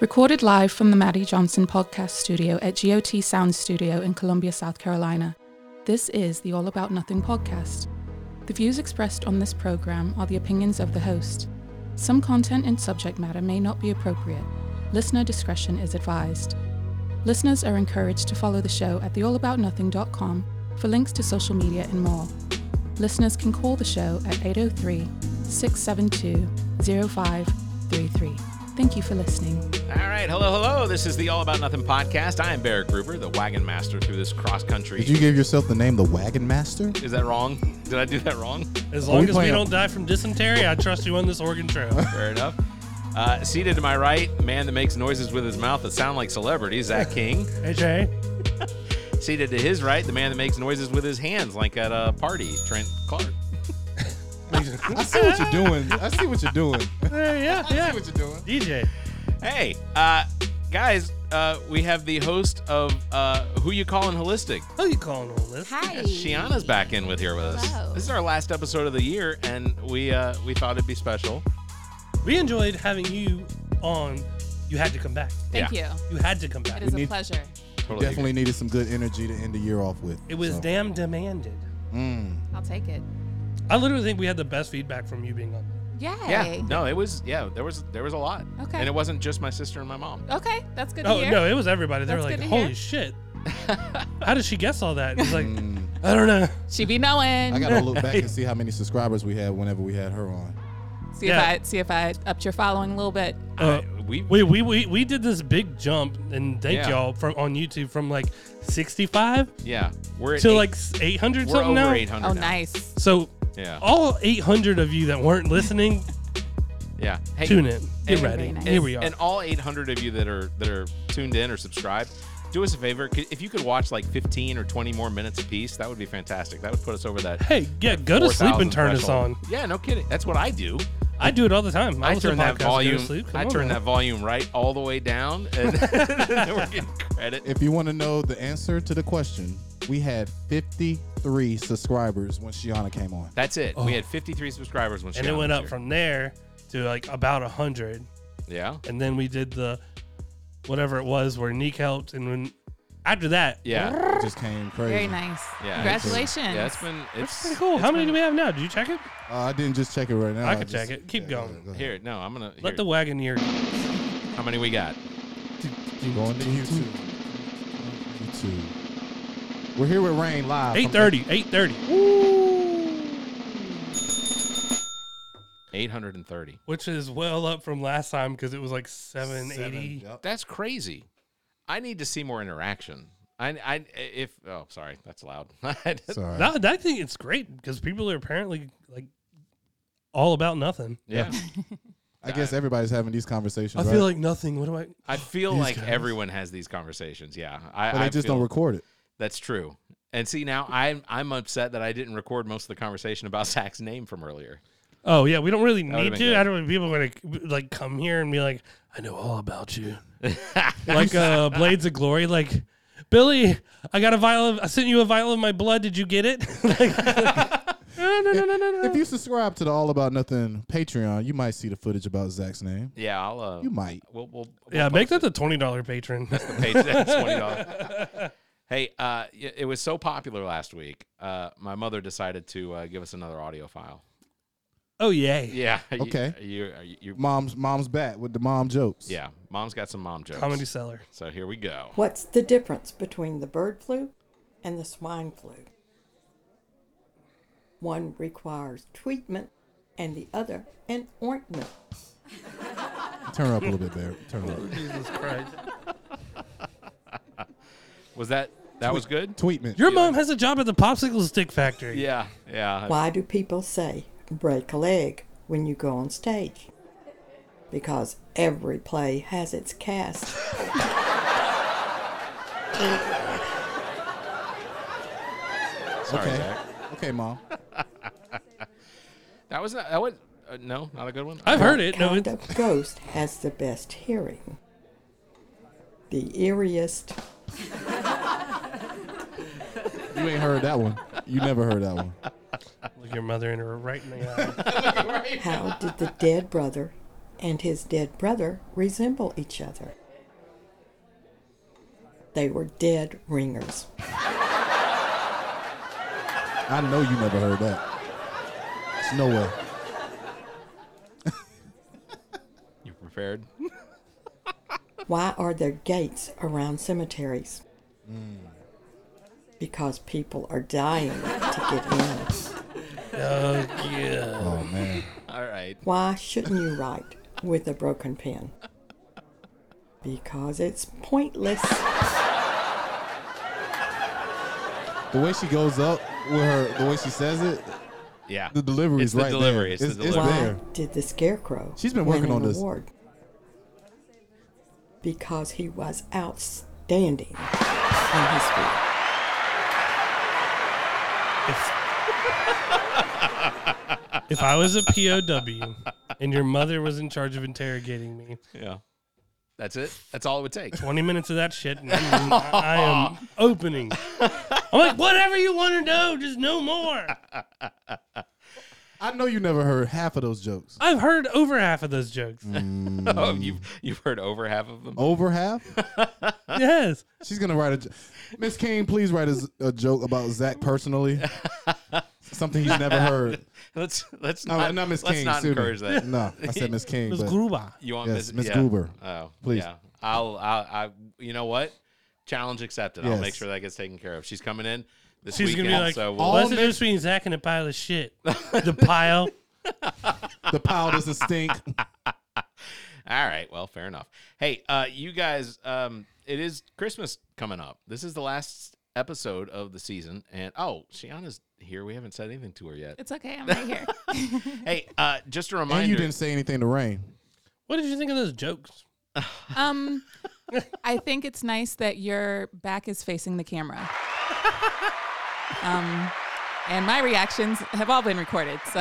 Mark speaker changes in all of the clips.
Speaker 1: Recorded live from the Maddie Johnson podcast studio at GOT Sound Studio in Columbia, South Carolina, this is the All About Nothing podcast. The views expressed on this program are the opinions of the host. Some content and subject matter may not be appropriate. Listener discretion is advised. Listeners are encouraged to follow the show at theallaboutnothing.com for links to social media and more. Listeners can call the show at 803 672 0533. Thank you for listening.
Speaker 2: All right, hello, hello. This is the All About Nothing podcast. I am Barrett Gruber, the wagon master through this cross country.
Speaker 3: Did you give yourself the name the Wagon Master?
Speaker 2: is that wrong? Did I do that wrong?
Speaker 4: As
Speaker 3: Are we
Speaker 4: long as we
Speaker 3: playing-
Speaker 4: don't die from dysentery, I trust you on this Oregon Trail.
Speaker 2: Fair enough. Uh, seated to my right, man that makes noises with his mouth that sound like celebrities, Zach King.
Speaker 4: AJ,
Speaker 2: Seated to his right, the man that makes noises with his hands like at a party, Trent Clark.
Speaker 3: I see what you're doing. I see what you're doing. I
Speaker 4: Hey, yeah, yeah.
Speaker 3: see what you're doing.
Speaker 4: DJ,
Speaker 2: Hey, uh, guys, uh, we have the host of uh, Who You Calling Holistic.
Speaker 4: who you calling on this?
Speaker 5: Hi.
Speaker 2: Shiana's back in with here with us.
Speaker 5: Hello.
Speaker 2: This is our last episode of the year, and we uh, we thought it'd be special.
Speaker 4: We enjoyed having you on. You had to come back.
Speaker 5: Thank
Speaker 2: Yeah.
Speaker 4: You had to come back.
Speaker 5: you. It is
Speaker 3: We need-
Speaker 5: a pleasure.
Speaker 2: Totally
Speaker 3: Definitely needed some good energy to end the year off with.
Speaker 4: It was
Speaker 3: so.
Speaker 4: damn demanded.
Speaker 3: Mm.
Speaker 5: I'll take it.
Speaker 4: I literally think we had the best feedback from you being on.
Speaker 5: Yay.
Speaker 2: Yeah. No, it was yeah, there was there was a lot.
Speaker 5: Okay.
Speaker 2: And it wasn't just my sister and my mom.
Speaker 5: Okay, that's good to
Speaker 4: Oh
Speaker 5: hear.
Speaker 4: no, it was everybody. They were
Speaker 5: That's
Speaker 4: like,
Speaker 5: good to
Speaker 4: "Holy
Speaker 5: hear.
Speaker 4: shit! How did she guess all that?" It's like,
Speaker 3: Hmm.
Speaker 4: I don't know.
Speaker 5: She be knowing.
Speaker 3: I gotta look back and see how many subscribers we had whenever we had her on.
Speaker 5: see
Speaker 4: Yeah.
Speaker 5: if I see if I upped your following a little bit.
Speaker 4: Uh,
Speaker 2: we,
Speaker 4: we, we, we, we did this big jump, and thank
Speaker 2: Yeah.
Speaker 4: y'all from on YouTube from like 65
Speaker 2: yeah, we're at
Speaker 4: to
Speaker 2: eight-
Speaker 4: like 800
Speaker 2: we're over
Speaker 4: something now.
Speaker 2: 800
Speaker 5: Oh,
Speaker 2: now.
Speaker 5: nice.
Speaker 4: So
Speaker 2: Yeah.
Speaker 4: all 800 of you that weren't listening,
Speaker 2: Yeah. Hey,
Speaker 4: tune in. Get
Speaker 2: and-
Speaker 4: ready.
Speaker 5: nice.
Speaker 4: Here we are.
Speaker 2: And all 800 of you that are that are tuned in or subscribed, do us a favor, c- if you could watch like 15 or 20 more minutes apiece, that would be fantastic. That would put us over that
Speaker 4: hey, yeah, go to sleep
Speaker 2: 4,000
Speaker 4: and turn us
Speaker 2: threshold.
Speaker 4: on.
Speaker 2: Yeah, no kidding. That's what I do.
Speaker 4: I do it all the time.
Speaker 2: I
Speaker 4: listen
Speaker 2: turn
Speaker 4: to podcasts
Speaker 2: that
Speaker 4: and go to
Speaker 2: volume.
Speaker 4: sleep. Come
Speaker 2: I
Speaker 4: on,
Speaker 2: turn
Speaker 4: man.
Speaker 2: that volume right all the way down, and then we're getting credit.
Speaker 3: If you want to know the answer to the question, we had 53 subscribers when Shiana came on.
Speaker 2: That's it. We had 53 subscribers when
Speaker 4: And it
Speaker 2: Shannon
Speaker 4: went
Speaker 2: was
Speaker 4: up
Speaker 2: here.
Speaker 4: from there to like about 100.
Speaker 2: yeah.
Speaker 4: And then we did the whatever it was where Nick helped. And when after that,
Speaker 2: Yeah.
Speaker 3: It just came crazy.
Speaker 5: Very nice.
Speaker 2: Yeah.
Speaker 5: Congratulations.
Speaker 2: Yeah, it's been it's
Speaker 4: pretty cool. How many do we have now? Did you check it?
Speaker 3: Uh, I didn't just check it right now.
Speaker 4: I can
Speaker 3: just-
Speaker 4: check it. Keep going.
Speaker 3: go ahead.
Speaker 2: Here, no, I'm gonna here,
Speaker 4: Let the Wagoneer.
Speaker 2: how many we got?
Speaker 3: Going to YouTube. YouTube. We're here with Rain live. from-
Speaker 4: 830. 830.
Speaker 2: 830.
Speaker 4: Which is well up from last time because it was like 780.
Speaker 3: Seven, yep.
Speaker 2: That's crazy. I need to see more interaction. I I if oh sorry, that's loud.
Speaker 3: Sorry.
Speaker 4: No, I think it's great because people are apparently like all about nothing.
Speaker 2: yeah.
Speaker 3: I guess everybody's having these conversations.
Speaker 4: I
Speaker 3: right?
Speaker 4: feel like nothing. What do I?
Speaker 2: I feel
Speaker 4: These
Speaker 2: like
Speaker 4: guys.
Speaker 2: everyone has these conversations. Yeah. I,
Speaker 3: but they
Speaker 2: I
Speaker 3: just
Speaker 2: feel-
Speaker 3: don't record it.
Speaker 2: That's true. And see now I'm I'm upset that I didn't record most of the conversation about Zach's name from earlier.
Speaker 4: Oh yeah, we don't really
Speaker 2: would've
Speaker 4: need to.
Speaker 2: been good.
Speaker 4: I don't. People are gonna like come here and be like, I know all about you. like uh, Blades of Glory. Like Billy, I got a vial. Of, I sent you a vial of my blood. Did you get it? like, no, no, no, no, no, no.
Speaker 3: If you subscribe to the All About Nothing Patreon, you might see the footage about Zach's name.
Speaker 2: Yeah, I'll uh,
Speaker 3: You might.
Speaker 2: We'll, we'll, we'll
Speaker 4: Yeah, make
Speaker 2: post
Speaker 4: that the twenty dollar patron.
Speaker 2: the page that's twenty dollars. Hey, uh, y- it was so popular last week. Uh, my mother decided to uh, give us another audio file.
Speaker 4: oh yay!
Speaker 2: Yeah. you-
Speaker 3: Okay.
Speaker 2: are You, are you, you-
Speaker 3: Mom's mom's back with the mom jokes.
Speaker 2: yeah. Mom's got some mom jokes.
Speaker 4: Comedy seller.
Speaker 2: So here we go.
Speaker 6: What's the difference between the bird flu and the swine flu? One requires treatment and the other an ointment.
Speaker 3: Turn her up a little bit, Bear. Turn her up.
Speaker 4: Jesus Christ!
Speaker 2: Was that that was good?
Speaker 3: Tweetment.
Speaker 4: Your mom has a job at the popsicle stick factory.
Speaker 2: Yeah. Yeah.
Speaker 6: Why do people say break a leg when you go on stage? Because every play has its cast.
Speaker 2: Sorry,
Speaker 3: okay.
Speaker 2: Zach.
Speaker 3: Okay, mom.
Speaker 2: That was not, that was uh, no, not a good one.
Speaker 4: I've heard it. No,
Speaker 6: Kind
Speaker 4: it's
Speaker 6: of ghost has the best hearing. The eeriest.
Speaker 3: You ain't heard that one. You never heard that one.
Speaker 4: Look your mother in her right in the eye.
Speaker 6: How did the dead brother and his dead brother resemble each other. They were dead ringers.
Speaker 3: I know you never heard that. It's no way.
Speaker 2: You prepared?
Speaker 6: Why are there gates around cemeteries? Because people are dying to get in.
Speaker 3: Oh man.
Speaker 2: All right.
Speaker 6: Why shouldn't you write with a broken pen? Because it's pointless.
Speaker 3: The way she goes up with her, the way she says it,
Speaker 2: Yeah.
Speaker 3: the delivery
Speaker 2: It's
Speaker 3: is
Speaker 2: the
Speaker 3: right
Speaker 2: delivery.
Speaker 3: there.
Speaker 2: It's the delivery.
Speaker 6: Why
Speaker 3: there.
Speaker 6: did the scarecrow
Speaker 3: She's been
Speaker 6: win
Speaker 3: working on
Speaker 6: an
Speaker 3: this.
Speaker 6: award? Because he was outstanding in his field.
Speaker 4: If, if I was a POW and your mother was in charge of interrogating me,
Speaker 2: Yeah. That's it. That's all it would take.
Speaker 4: 20 minutes of that shit, and I'm- I am opening. I'm like, whatever you want to know, just no more.
Speaker 3: I know you never heard half of those jokes.
Speaker 4: I've heard over half of those jokes.
Speaker 2: Oh, you've you've heard over half of them.
Speaker 3: Over half?
Speaker 4: yes.
Speaker 3: She's gonna write a. jo- Miss King, please write a, a joke about Zach personally. Something he's never heard.
Speaker 2: Let's let's
Speaker 3: No,
Speaker 2: not,
Speaker 3: not Miss
Speaker 2: let's
Speaker 3: King.
Speaker 2: not
Speaker 3: excuse me.
Speaker 2: encourage that.
Speaker 3: No, I said Miss King.
Speaker 4: It was
Speaker 3: but-
Speaker 4: Gruba.
Speaker 2: You want
Speaker 3: Yes,
Speaker 2: Miss
Speaker 3: Miss
Speaker 2: yeah.
Speaker 3: Goober.
Speaker 2: Oh,
Speaker 3: Please.
Speaker 2: Yeah. I'll, I'll, I, you know what? Challenge accepted. I'll make
Speaker 3: Yes.
Speaker 2: sure that gets taken care of. She's coming in this
Speaker 4: She's
Speaker 2: weekend.
Speaker 4: going to be like,
Speaker 2: so we'll,
Speaker 4: all what's
Speaker 3: All
Speaker 4: the
Speaker 3: next-
Speaker 4: difference between Zach and a pile of shit? The pile.
Speaker 3: the pile doesn't stink.
Speaker 2: all right. Well, fair enough. Hey, uh, you guys, um, it is Christmas coming up. This is the last episode of the season, and oh, Shiana's here. We haven't said anything to her yet.
Speaker 5: It's okay. I'm right here.
Speaker 2: Hey, uh, just a reminder.
Speaker 3: and you didn't say anything to Rain.
Speaker 4: What did you think of those jokes?
Speaker 5: Um, I think it's nice that your back is facing the camera. Um, and my reactions have all been recorded. So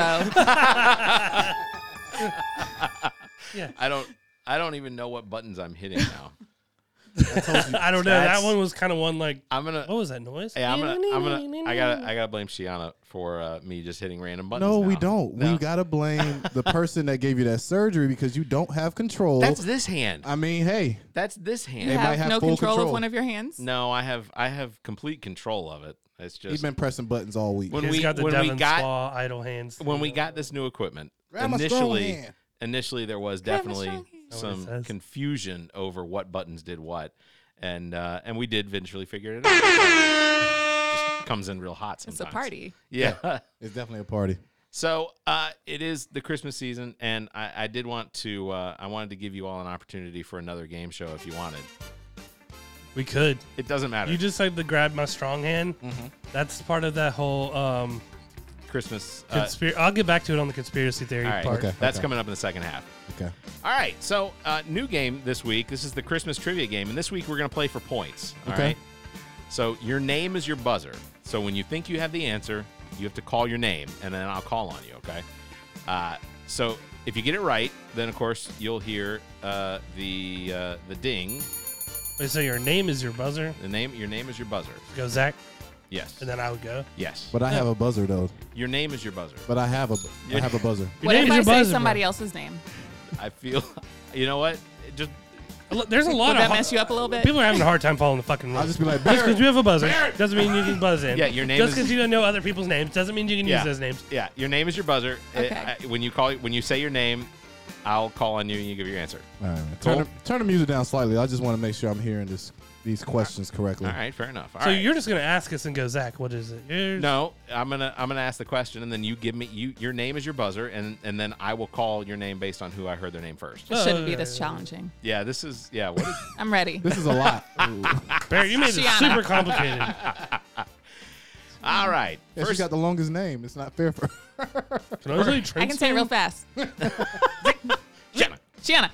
Speaker 2: I don't. I don't even know what buttons I'm hitting now.
Speaker 4: I don't know.
Speaker 2: That's-
Speaker 4: that one was kind of one like,
Speaker 2: I'm gonna.
Speaker 4: what was that noise?
Speaker 2: Yeah, I'm gonna, I'm gonna, I gotta, I gotta blame Shiana for uh, me just hitting random buttons.
Speaker 3: No, we
Speaker 2: now.
Speaker 3: don't.
Speaker 2: No.
Speaker 3: We gotta blame the person that gave you that surgery because you don't have control.
Speaker 2: That's this hand.
Speaker 3: I mean, hey,
Speaker 2: That's this hand.
Speaker 5: you
Speaker 3: might
Speaker 5: have,
Speaker 3: have
Speaker 5: no
Speaker 3: full
Speaker 5: control, of
Speaker 3: control.
Speaker 5: one of your hands.
Speaker 2: No, I have, I have complete control of it. It's
Speaker 3: he's
Speaker 2: just
Speaker 3: been pressing buttons all week.
Speaker 2: when
Speaker 4: He's
Speaker 2: we
Speaker 4: got the
Speaker 2: when
Speaker 4: Devon
Speaker 2: we got
Speaker 4: Spa idle hands.
Speaker 2: when we got this new equipment.
Speaker 3: Grab my strong
Speaker 2: initially,
Speaker 3: hand.
Speaker 2: initially there was
Speaker 5: Grab my
Speaker 2: definitely
Speaker 5: strong hand.
Speaker 4: Know what it
Speaker 2: some
Speaker 4: says.
Speaker 2: confusion over what buttons did what, and uh, and we did eventually figure it out. just comes in real hot
Speaker 5: It's
Speaker 2: sometimes.
Speaker 5: a party.
Speaker 2: yeah.
Speaker 3: It's definitely a party.
Speaker 2: So uh, it is the Christmas season, and I, I did want to. Uh, I wanted to give you all an opportunity for another game show if you wanted.
Speaker 4: we could.
Speaker 2: It Mm-hmm. doesn't matter.
Speaker 4: You just like the grab my strong hand. That's part of that whole um,
Speaker 2: Christmas. Uh,
Speaker 4: conspiracy. I'll get back to it on the conspiracy theory
Speaker 2: all right,
Speaker 4: part.
Speaker 3: Okay,
Speaker 2: that's
Speaker 3: okay.
Speaker 2: coming up in the second half.
Speaker 3: Okay.
Speaker 2: All right, so uh, new game this week. This is the Christmas trivia game, and this week we're going to play for points. All right.
Speaker 3: Okay.
Speaker 2: So your name is your buzzer. So when you think you have the answer, you have to call your name, and then I'll call on you. Okay. Uh, so if you get it right, then of course you'll hear uh, the uh, the ding.
Speaker 4: Wait, so your name is your buzzer.
Speaker 2: The name. Your name is your buzzer.
Speaker 4: Go Zach,
Speaker 2: Yes.
Speaker 4: and then I would go.
Speaker 2: yes.
Speaker 3: But I have a buzzer though.
Speaker 2: your name is your buzzer.
Speaker 3: But I have a, I have a buzzer.
Speaker 4: Your
Speaker 5: what
Speaker 4: name
Speaker 5: if
Speaker 4: is
Speaker 5: I
Speaker 4: your
Speaker 5: say
Speaker 4: buzzer,
Speaker 5: somebody
Speaker 4: bro.
Speaker 5: else's name?
Speaker 2: I feel. You know what? It just
Speaker 4: Look, There's a lot
Speaker 5: Would
Speaker 4: of
Speaker 5: that
Speaker 4: har-
Speaker 5: mess you up a little bit?
Speaker 4: people are having a hard time following the fucking rules.
Speaker 3: I'll just be like,
Speaker 4: just
Speaker 3: "Barrett."
Speaker 4: because you have a buzzer doesn't mean you can buzz in.
Speaker 2: Yeah, your name
Speaker 4: Just
Speaker 2: is-
Speaker 4: because you don't know other people's names doesn't mean you can
Speaker 2: yeah.
Speaker 4: use those names.
Speaker 2: Yeah. Your name is your buzzer.
Speaker 5: Okay.
Speaker 2: Uh, I- when you call, when you say your name, I'll call on you and you give your answer.
Speaker 3: All right, man. Turn,
Speaker 2: Cool.
Speaker 3: the, turn the music down slightly. I just want to make sure I'm hearing this these questions correctly.
Speaker 2: All right. Fair enough. All
Speaker 4: so
Speaker 2: right.
Speaker 4: you're just gonna ask us and go Zach, what is it? Yours?
Speaker 2: No, I'm gonna I'm gonna ask the question and then you give me you your name is your buzzer and and then I will call your name based on who I heard their name first.
Speaker 5: It shouldn't be this challenging.
Speaker 2: Yeah, this is yeah. What is,
Speaker 5: I'm ready.
Speaker 3: This is a lot. Ooh.
Speaker 4: Barrett, you made it
Speaker 5: Shiana.
Speaker 4: super complicated.
Speaker 2: all right,
Speaker 3: Yeah, she
Speaker 2: first
Speaker 3: got the longest name. It's not fair for her.
Speaker 4: Can I, really
Speaker 5: I can say it real fast.
Speaker 2: Jenna,
Speaker 5: Gianna.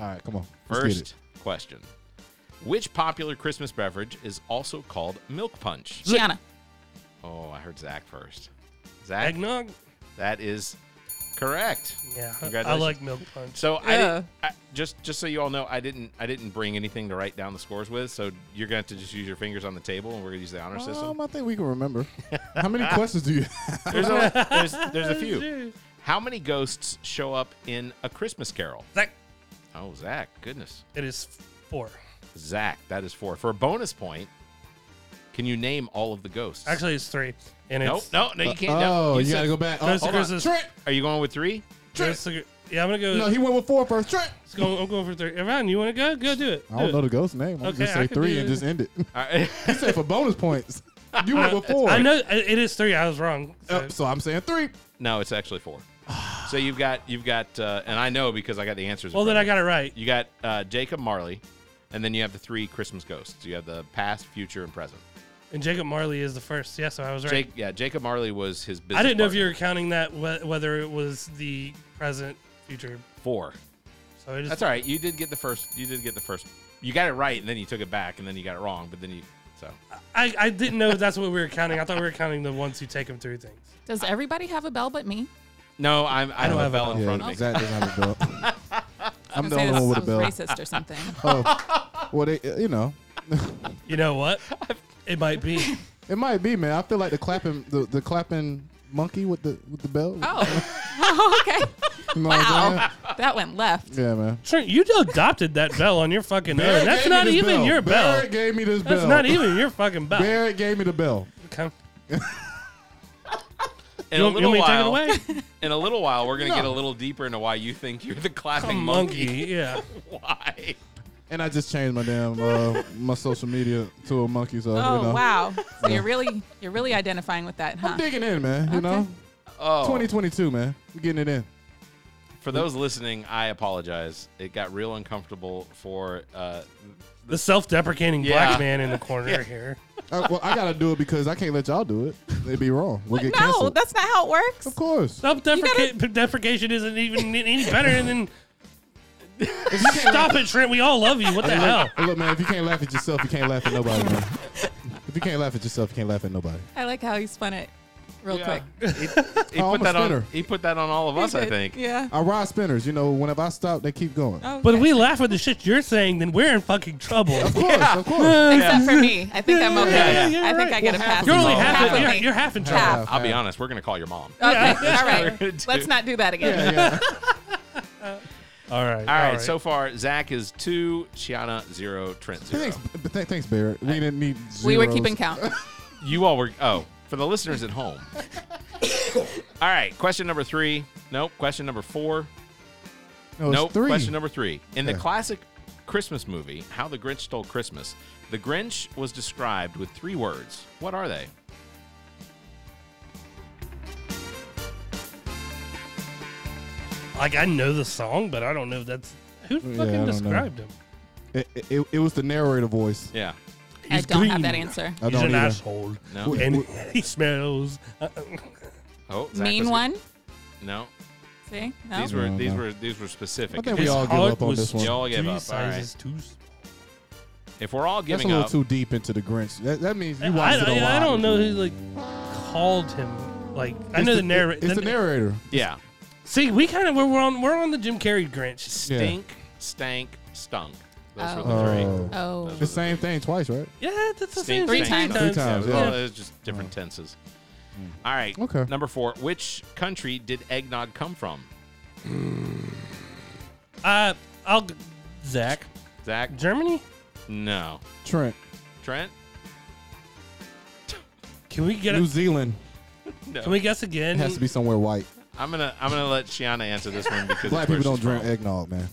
Speaker 3: All right, come on. Let's get
Speaker 2: first question. Which popular Christmas beverage is also called milk punch?
Speaker 5: Gianna.
Speaker 2: Oh, I heard Zach first. Zach,
Speaker 4: eggnog?
Speaker 2: that is correct.
Speaker 4: Yeah, I- I
Speaker 2: Congratulations.
Speaker 4: like milk punch.
Speaker 2: So I,
Speaker 5: Yeah.
Speaker 2: didn't, I just just so you all know, I didn't I didn't bring anything to write down the scores with. So you're gonna have to just use your fingers on the table, and we're gonna use the honor
Speaker 4: Oh
Speaker 3: it.
Speaker 2: system.
Speaker 3: Um, I think we can remember. How many questions do you have?
Speaker 2: There's, a, there's, there's a few. How many ghosts show up in A Christmas Carol?
Speaker 4: Zach,
Speaker 2: Oh, Zach, goodness.
Speaker 4: it is four.
Speaker 2: Zach, that is four. For a bonus point, can you name all of the ghosts?
Speaker 4: Actually, it's three. And
Speaker 2: no,
Speaker 4: it's Uh,
Speaker 2: no, no, you can't. no.
Speaker 3: oh, you
Speaker 2: said-
Speaker 3: gotta go back. Oh,
Speaker 4: Mr.
Speaker 3: hold on.
Speaker 4: Chris's-
Speaker 3: Trent.
Speaker 2: Are you going with three?
Speaker 4: there's the- yeah, I'm gonna go.
Speaker 3: No, he went with four first. Trent.
Speaker 4: let's go- I'm going for three. Ron, you want to go? Go do it.
Speaker 3: I
Speaker 4: Do
Speaker 3: don't
Speaker 4: it.
Speaker 3: know the ghost name. I'm
Speaker 4: Okay,
Speaker 3: just
Speaker 4: I
Speaker 3: say
Speaker 4: could
Speaker 3: three
Speaker 4: do-
Speaker 3: and just end it.
Speaker 2: All right.
Speaker 3: He said for bonus points. You went with four.
Speaker 4: I know it is three. I was wrong.
Speaker 3: Uh, so I'm saying three.
Speaker 2: no, it's actually four. so you've got you've got uh, and I know because I got the answers. in
Speaker 4: well, then I
Speaker 2: front of
Speaker 4: got it right.
Speaker 2: me. you got uh, Jacob Marley, and then you have the three Christmas ghosts. You have the past, future, and present.
Speaker 4: And Jacob Marley is the first. Yeah, so I was right.
Speaker 2: Jake, yeah, Jacob Marley was his business.
Speaker 4: I didn't know if you
Speaker 2: partner.
Speaker 4: were counting that wh- whether it was the present, future.
Speaker 2: four.
Speaker 4: So it is.
Speaker 2: That's all right. You did get the first. You did get the first. You got it right, and then you took it back, and then you got it wrong, but then you so.
Speaker 4: I, I didn't know that's what we were counting. I thought we were counting the ones who take them through things.
Speaker 5: Does everybody have a bell but me?
Speaker 2: No, I'm. I,
Speaker 4: don't
Speaker 2: have a
Speaker 4: have
Speaker 2: bell
Speaker 4: a
Speaker 2: in
Speaker 3: yeah,
Speaker 2: front of me.
Speaker 3: Zach doesn't have a belt. I'm
Speaker 5: I'm
Speaker 3: the
Speaker 5: gonna
Speaker 3: only
Speaker 5: say
Speaker 3: one with a
Speaker 5: this
Speaker 3: belt.
Speaker 5: sounds racist or something.
Speaker 3: Oh, well, they, you know,
Speaker 4: You know what? It might be.
Speaker 3: it might be, man. I feel like the clapping, the, the clapping monkey with the with the bell.
Speaker 5: Oh, okay.
Speaker 3: You know what I'm
Speaker 5: Oh, Wow, that went left.
Speaker 3: saying? Yeah, man.
Speaker 4: Trent, you adopted that bell on your fucking own. That's
Speaker 3: gave
Speaker 4: not
Speaker 3: me this
Speaker 4: even
Speaker 3: bell.
Speaker 4: your bell.
Speaker 3: Barrett gave me this bell.
Speaker 4: That's not even your fucking bell.
Speaker 3: Barrett gave me the bell.
Speaker 4: Come.
Speaker 2: In
Speaker 4: You
Speaker 2: a
Speaker 4: want- you
Speaker 2: little while,
Speaker 4: want me to take it away?
Speaker 2: in a little while, we're gonna get a little deeper into why you think you're the clapping
Speaker 4: Some
Speaker 2: monkey.
Speaker 4: monkey. Yeah.
Speaker 2: Why?
Speaker 3: And I just changed my damn uh, my social media to a monkey. So you
Speaker 5: Oh
Speaker 3: know,
Speaker 5: wow. So you're really you're really identifying with that, huh?
Speaker 3: I'm digging in, man. You know,
Speaker 2: Oh,
Speaker 3: 2022, man. We're getting it in.
Speaker 2: for those listening, I apologize. It got real uncomfortable for. Uh,
Speaker 4: The self deprecating
Speaker 2: Yeah.
Speaker 4: black man in the corner here.
Speaker 3: Uh, well, I gotta do it because I can't let y'all do it. It'd be wrong. We'll get
Speaker 5: no,
Speaker 3: canceled.
Speaker 5: that's not how it works.
Speaker 3: of course.
Speaker 4: Self deprecation isn't even any better than.
Speaker 3: If you can't
Speaker 4: Stop it, Trent. We all love you. What the hell?
Speaker 3: Hey, look, man, if you can't laugh at yourself, you can't laugh at nobody, man. If you can't laugh at yourself, you can't laugh at nobody.
Speaker 5: I like how he spun it real quick.
Speaker 2: he
Speaker 3: Oh,
Speaker 2: put
Speaker 3: I'm a
Speaker 2: that on.
Speaker 3: spinner.
Speaker 2: He put that on all of us. I think.
Speaker 5: Yeah.
Speaker 3: I ride spinners. You know, whenever I stop, they keep going.
Speaker 5: Okay.
Speaker 4: But if we laugh at the shit you're saying, then we're in fucking trouble.
Speaker 3: Of course, of course.
Speaker 5: Except for me. I think I'm okay.
Speaker 4: yeah, yeah,
Speaker 5: I think
Speaker 4: right.
Speaker 5: I get a
Speaker 3: Well, half
Speaker 5: pass.
Speaker 3: of
Speaker 4: You're only
Speaker 3: No.
Speaker 4: half.
Speaker 5: of
Speaker 4: in, you're,
Speaker 5: me.
Speaker 4: you're half in trouble.
Speaker 5: Half.
Speaker 2: I'll be honest. We're gonna call your mom.
Speaker 3: Uh,
Speaker 5: Okay. All
Speaker 2: We're gonna
Speaker 5: right.
Speaker 2: do-
Speaker 5: Let's not do that again.
Speaker 3: Yeah, yeah.
Speaker 4: All right.
Speaker 2: All right, So far, Zach is two. Shiana zero. Trent zero.
Speaker 3: Thanks, but th- thanks, Barrett. We didn't need. Zeros.
Speaker 5: We were keeping count.
Speaker 2: You all were. Oh, for the listeners at home. all right. Question number three. Nope. Question number four.
Speaker 3: No, Oh, it's
Speaker 2: nope.
Speaker 3: three.
Speaker 2: Question number three. In the
Speaker 3: Yeah.
Speaker 2: classic Christmas movie, How the Grinch Stole Christmas, the Grinch was described with three words. What are they?
Speaker 4: like I know the song, but I don't know if that's who
Speaker 3: Yeah,
Speaker 4: fucking
Speaker 3: I don't know.
Speaker 4: described him.
Speaker 3: It, it, it was the narrator voice.
Speaker 2: Yeah.
Speaker 5: I
Speaker 4: He's
Speaker 5: don't have
Speaker 4: green.
Speaker 5: that answer.
Speaker 3: I
Speaker 4: He's
Speaker 3: don't
Speaker 4: an
Speaker 3: either.
Speaker 4: asshole,
Speaker 2: No.
Speaker 4: and he smells. Uh, uh,
Speaker 2: Oh, Zach
Speaker 5: mean
Speaker 2: was-
Speaker 5: one.
Speaker 2: No.
Speaker 5: See? No.
Speaker 2: These were
Speaker 3: No,
Speaker 2: these
Speaker 3: no.
Speaker 2: were these were specific.
Speaker 3: I think we
Speaker 4: his
Speaker 3: all give
Speaker 4: heart
Speaker 3: up on
Speaker 4: was
Speaker 3: this one.
Speaker 2: You all give
Speaker 4: three
Speaker 2: up, all right.
Speaker 4: sizes too small.
Speaker 2: if we're all
Speaker 3: That's a
Speaker 2: giving
Speaker 3: little
Speaker 2: up,
Speaker 3: too deep into the Grinch. That, that means you
Speaker 4: I,
Speaker 3: watched it a lot.
Speaker 4: I, I don't know who like called him. Like I
Speaker 3: It's
Speaker 4: know the,
Speaker 3: it-
Speaker 4: narrator.
Speaker 3: It's the narrator.
Speaker 2: yeah,
Speaker 4: See, we kind of we're, we're on we're on the Jim Carrey Grinch.
Speaker 2: stink, stank, stunk. Those were the
Speaker 5: Oh.
Speaker 2: three.
Speaker 3: Oh.
Speaker 5: Oh.
Speaker 3: The same thing twice, right?
Speaker 4: Yeah, that's the
Speaker 2: Stink,
Speaker 4: same.
Speaker 5: Three
Speaker 4: thing.
Speaker 5: times.
Speaker 2: stunk.
Speaker 3: Three times,
Speaker 2: Well,
Speaker 3: yeah. Mm.
Speaker 2: it was just different tenses. All right.
Speaker 3: Okay.
Speaker 2: Number four. Which country did eggnog come from?
Speaker 4: Uh, I'll g- Zach
Speaker 2: Zach.
Speaker 4: Germany.
Speaker 2: No.
Speaker 3: Trent,
Speaker 2: Trent.
Speaker 4: Can we get
Speaker 3: New
Speaker 4: a,
Speaker 3: Zealand
Speaker 2: No.
Speaker 4: Can we guess again?
Speaker 3: it has to be somewhere white.
Speaker 2: I'm gonna I'm gonna let Shiana answer this one because
Speaker 3: Black
Speaker 2: it's where
Speaker 3: people don't
Speaker 2: she's
Speaker 3: drink
Speaker 2: from.
Speaker 3: eggnog, man.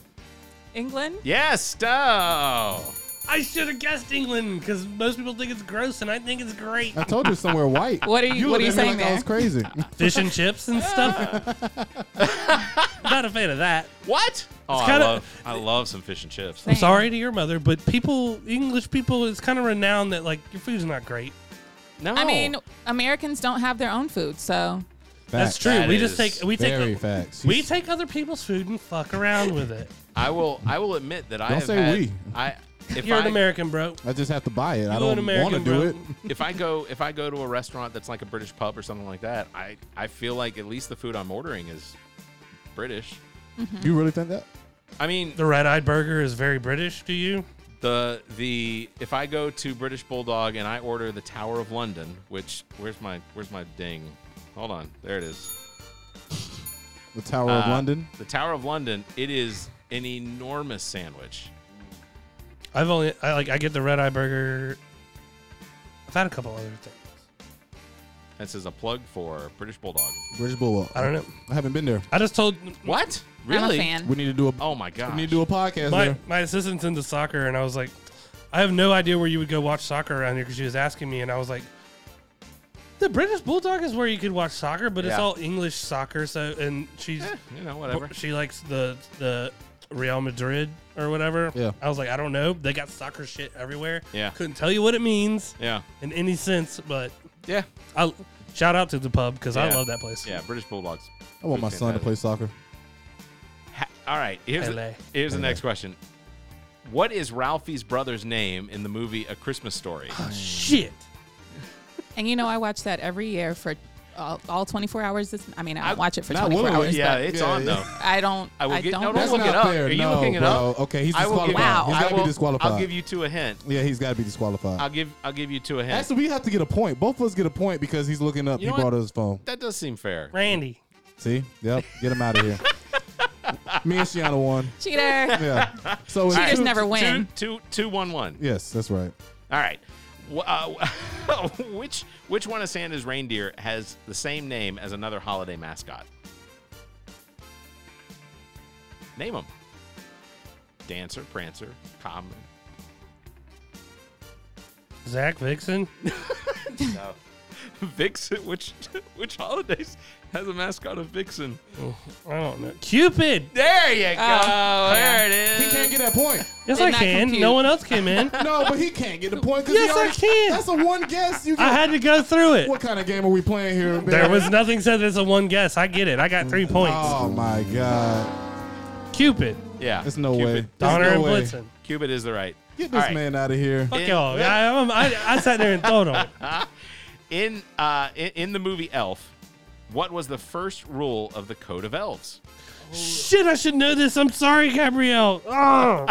Speaker 5: England?
Speaker 2: Yes. Oh.
Speaker 4: I should have guessed England because most people think it's gross and I think it's great.
Speaker 3: I told you somewhere white.
Speaker 5: What are you- what
Speaker 3: looked
Speaker 5: are you
Speaker 3: at
Speaker 5: saying
Speaker 3: me like I was crazy.
Speaker 4: Fish and chips and stuff. Not a fan of that.
Speaker 2: What? Oh, I
Speaker 4: kinda-
Speaker 2: love I love some fish and chips.
Speaker 4: I'm sorry to your mother, but people, English people, it's kind of renowned that like your food's not great.
Speaker 2: No.
Speaker 5: I mean, Americans don't have their own food, so
Speaker 4: That's
Speaker 3: Facts.
Speaker 4: true.
Speaker 2: That
Speaker 4: we
Speaker 2: is
Speaker 4: just take we take
Speaker 3: Very facts.
Speaker 4: we take other people's food and fuck around with it.
Speaker 2: I will I will admit that I
Speaker 3: Don't
Speaker 2: have
Speaker 3: say
Speaker 2: had,
Speaker 3: we.
Speaker 2: I if
Speaker 4: You're
Speaker 2: I,
Speaker 4: an American, bro.
Speaker 3: I just have to buy it. I
Speaker 4: You an
Speaker 3: don't want to
Speaker 4: American,
Speaker 3: do
Speaker 4: bro.
Speaker 3: it.
Speaker 2: if I go if I go to a restaurant that's like a British pub or something like that, I I feel like at least the food I'm ordering is British.
Speaker 3: You really think that?
Speaker 2: I mean
Speaker 4: The red-eyed burger is very British to you.
Speaker 2: the the if I go to British Bulldog and I order the Tower of London, which where's my where's my ding? Hold on, there it is.
Speaker 3: The Tower of
Speaker 2: Uh,
Speaker 3: London.
Speaker 2: The Tower of London. It is an enormous sandwich.
Speaker 4: I've only I like I get the red eye burger. I've had a couple other things.
Speaker 2: This is a plug for British Bulldog.
Speaker 3: British Bulldog.
Speaker 4: I don't know.
Speaker 3: I haven't been there.
Speaker 4: I just told
Speaker 2: What?
Speaker 5: I'm a
Speaker 2: Really?
Speaker 5: fan.
Speaker 3: We need to do a.
Speaker 2: Oh my god.
Speaker 3: we need to do a podcast
Speaker 4: my
Speaker 3: there.
Speaker 4: my assistant's into soccer, and I was like, I have no idea where you would go watch soccer around here because she was asking me, and I was like, the British Bulldog is where you could watch soccer, but it's
Speaker 2: Yeah.
Speaker 4: all English soccer. So and she's
Speaker 3: Eh,
Speaker 2: Eh, you know, whatever.
Speaker 4: she likes the the Real Madrid or whatever.
Speaker 3: Yeah.
Speaker 4: I was like, I don't know. They got soccer shit everywhere.
Speaker 2: Yeah.
Speaker 4: Couldn't tell you what it means
Speaker 2: Yeah.
Speaker 4: in any sense, but
Speaker 2: Yeah.
Speaker 4: I shout out to the pub because I
Speaker 2: Yeah.
Speaker 4: love that place.
Speaker 2: Yeah. British Bulldogs.
Speaker 3: I want my son to play soccer.
Speaker 2: Ha- All right. Here's
Speaker 4: LA.
Speaker 2: the, here's the next question. What is Ralphie's brother's name in the movie A Christmas Story?
Speaker 4: Shit.
Speaker 5: And you know, I watch that every year for all, all 24 hours. This, I mean, I don't watch it for
Speaker 3: not
Speaker 5: 24
Speaker 3: willingly,
Speaker 5: hours.
Speaker 2: yeah,
Speaker 5: but
Speaker 2: it's
Speaker 3: Yeah,
Speaker 2: on
Speaker 3: yeah.
Speaker 2: though.
Speaker 5: I don't.
Speaker 2: I
Speaker 5: I,
Speaker 2: will get.
Speaker 5: don't.
Speaker 2: no, don't
Speaker 3: That's
Speaker 2: look
Speaker 3: not
Speaker 2: it up.
Speaker 3: fair.
Speaker 2: Are you
Speaker 3: No,
Speaker 2: looking it up?
Speaker 3: bro. Okay, he's
Speaker 2: I will give-
Speaker 3: disqualified. He's
Speaker 2: I
Speaker 3: gotta be
Speaker 2: will-
Speaker 3: disqualified.
Speaker 2: I'll give you two a hint.
Speaker 3: Yeah, he's got to be disqualified.
Speaker 2: I'll give. I'll give you two a hint.
Speaker 3: Actually, we have to get a point. Both of us get a point because he's looking up.
Speaker 2: You know
Speaker 3: he
Speaker 2: what?
Speaker 3: brought his phone.
Speaker 2: that does seem fair.
Speaker 4: Randy.
Speaker 3: See? Yep. Get him out of here. Me and Shiana won.
Speaker 5: Cheater.
Speaker 3: Yeah. So it's
Speaker 5: Cheaters
Speaker 3: two-
Speaker 5: never
Speaker 2: Two,
Speaker 5: win.
Speaker 2: two, two, one, one.
Speaker 3: Yes, that's right.
Speaker 2: All right. Wh- uh, which which one of Santa's reindeer has the same name as another holiday mascot? Name them. Dancer, Prancer, Common.
Speaker 4: Zach Vixen.
Speaker 2: Vixen. Which which holidays has a mascot of Vixen?
Speaker 4: I don't know. Cupid.
Speaker 2: There you go.
Speaker 5: Oh, yeah.
Speaker 2: there it
Speaker 3: He
Speaker 2: is.
Speaker 3: can't get that point.
Speaker 4: Yes,
Speaker 5: Did
Speaker 4: I
Speaker 5: not
Speaker 4: can.
Speaker 5: compute.
Speaker 4: No one else came in.
Speaker 3: No, but he can't get the point because
Speaker 4: Yes, I can.
Speaker 3: That's a one guess. You
Speaker 4: I
Speaker 3: can,
Speaker 4: had to go through
Speaker 3: What
Speaker 4: it.
Speaker 3: kind of game are we playing here? Man?
Speaker 4: There was nothing said as a one guess. I get it. I got three points.
Speaker 3: Oh my god!
Speaker 4: Cupid.
Speaker 2: Yeah.
Speaker 3: There's no way.
Speaker 2: Cupid.
Speaker 3: There's
Speaker 4: Donner
Speaker 3: no
Speaker 4: and
Speaker 3: way.
Speaker 4: Blitzen.
Speaker 2: Cupid is the right.
Speaker 3: Get
Speaker 2: All
Speaker 3: this
Speaker 2: right.
Speaker 3: man out of here.
Speaker 4: Fuck
Speaker 2: In-
Speaker 4: y'all. Yeah, I'm- I, I sat there and thought on it.
Speaker 2: In uh in, in the movie Elf, what was the first rule of the Code of Elves?
Speaker 4: Shit, I should know this. I'm sorry, Gabrielle. Oh.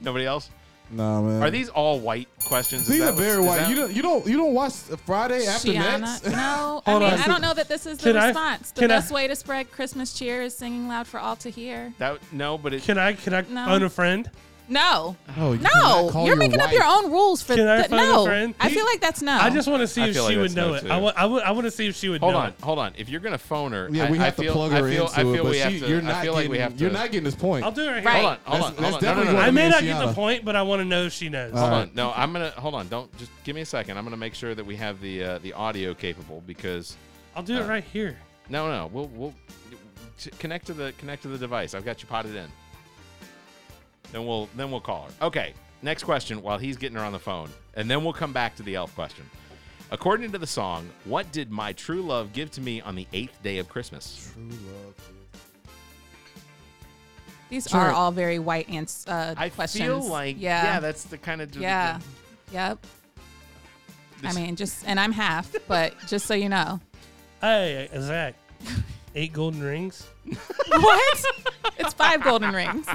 Speaker 2: Nobody else?
Speaker 3: No man.
Speaker 2: Are these all white questions? Is
Speaker 3: These
Speaker 2: that
Speaker 3: are
Speaker 2: what's-
Speaker 3: very
Speaker 2: is
Speaker 3: white.
Speaker 2: that-
Speaker 3: You don't. You don't. You don't watch Friday after
Speaker 5: Shiana.
Speaker 3: next.
Speaker 5: No, I
Speaker 4: Hold
Speaker 5: mean,
Speaker 4: on.
Speaker 5: I don't know that this is the
Speaker 4: Can I-
Speaker 5: response. the
Speaker 4: can I-
Speaker 5: best way to spread Christmas cheer is singing loud for all to hear.
Speaker 2: that- no, but it,
Speaker 4: Can I can I
Speaker 5: No.
Speaker 4: phone a friend?
Speaker 5: No.
Speaker 3: Oh, you
Speaker 5: no,
Speaker 3: cannot call
Speaker 5: you're
Speaker 3: your
Speaker 5: making up
Speaker 3: wife.
Speaker 5: your own rules for
Speaker 4: Can I
Speaker 5: that.
Speaker 4: phone a
Speaker 5: No,
Speaker 4: friend?
Speaker 5: I
Speaker 4: He-
Speaker 5: feel like that's no.
Speaker 4: I just want to see
Speaker 2: I
Speaker 4: if
Speaker 2: feel like
Speaker 4: she would
Speaker 2: that's
Speaker 4: know
Speaker 2: no
Speaker 4: it.
Speaker 2: too.
Speaker 4: I want I want I want to see if she would
Speaker 2: hold
Speaker 4: know
Speaker 2: on,
Speaker 4: it.
Speaker 2: hold on. If you're gonna phone her,
Speaker 3: Yeah, we
Speaker 2: I,
Speaker 3: have
Speaker 2: I feel,
Speaker 3: to plug her
Speaker 2: I feel,
Speaker 3: into
Speaker 2: I feel
Speaker 3: it, but
Speaker 2: we have
Speaker 3: she-
Speaker 2: to.
Speaker 3: you're not
Speaker 2: I feel
Speaker 3: getting,
Speaker 2: like we have to.
Speaker 3: You're not getting this point.
Speaker 4: I'll do it right,
Speaker 5: Right.
Speaker 4: here.
Speaker 2: Hold on, hold on,
Speaker 3: That's-
Speaker 2: hold
Speaker 3: that's
Speaker 2: on. No, no,
Speaker 3: definitely
Speaker 2: no, no.
Speaker 3: what
Speaker 4: I
Speaker 2: Hold
Speaker 4: may
Speaker 3: mean,
Speaker 4: not
Speaker 3: she
Speaker 4: get the
Speaker 3: oughta.
Speaker 4: point, but I want to know if she knows.
Speaker 3: All
Speaker 2: on,
Speaker 3: right.
Speaker 2: no. I'm gonna hold on. Don't just give me a second. I'm gonna make sure that we have the uh, the audio capable because
Speaker 4: I'll do it right here.
Speaker 2: no, no. We'll we'll t- connect to the connect to the device. I've got you potted in. Then we'll then we'll call her. Okay. Next question while he's getting her on the phone, and then we'll come back to the elf question. According to the song, what did my true love give to me on the eighth day of Christmas?
Speaker 5: These
Speaker 3: Sure.
Speaker 5: are all very white ans- uh,
Speaker 2: I
Speaker 5: questions.
Speaker 2: feel like yeah.
Speaker 5: yeah,
Speaker 2: that's the kind of
Speaker 5: yeah, yep. I
Speaker 2: This-
Speaker 5: mean, just and I'm half, but just so you know,
Speaker 4: Hey, uh, Zach. Eight golden rings.
Speaker 5: what? It's five golden rings.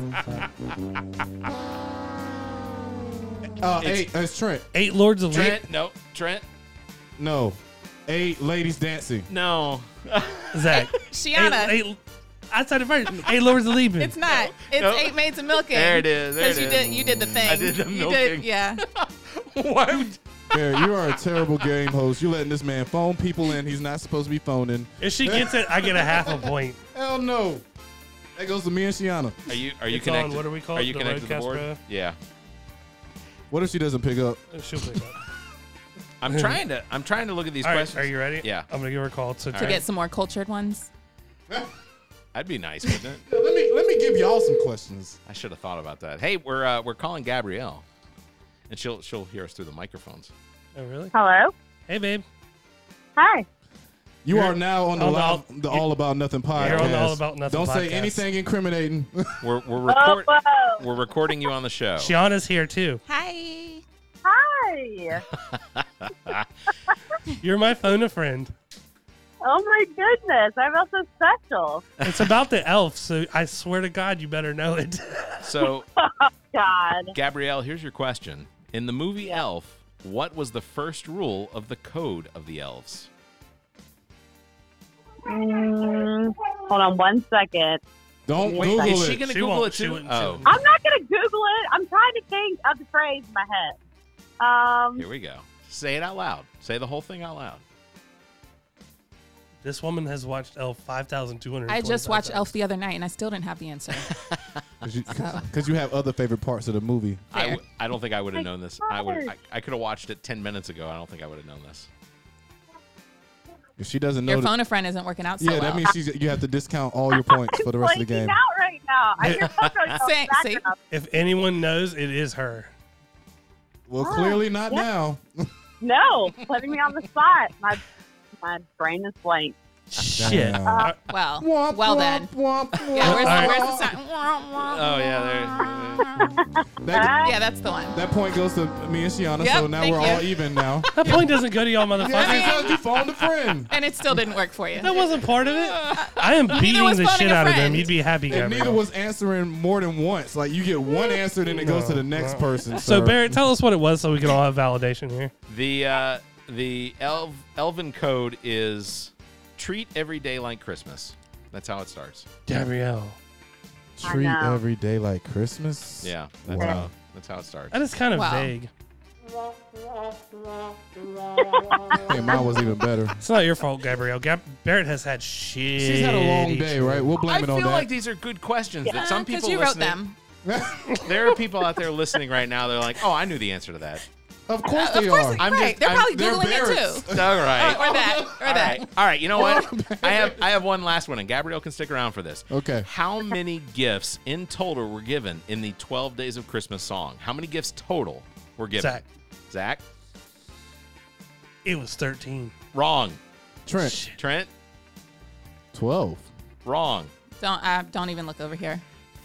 Speaker 3: Uh,
Speaker 2: It's-
Speaker 3: eight. It's Trent.
Speaker 4: Eight lords of Lit.
Speaker 2: Trent, no, Trent,
Speaker 3: No. Eight ladies dancing.
Speaker 2: no.
Speaker 4: Zach.
Speaker 5: Shiana.
Speaker 4: Eight, eight, I said it first. Eight lords of Lieben.
Speaker 5: It's not. It's
Speaker 2: no.
Speaker 5: eight maids of milking.
Speaker 2: There it is, there
Speaker 5: Because
Speaker 2: it
Speaker 5: you
Speaker 2: is.
Speaker 5: did. You did the thing.
Speaker 2: I did the
Speaker 5: you
Speaker 2: milking.
Speaker 5: did, Yeah.
Speaker 2: Why would-
Speaker 3: Barry, you are a terrible game host. You're letting this man phone people in. He's not supposed to be phoning.
Speaker 4: If she gets it, I get a half a point.
Speaker 3: Hell no. That goes to me and Shiana.
Speaker 2: Are you are you
Speaker 4: It's on,
Speaker 2: connected?
Speaker 4: what are we called?
Speaker 2: you
Speaker 4: The
Speaker 2: connected to the
Speaker 4: Roadcast
Speaker 2: board?
Speaker 4: Pro?
Speaker 2: Yeah.
Speaker 3: What if she doesn't pick up?
Speaker 4: She'll pick up.
Speaker 2: I'm trying to I'm trying to look at these
Speaker 4: All right,
Speaker 2: questions.
Speaker 4: are you ready?
Speaker 2: Yeah.
Speaker 4: I'm gonna give her a call. To
Speaker 5: To get some more cultured ones.
Speaker 2: That'd be nice, wouldn't it?
Speaker 3: Let me let me give y'all some questions.
Speaker 2: I should have thought about that. Hey, we're uh, we're calling Gabrielle, and she'll she'll hear us through the microphones.
Speaker 4: Oh, really?
Speaker 7: Hello.
Speaker 4: Hey, babe.
Speaker 7: Hi.
Speaker 3: You are now on the,
Speaker 4: on the
Speaker 3: live,
Speaker 4: all-
Speaker 3: the All About Nothing podcast.
Speaker 4: You're on the All About Nothing
Speaker 3: Don't say
Speaker 4: podcast.
Speaker 3: anything incriminating.
Speaker 2: We're we're record,
Speaker 7: Oh, whoa.
Speaker 2: we're recording you on the show.
Speaker 4: Shiana's here too.
Speaker 5: Hi.
Speaker 7: Hi.
Speaker 4: You're my phone a friend.
Speaker 7: Oh my goodness. I feel so special.
Speaker 4: It's about the elf, so I swear to God, you better know it.
Speaker 2: So
Speaker 7: God.
Speaker 2: Gabrielle, here's your question. In the movie Elf, what was the first rule of the Code of the Elves?
Speaker 7: Mm, Hold on one second.
Speaker 3: Don't
Speaker 2: Wait,
Speaker 3: Google
Speaker 2: is she
Speaker 3: it.
Speaker 2: gonna
Speaker 4: She
Speaker 2: Google
Speaker 4: won't-
Speaker 2: it
Speaker 4: she
Speaker 2: too?
Speaker 4: wouldn't- she
Speaker 2: Oh,
Speaker 4: wouldn't.
Speaker 7: I'm not gonna Google it. I'm trying to think of the phrase in my head.
Speaker 2: here
Speaker 7: Um,
Speaker 2: we go. Say it out loud. Say the whole thing out loud.
Speaker 4: This woman has watched Elf 5,200.
Speaker 5: I just watched Elf the other night and I still didn't have the answer.
Speaker 3: Because you, 'cause you have other favorite parts of the movie.
Speaker 2: I,
Speaker 5: Fair.
Speaker 2: w- I don't think I would have
Speaker 7: My
Speaker 2: known this. I would. I,
Speaker 7: God.
Speaker 2: I could have watched it ten minutes ago. I don't think I would have known this.
Speaker 3: If she doesn't know,
Speaker 5: Your
Speaker 3: that-
Speaker 5: phone a friend isn't working out so
Speaker 3: yeah,
Speaker 5: well.
Speaker 3: that means she's, you have to discount all your points for the rest of the
Speaker 7: blanking
Speaker 3: game.
Speaker 7: out right now. I hear Coco
Speaker 5: See- see?
Speaker 7: background.
Speaker 4: If anyone knows, it is her.
Speaker 3: Well,
Speaker 7: Oh,
Speaker 3: clearly not
Speaker 7: yeah.
Speaker 3: now.
Speaker 7: No, putting me on the spot. My my brain is blank.
Speaker 4: Shit.
Speaker 3: Damn.
Speaker 4: Uh,
Speaker 5: Well,
Speaker 3: Womp,
Speaker 5: well
Speaker 3: womp,
Speaker 5: then.
Speaker 3: womp, womp.
Speaker 5: Yeah, where's,
Speaker 4: Alright.
Speaker 5: the, where's the sound? Oh,
Speaker 2: Oh yeah, there.
Speaker 3: that,
Speaker 5: Yeah, that's the one.
Speaker 3: that point goes to me and Shiana, so
Speaker 5: Yep,
Speaker 3: now
Speaker 5: thank
Speaker 3: we're all
Speaker 5: you.
Speaker 3: even now.
Speaker 4: that point doesn't go to y'all,
Speaker 3: yeah,
Speaker 4: motherfuckers.
Speaker 3: because you phoned a friend.
Speaker 5: And it still didn't work for you.
Speaker 4: That wasn't part of it. I am beating
Speaker 5: was
Speaker 4: the
Speaker 5: phoning
Speaker 4: shit
Speaker 5: a
Speaker 4: out of them.
Speaker 5: friend.
Speaker 4: You'd be happy,
Speaker 3: And
Speaker 4: Gabrielle.
Speaker 3: neither was answering more than once. Like you get one answer, then it goes to the next person.
Speaker 4: So
Speaker 3: sir.
Speaker 4: Barrett, tell us what it was, so we can all have validation here.
Speaker 2: The uh, the elf, elven code is treat every day like Christmas. That's how it starts.
Speaker 4: Gabrielle,
Speaker 3: treat
Speaker 7: I know.
Speaker 3: every day like Christmas.
Speaker 2: Yeah, that's
Speaker 3: Wow.
Speaker 2: how that's how it starts.
Speaker 4: that is kind of
Speaker 5: Wow.
Speaker 4: vague.
Speaker 3: Hey, mine was even better.
Speaker 4: It's not your fault, Gabrielle. Gab- Barrett has had shit.
Speaker 3: She's had a long day, right? We'll
Speaker 2: I
Speaker 3: blame it
Speaker 2: feel
Speaker 3: on that.
Speaker 2: like these are good questions that some
Speaker 5: Because
Speaker 2: people
Speaker 5: Uh, you wrote
Speaker 2: listening-
Speaker 5: them.
Speaker 2: There are people out there listening right now. They're like, "Oh, I knew the answer to that."
Speaker 3: of course
Speaker 5: Of
Speaker 3: they
Speaker 5: course,
Speaker 3: are.
Speaker 5: right. They're
Speaker 2: I'm-
Speaker 5: probably
Speaker 3: they're
Speaker 5: Googling it
Speaker 3: Barrett's.
Speaker 5: too.
Speaker 2: All right.
Speaker 5: Or that. Or
Speaker 2: All
Speaker 5: that.
Speaker 2: right. All right. You know what? I have I have one last one, and Gabrielle can stick around for this.
Speaker 3: Okay.
Speaker 2: How many gifts in total were given in the 12 Days of Christmas song? How many gifts total were given?
Speaker 4: Zach,
Speaker 2: Zach?
Speaker 4: it was thirteen.
Speaker 2: Wrong.
Speaker 3: Trent,
Speaker 2: Trent?
Speaker 3: twelve.
Speaker 2: Wrong.
Speaker 5: Don't uh, don't even look over here.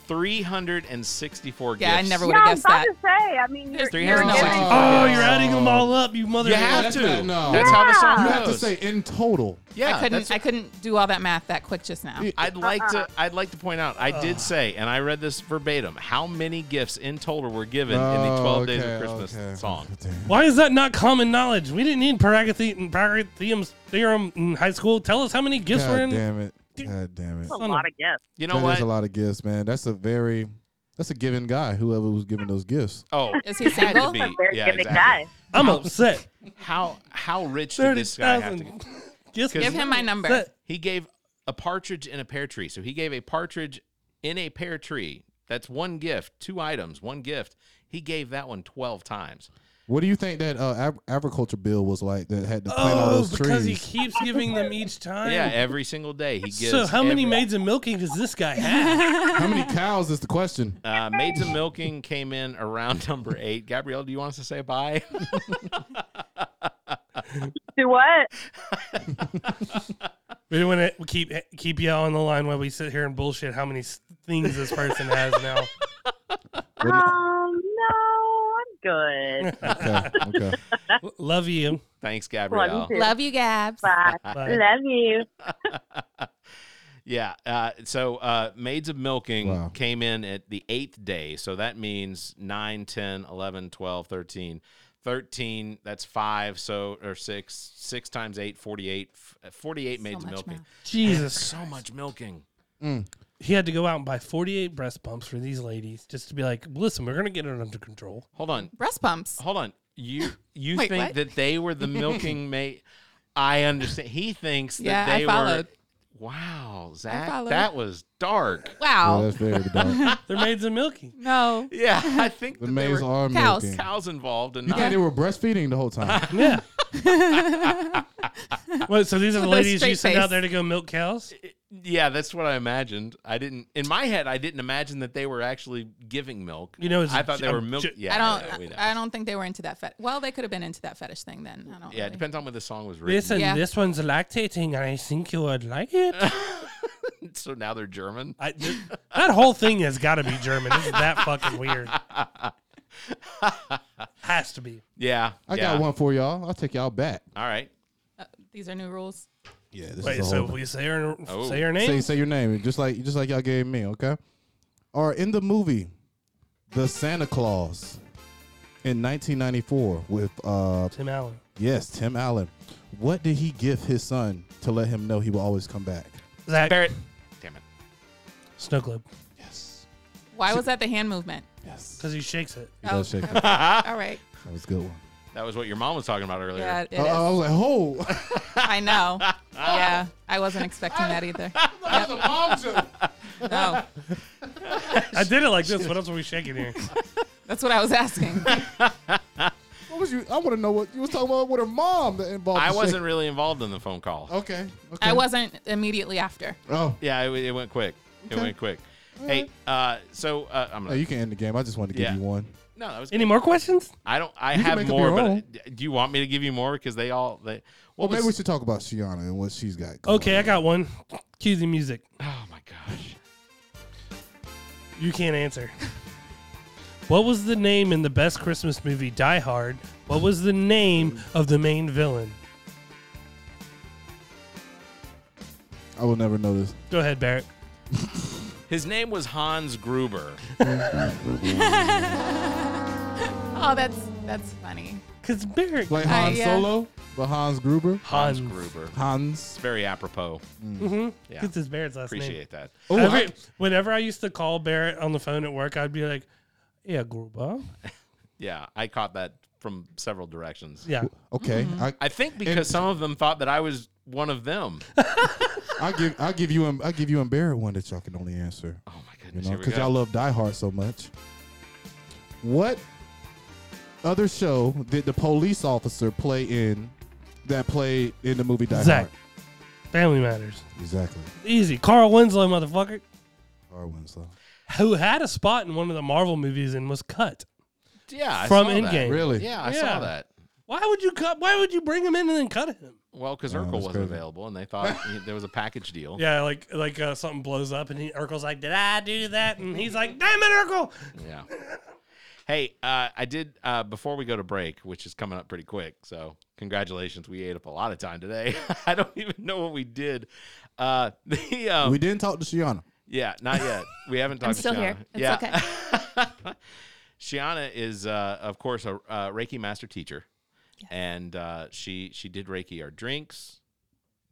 Speaker 2: 364
Speaker 5: Yeah, I
Speaker 2: gifts.
Speaker 5: never would
Speaker 7: Yeah,
Speaker 5: have
Speaker 7: I'm
Speaker 5: guessed that.
Speaker 7: about to say. I mean, you're,
Speaker 5: There's
Speaker 7: you're
Speaker 5: 364.
Speaker 7: giving-
Speaker 4: Oh, you're adding them all up, you mother.
Speaker 2: You have
Speaker 3: that's
Speaker 2: to.
Speaker 3: not- no.
Speaker 2: That's how the song
Speaker 3: You
Speaker 2: goes.
Speaker 3: have to say in total.
Speaker 2: yeah,
Speaker 5: I
Speaker 2: that's-
Speaker 5: couldn't I couldn't do all that math that quick just now.
Speaker 3: Yeah.
Speaker 2: I'd like to I'd like to point out I did say and I read this verbatim how many gifts in total were given in
Speaker 3: Oh,
Speaker 2: the 12 Days of Christmas song.
Speaker 4: Why is that not common knowledge? We didn't need Paragathe- Paragathium's theorem in high school. Tell us how many gifts were
Speaker 3: God
Speaker 4: in.
Speaker 3: damn it! God damn it!
Speaker 7: That's a lot of gifts.
Speaker 2: You know
Speaker 3: That
Speaker 2: what?
Speaker 3: is a lot of gifts, man. That's a very, that's a given guy. Whoever was giving those gifts.
Speaker 2: Oh,
Speaker 5: Is he
Speaker 2: had to
Speaker 5: single?
Speaker 2: be.
Speaker 7: A very
Speaker 2: Yeah,
Speaker 7: giving
Speaker 2: exactly.
Speaker 7: guy.
Speaker 4: I'm upset.
Speaker 2: How how rich did
Speaker 4: Thirty
Speaker 2: this guy have to?
Speaker 4: thousand. Give
Speaker 5: Give him my number.
Speaker 2: He gave a partridge in a pear tree. So he gave a partridge in a pear tree. That's one gift, two items, one gift. He gave that one 12 times.
Speaker 3: What do you think that uh, ag- agriculture bill was like that had to plant all
Speaker 4: Oh,
Speaker 3: those
Speaker 4: because he
Speaker 3: trees?
Speaker 4: keeps giving them each time.
Speaker 2: Yeah, every single day he gives.
Speaker 4: So how many
Speaker 2: every-
Speaker 4: maids of milking does this guy have?
Speaker 3: How many cows is the question?
Speaker 2: Uh, maids of milking came in around number eight. Gabrielle, do you want us to say bye?
Speaker 7: Do what?
Speaker 4: we don't want to keep keep you on the line while we sit here and bullshit how many s- things this person has now.
Speaker 7: Um, no, I'm good.
Speaker 3: Okay, okay.
Speaker 4: L- Love you.
Speaker 2: Thanks, Gabrielle.
Speaker 7: too.
Speaker 5: Love you, Gabs.
Speaker 7: Bye.
Speaker 4: Bye.
Speaker 7: Love you.
Speaker 2: Yeah. Uh, so uh, maids of milking
Speaker 3: Wow.
Speaker 2: came in at the eighth day. So that means 9, 10, 11, 12, 13. 13, that's five. So, or six. Six times eight, 48. F- 48 maids of
Speaker 5: much
Speaker 2: milking.
Speaker 5: math.
Speaker 4: Jesus,
Speaker 2: So much milking.
Speaker 4: he had to go out and buy 48 breast pumps for these ladies just to be like, listen, we're gonna get it under control.
Speaker 2: Hold on.
Speaker 5: Breast pumps.
Speaker 2: Hold on. You you
Speaker 5: Wait,
Speaker 2: think
Speaker 5: what?
Speaker 2: that they were the milking mate? I understand. He thinks that
Speaker 5: Yeah, I
Speaker 2: they
Speaker 5: followed.
Speaker 2: were. Wow, Zach,
Speaker 5: followed.
Speaker 2: that was dark.
Speaker 3: Yeah,
Speaker 5: Wow.
Speaker 3: that's very dark.
Speaker 4: They're maids of milking.
Speaker 5: No.
Speaker 2: Yeah, I think
Speaker 3: The
Speaker 2: that there
Speaker 3: maids
Speaker 2: were
Speaker 3: are
Speaker 5: cows.
Speaker 3: milking.
Speaker 2: cows involved and
Speaker 3: You
Speaker 2: not.
Speaker 3: think they were breastfeeding the whole time?
Speaker 4: Yeah. Wait, so these are the
Speaker 5: With a
Speaker 4: ladies you
Speaker 5: straight
Speaker 4: send out
Speaker 5: face.
Speaker 4: there to go milk cows?
Speaker 2: Yeah, that's what I imagined. I didn't in my head. I didn't imagine that they were actually giving milk.
Speaker 4: You know, it's
Speaker 2: I
Speaker 4: a
Speaker 2: thought
Speaker 4: j-
Speaker 2: they were
Speaker 4: I'm
Speaker 2: milk.
Speaker 4: j-
Speaker 2: yeah,
Speaker 5: I
Speaker 2: yeah, we
Speaker 5: don't.
Speaker 2: know.
Speaker 5: I don't think they were into that. Fet- well, they could have been into that fetish thing then. I don't.
Speaker 2: Yeah, it
Speaker 5: really-
Speaker 2: depends on when the song was written.
Speaker 4: Listen,
Speaker 5: Yeah.
Speaker 4: this one's lactating, and I think you would like it.
Speaker 2: so now they're German.
Speaker 4: I, th- that whole thing has got to be German. This is that fucking weird. Has to be.
Speaker 2: Yeah,
Speaker 3: I
Speaker 2: yeah.
Speaker 3: got one for y'all. I'll take y'all back.
Speaker 2: All right.
Speaker 5: Uh, these are new rules.
Speaker 3: Yeah, this
Speaker 4: Wait,
Speaker 3: is a
Speaker 4: so
Speaker 3: whole.
Speaker 4: if we say her,
Speaker 2: Oh.
Speaker 4: say her
Speaker 3: say
Speaker 4: name?
Speaker 3: say your name, just like just like y'all gave me. Okay. Or in the movie, The Santa Claus, in 1994, with uh
Speaker 4: Tim Allen.
Speaker 3: yes Tim Allen. What did he give his son to let him know he will always come back?
Speaker 4: Zach.
Speaker 2: Barrett,
Speaker 4: Snow globe.
Speaker 3: Yes.
Speaker 5: Why was that the hand movement? Oh,
Speaker 3: Yes.
Speaker 4: Because he shakes it.
Speaker 3: He does shake it.
Speaker 5: All right.
Speaker 3: That was a good one.
Speaker 2: That was what your mom was talking about earlier.
Speaker 5: Yeah, it
Speaker 3: I, I
Speaker 5: is.
Speaker 3: was like, oh.
Speaker 5: I know. Yeah, I wasn't expecting that either.
Speaker 3: that was a mom joke.
Speaker 5: No,
Speaker 4: I did it like this. What else are we shaking here?
Speaker 5: that's what I was asking.
Speaker 3: What was you? I want to know what you was talking about with her mom that involved.
Speaker 2: I
Speaker 3: the
Speaker 2: wasn't really involved in the phone call.
Speaker 3: shake. Okay. Okay.
Speaker 5: I wasn't immediately after.
Speaker 3: Oh.
Speaker 2: Yeah, it, it went quick. It
Speaker 3: Okay.
Speaker 2: went quick. Hey, uh, so uh, I'm
Speaker 3: Hey,
Speaker 2: gonna.
Speaker 3: you can end the game. I just wanted to give
Speaker 2: Yeah.
Speaker 3: you one.
Speaker 2: no, that was.
Speaker 4: Any more questions?
Speaker 2: I don't. I
Speaker 3: can
Speaker 2: have
Speaker 3: make up
Speaker 2: more,
Speaker 3: your
Speaker 2: but
Speaker 3: own.
Speaker 2: uh, do you want me to give you more? Because they all they.
Speaker 3: Well,
Speaker 2: What
Speaker 3: maybe we
Speaker 2: was?
Speaker 3: should talk about Shiana and what she's got. going
Speaker 4: Okay, I got one. Cue the music.
Speaker 2: Oh my gosh.
Speaker 4: You can't answer. What was the name in the best Christmas movie, Die Hard? What was the name of the main villain?
Speaker 3: on. I will never know this.
Speaker 4: Go ahead, Barrett.
Speaker 2: His name was Hans Gruber.
Speaker 5: Oh, that's that's funny.
Speaker 4: Because Barrett.
Speaker 3: Like
Speaker 5: Uh,
Speaker 3: Han
Speaker 5: yeah.
Speaker 3: Solo, but Hans Gruber.
Speaker 2: Hans
Speaker 4: Hans.
Speaker 2: Gruber.
Speaker 3: Hans.
Speaker 2: It's very apropos. Yeah.
Speaker 4: Because it's Barrett's last name.
Speaker 2: Appreciate that.
Speaker 3: Oh,
Speaker 4: Every-
Speaker 3: I-
Speaker 4: whenever I used to call Barrett on the phone at work, I'd be like, yeah, Gruber.
Speaker 2: Yeah, I caught that from several directions.
Speaker 4: Yeah.
Speaker 3: okay.
Speaker 5: Mm-hmm.
Speaker 3: I,
Speaker 2: I think because some of them thought that I was one of them. Oh
Speaker 3: I give I give you and I give you and Barrett one that y'all can only answer.
Speaker 2: Oh my
Speaker 3: You
Speaker 2: goodness.
Speaker 3: know,
Speaker 2: here we
Speaker 3: because
Speaker 2: go.
Speaker 3: y'all love Die Hard so much. What other show did the police officer play in that played in the movie Die
Speaker 4: Zach.
Speaker 3: Hard?
Speaker 4: Family Matters.
Speaker 3: Exactly.
Speaker 4: Easy. Carl Winslow, motherfucker.
Speaker 3: Carl Winslow.
Speaker 4: Who had a spot in one of the Marvel movies and was cut.
Speaker 2: yeah, I
Speaker 4: from
Speaker 2: saw that.
Speaker 4: Endgame.
Speaker 3: Really?
Speaker 2: Yeah, I
Speaker 4: Yeah.
Speaker 2: saw that.
Speaker 4: Why would you cut? Why would you bring him in and then cut him?
Speaker 2: Well, because
Speaker 3: Oh,
Speaker 2: Urkel
Speaker 3: that's
Speaker 2: wasn't
Speaker 3: crazy.
Speaker 2: available, and they thought he- there was a package deal.
Speaker 4: Yeah, like like uh, something blows up, and he, Urkel's like, "Did I do that?" And he's like, "Damn it, Urkel!"
Speaker 2: Yeah. Hey, uh, I did uh, before we go to break, which is coming up pretty quick. So congratulations, we ate up a lot of time today. I don't even know what we did. Uh, the um,
Speaker 3: we didn't talk to Shiana.
Speaker 2: yeah, not yet. We haven't talked.
Speaker 5: I'm still
Speaker 2: to Shiana.
Speaker 5: here. It's
Speaker 2: yeah.
Speaker 5: okay.
Speaker 2: Shiana is, uh, of course, a uh, Reiki master teacher, and uh, she she did Reiki our drinks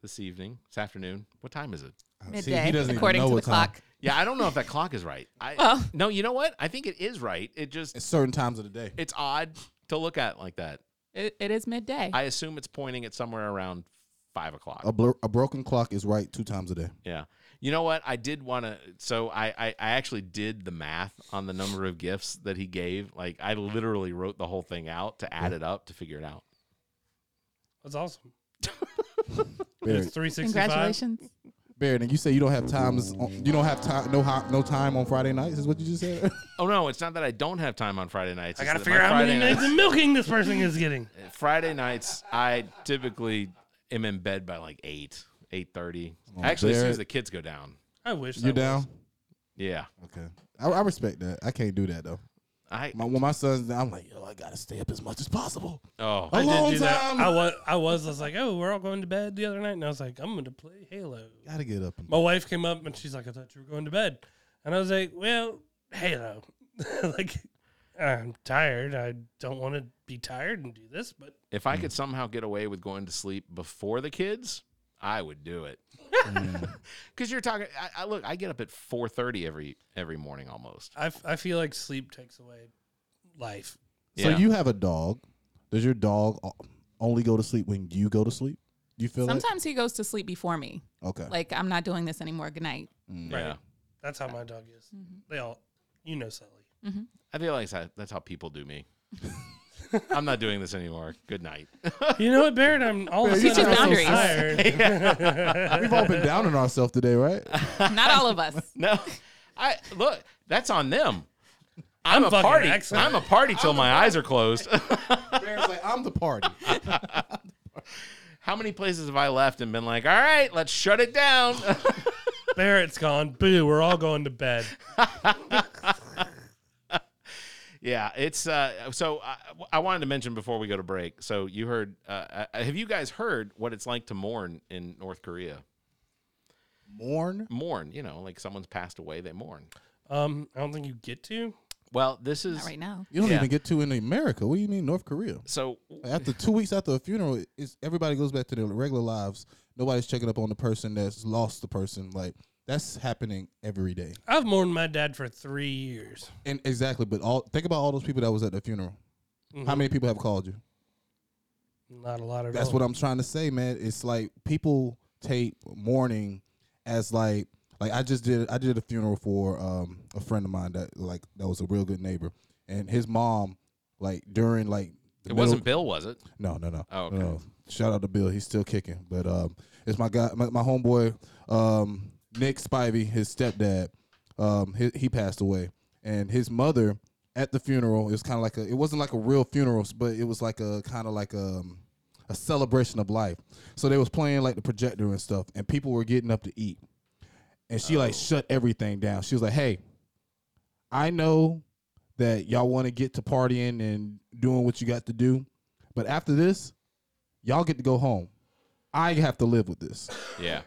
Speaker 2: this evening, this afternoon. What time is it?
Speaker 3: See,
Speaker 5: Midday,
Speaker 3: he doesn't even
Speaker 5: according
Speaker 3: know
Speaker 5: to the
Speaker 3: what time.
Speaker 5: clock.
Speaker 2: Yeah, I don't know if that clock is right. I, no, you know what? I think it is right. It just
Speaker 3: At certain times of the day.
Speaker 2: it's odd to look at like that.
Speaker 5: It, it is midday.
Speaker 2: I assume it's pointing at somewhere around five o'clock.
Speaker 3: A, blur, a broken clock is right two times a day.
Speaker 2: Yeah. You know what? I did want to. So I, I, I actually did the math on the number of gifts that he gave. Like I literally wrote the whole thing out to add it up to figure it out.
Speaker 4: That's awesome. It's
Speaker 3: Barrett,
Speaker 4: three sixty-five.
Speaker 5: Congratulations.
Speaker 3: Barrett, and you say you don't have times. On, you don't have time. No, ho- no time on Friday nights is what you just said.
Speaker 2: Oh no, it's not that I don't have time on Friday nights.
Speaker 4: I
Speaker 2: it's
Speaker 4: gotta
Speaker 2: that
Speaker 4: figure
Speaker 2: my
Speaker 4: out how many
Speaker 2: Friday
Speaker 4: nights of
Speaker 2: nights,
Speaker 4: milking this person is getting.
Speaker 2: Friday nights, I typically am in bed by like eight, eight thirty.
Speaker 3: Oh,
Speaker 2: Actually, as soon
Speaker 3: Barrett.
Speaker 2: as the kids go down.
Speaker 4: I wish that
Speaker 3: you
Speaker 4: was-
Speaker 3: down?
Speaker 2: Yeah.
Speaker 3: Okay. I, I respect that. I can't do that though.
Speaker 2: I
Speaker 3: My, when my son's down, I'm like, yo, I gotta stay up as much as possible.
Speaker 2: oh
Speaker 4: I did
Speaker 3: Alone
Speaker 4: do that.
Speaker 3: time.
Speaker 4: I was I was I was like, "Oh, we're all going to bed the other night," and I was like, "I'm going to play Halo."
Speaker 3: Gotta get up. And,
Speaker 4: My wife came up and she's like, "I thought you were going to bed," and I was like, "Well, Halo, like." I'm tired. I don't want to be tired and do this, but
Speaker 2: if I could somehow get away with going to sleep before the kids, I would do it.
Speaker 3: Mm.
Speaker 2: Because you're talking. I, I look. I get up at four thirty every every morning almost.
Speaker 4: I, f- I feel like sleep takes away life.
Speaker 3: So
Speaker 2: Yeah.
Speaker 3: you have a dog. Does your dog o- only go to sleep when you go to sleep? You feel it?
Speaker 5: Sometimes he goes to sleep before me.
Speaker 3: Okay.
Speaker 5: Like I'm not doing this anymore. Good night.
Speaker 2: Yeah.
Speaker 4: That's how my dog is. They all, you know, Sully.
Speaker 2: I feel like that, that's how people do me. I'm not doing this anymore. Good night.
Speaker 4: You know what, Barrett? I'm all of a
Speaker 5: Teaches
Speaker 4: sudden I'm so
Speaker 5: boundaries.
Speaker 4: tired.
Speaker 3: We've all been down on ourselves today, right?
Speaker 5: Not all of us.
Speaker 2: No, I look. That's on them. I'm, a
Speaker 4: fucking
Speaker 2: party.
Speaker 4: excellent.
Speaker 2: I'm a party till my eyes are closed.
Speaker 3: Barrett's like, I'm the party.
Speaker 2: how many places have I left and been like, all right, let's shut it down?
Speaker 4: Barrett's gone. Boo! We're all going to bed.
Speaker 2: Yeah, it's uh, so I, I wanted to mention before we go to break. So you heard, uh, uh, have you guys heard what it's like to mourn in North Korea?
Speaker 3: Mourn.
Speaker 2: Mourn, you know, like someone's passed away, they mourn.
Speaker 4: Um, I don't think you get to.
Speaker 2: Well, this is
Speaker 5: Not right now.
Speaker 3: You don't
Speaker 2: Yeah.
Speaker 3: even get to in America. What do you mean, North Korea?
Speaker 2: so
Speaker 3: After two weeks after a funeral, it's, everybody goes back to their regular lives. Nobody's checking up on the person that's lost the person. Like That's happening every day.
Speaker 4: I've mourned my dad for three years.
Speaker 3: And exactly, but all think about all those people that was at the funeral. How
Speaker 2: Mm-hmm.
Speaker 3: many people have called you?
Speaker 4: Not a lot of.
Speaker 3: That's what I'm trying to say, man. It's like people take mourning as like like I just did I did a funeral for um a friend of mine that like that was a real good neighbor and his mom like during like the
Speaker 2: It
Speaker 3: middle-
Speaker 2: wasn't Bill, was it?
Speaker 3: No, no, no.
Speaker 2: Oh, okay.
Speaker 3: No. Shout out to Bill. He's still kicking. But um, it's my guy, my, my homeboy, um, Nick Spivey, his stepdad. Um, he, he passed away, and his mother at the funeral. It was kind of like a. It wasn't like a real funeral, but it was like a kind of like um a celebration of life. So they was playing like the projector and stuff, and people were getting up to eat, and she
Speaker 2: Oh.
Speaker 3: like shut everything down. She was like, "Hey, I know that y'all want to get to partying and doing what you got to do, but after this, y'all get to go home. I have to live with this.
Speaker 2: Yeah.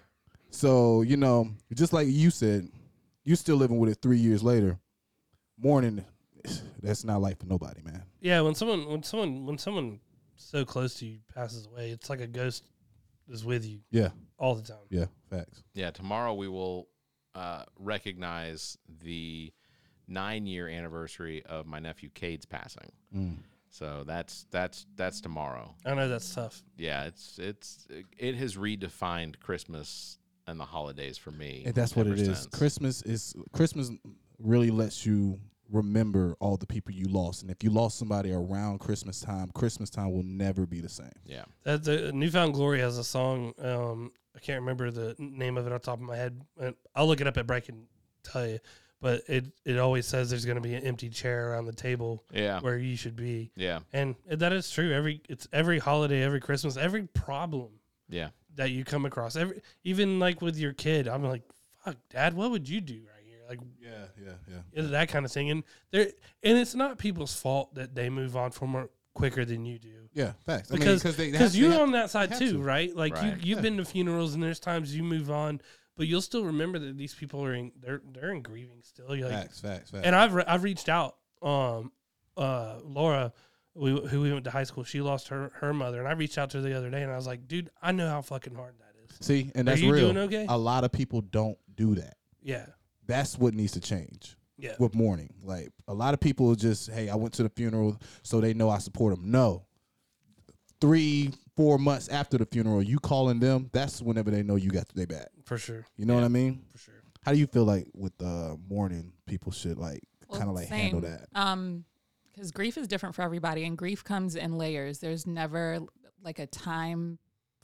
Speaker 3: So, you know, just like you said, you still living with it three years later. Mourning, that's not life for nobody, man.
Speaker 4: Yeah, when someone when someone when someone so close to you passes away, it's like a ghost is with you
Speaker 3: Yeah,
Speaker 4: all the time.
Speaker 3: yeah, facts.
Speaker 2: Yeah. Tomorrow we will uh, recognize the nine year anniversary of my nephew Cade's passing.
Speaker 3: Mm.
Speaker 2: So that's that's that's tomorrow.
Speaker 4: I know that's tough.
Speaker 2: Yeah, it's it's it has redefined Christmas and the holidays for me.
Speaker 3: And that's what
Speaker 2: ever
Speaker 3: it is.
Speaker 2: since.
Speaker 3: Christmas is Christmas really lets you remember all the people you lost, and if you lost somebody around Christmas time, Christmas time will never be the same.
Speaker 2: Yeah.
Speaker 4: That Uh, the Newfound Glory has a song. Um, I can't remember the n- name of it off the top of my head. Uh, I'll look it up at break and tell you. But it it always says there's going to be an empty chair around the table
Speaker 2: Yeah.
Speaker 4: where you should be,
Speaker 2: Yeah.
Speaker 4: and that is true. Every it's every holiday, every Christmas, every problem
Speaker 2: Yeah.
Speaker 4: that you come across, every even like with your kid. I'm like, fuck, dad, what would you do right here? Like
Speaker 3: Yeah, yeah, yeah.
Speaker 4: is that kind of thing. And there, and it's not people's fault that they move on from it quicker than you do.
Speaker 3: Yeah, facts. I mean,
Speaker 4: Because
Speaker 3: they- they
Speaker 4: because
Speaker 3: have- they
Speaker 4: you're
Speaker 3: have-
Speaker 4: on that side
Speaker 3: have
Speaker 4: too,
Speaker 3: to.
Speaker 4: right? Like you
Speaker 2: Right.
Speaker 4: you've been to funerals, and there's times you move on, but you'll still remember that these people are in they're they're in grieving still. You're like,
Speaker 3: Facts, facts, facts.
Speaker 4: and I've re- I've reached out. Um, uh, Laura, we, who we went to high school, she lost her her mother, and I reached out to her the other day, and I was like, dude, I know how fucking hard that is.
Speaker 3: See, and that's
Speaker 4: you
Speaker 3: real.
Speaker 4: doing okay?
Speaker 3: A lot of people don't do that.
Speaker 4: Yeah,
Speaker 3: That's what needs to change
Speaker 4: yeah.
Speaker 3: with mourning. Like a lot of people just, hey, I went to the funeral, so they know I support them. No, three, four months after the funeral, you calling them. That's whenever they know you got their back.
Speaker 4: for sure,
Speaker 3: You know what I mean?
Speaker 4: for sure.
Speaker 3: How do you feel like with uh, mourning? People should like kind of like handle that.
Speaker 5: Um, because grief is different for everybody, and grief comes in layers. There's never like a time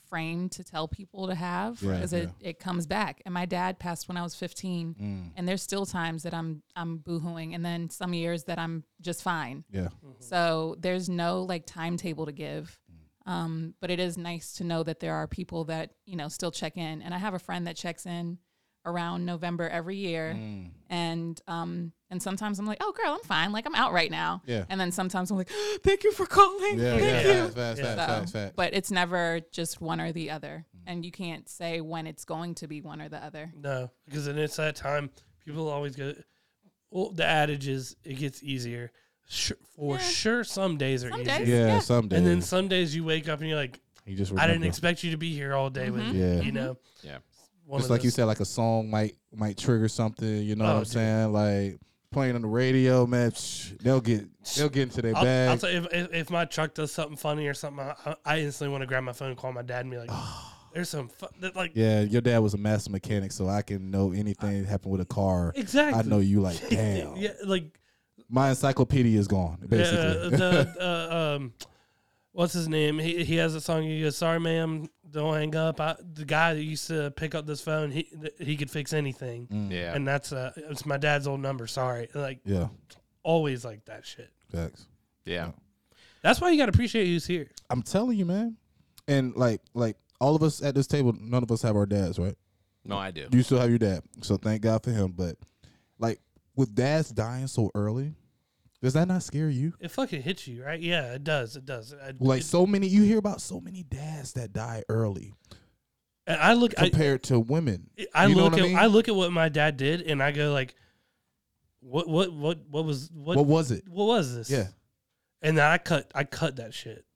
Speaker 5: frame to tell people to have
Speaker 3: Right,
Speaker 5: because it, it comes back. And my dad passed when I was 15,
Speaker 3: Mm.
Speaker 5: and there's still times that I'm I'm boohooing, and then some years that I'm just fine.
Speaker 3: Yeah,
Speaker 5: So there's no like timetable to give. Um, but it is nice to know that there are people that, you know, still check in. And I have a friend that checks in around November every year.
Speaker 3: Mm.
Speaker 4: Mm.
Speaker 5: And um, and sometimes I'm like, oh girl, I'm fine. Like I'm out right now.
Speaker 3: Yeah.
Speaker 5: And then sometimes I'm like, "Oh, thank you for calling.
Speaker 3: yeah,
Speaker 5: Thank
Speaker 3: yeah.
Speaker 5: you.
Speaker 3: Facts, facts,
Speaker 5: So,
Speaker 3: facts, facts, facts. Mm.
Speaker 5: But it's never just one or the other. And you can't say when it's going to be one or the other.
Speaker 4: No, because then it's that time people always go. Well, the adage is it gets easier. Sure, for
Speaker 5: Yeah.
Speaker 4: sure, some days are
Speaker 5: Some
Speaker 4: easier,
Speaker 5: days.
Speaker 3: yeah,
Speaker 5: Yeah.
Speaker 3: someday.
Speaker 4: and then some days you wake up and you're like,
Speaker 3: you just
Speaker 4: I didn't
Speaker 3: remember.
Speaker 4: expect you to be here all day with me.
Speaker 3: Yeah.
Speaker 4: You know,
Speaker 2: Yeah.
Speaker 4: one
Speaker 3: Just
Speaker 4: of
Speaker 3: like you
Speaker 4: those-
Speaker 3: said, like a song might might trigger something. You know what
Speaker 4: Oh,
Speaker 3: I'm
Speaker 4: dude.
Speaker 3: saying? Like playing on the radio, man. psh, they'll get they'll get into their
Speaker 4: I'll, I'll
Speaker 3: bag.
Speaker 4: tell you, if, if, if my truck does something funny or something, I, I instantly want to grab my phone, and call my dad, and be like, "There's some fu- that, like
Speaker 3: Ah. yeah, your dad was a master mechanic, so I can know anything that happened with a car. I
Speaker 4: exactly."
Speaker 3: know you like damn.
Speaker 4: Yeah, like
Speaker 3: My encyclopedia is gone,
Speaker 4: uh,
Speaker 3: basically.
Speaker 4: the uh, um, what's his name? He he has a song. He goes, "Sorry, ma'am, don't hang up." I, the guy that used to pick up this phone, he th- he could fix anything,
Speaker 2: Yeah.
Speaker 4: and that's uh, it's my dad's old number. Sorry, like
Speaker 3: Mm, yeah,
Speaker 4: always like that shit.
Speaker 3: facts.
Speaker 2: yeah.
Speaker 4: That's why you gotta appreciate who's here.
Speaker 3: I'm telling you, man. And like like all of us at this table, none of us have our dads, right?
Speaker 2: No, I do.
Speaker 3: You still have your dad, so thank God for him. But like with dads dying so early, does that not scare you?
Speaker 4: It fucking hits you, right? Yeah, it does. It does. I,
Speaker 3: Like so many, you hear about so many dads that die early
Speaker 4: and I look. I,
Speaker 3: compared to women.
Speaker 4: I
Speaker 3: You know
Speaker 4: look
Speaker 3: what
Speaker 4: at
Speaker 3: I
Speaker 4: I,
Speaker 3: mean?
Speaker 4: look at what my dad did, and I go like, what what what what was what
Speaker 3: What
Speaker 4: what,
Speaker 3: was it?
Speaker 4: was this?
Speaker 3: Yeah,
Speaker 4: and then I cut I cut that shit.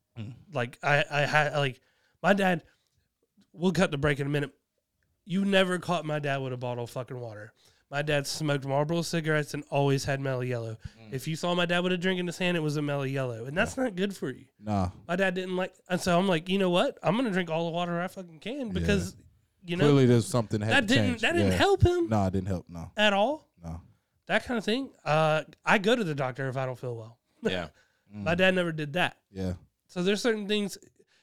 Speaker 4: Like I I had like my dad. We'll cut the break in a minute. You never caught my dad with a bottle of fucking water. My dad smoked Marlboro cigarettes and always had mellow yellow. If you saw my dad with a drink in his hand, it was a mellow yellow, and that's not good for you.
Speaker 3: Nah.
Speaker 4: My dad didn't like, and so I'm like, you know what? I'm gonna drink all the water I fucking can because, you know,
Speaker 3: Clearly, there's something that, had to
Speaker 4: that didn't
Speaker 3: change.
Speaker 4: that didn't
Speaker 3: Yeah.
Speaker 4: help him
Speaker 3: Nah, it didn't help. No,
Speaker 4: at all.
Speaker 3: no.
Speaker 4: That kind of thing. Uh, I go to the doctor if I don't feel well.
Speaker 2: Yeah.
Speaker 3: Mm.
Speaker 4: My dad never did that.
Speaker 3: Yeah.
Speaker 4: So there's certain things.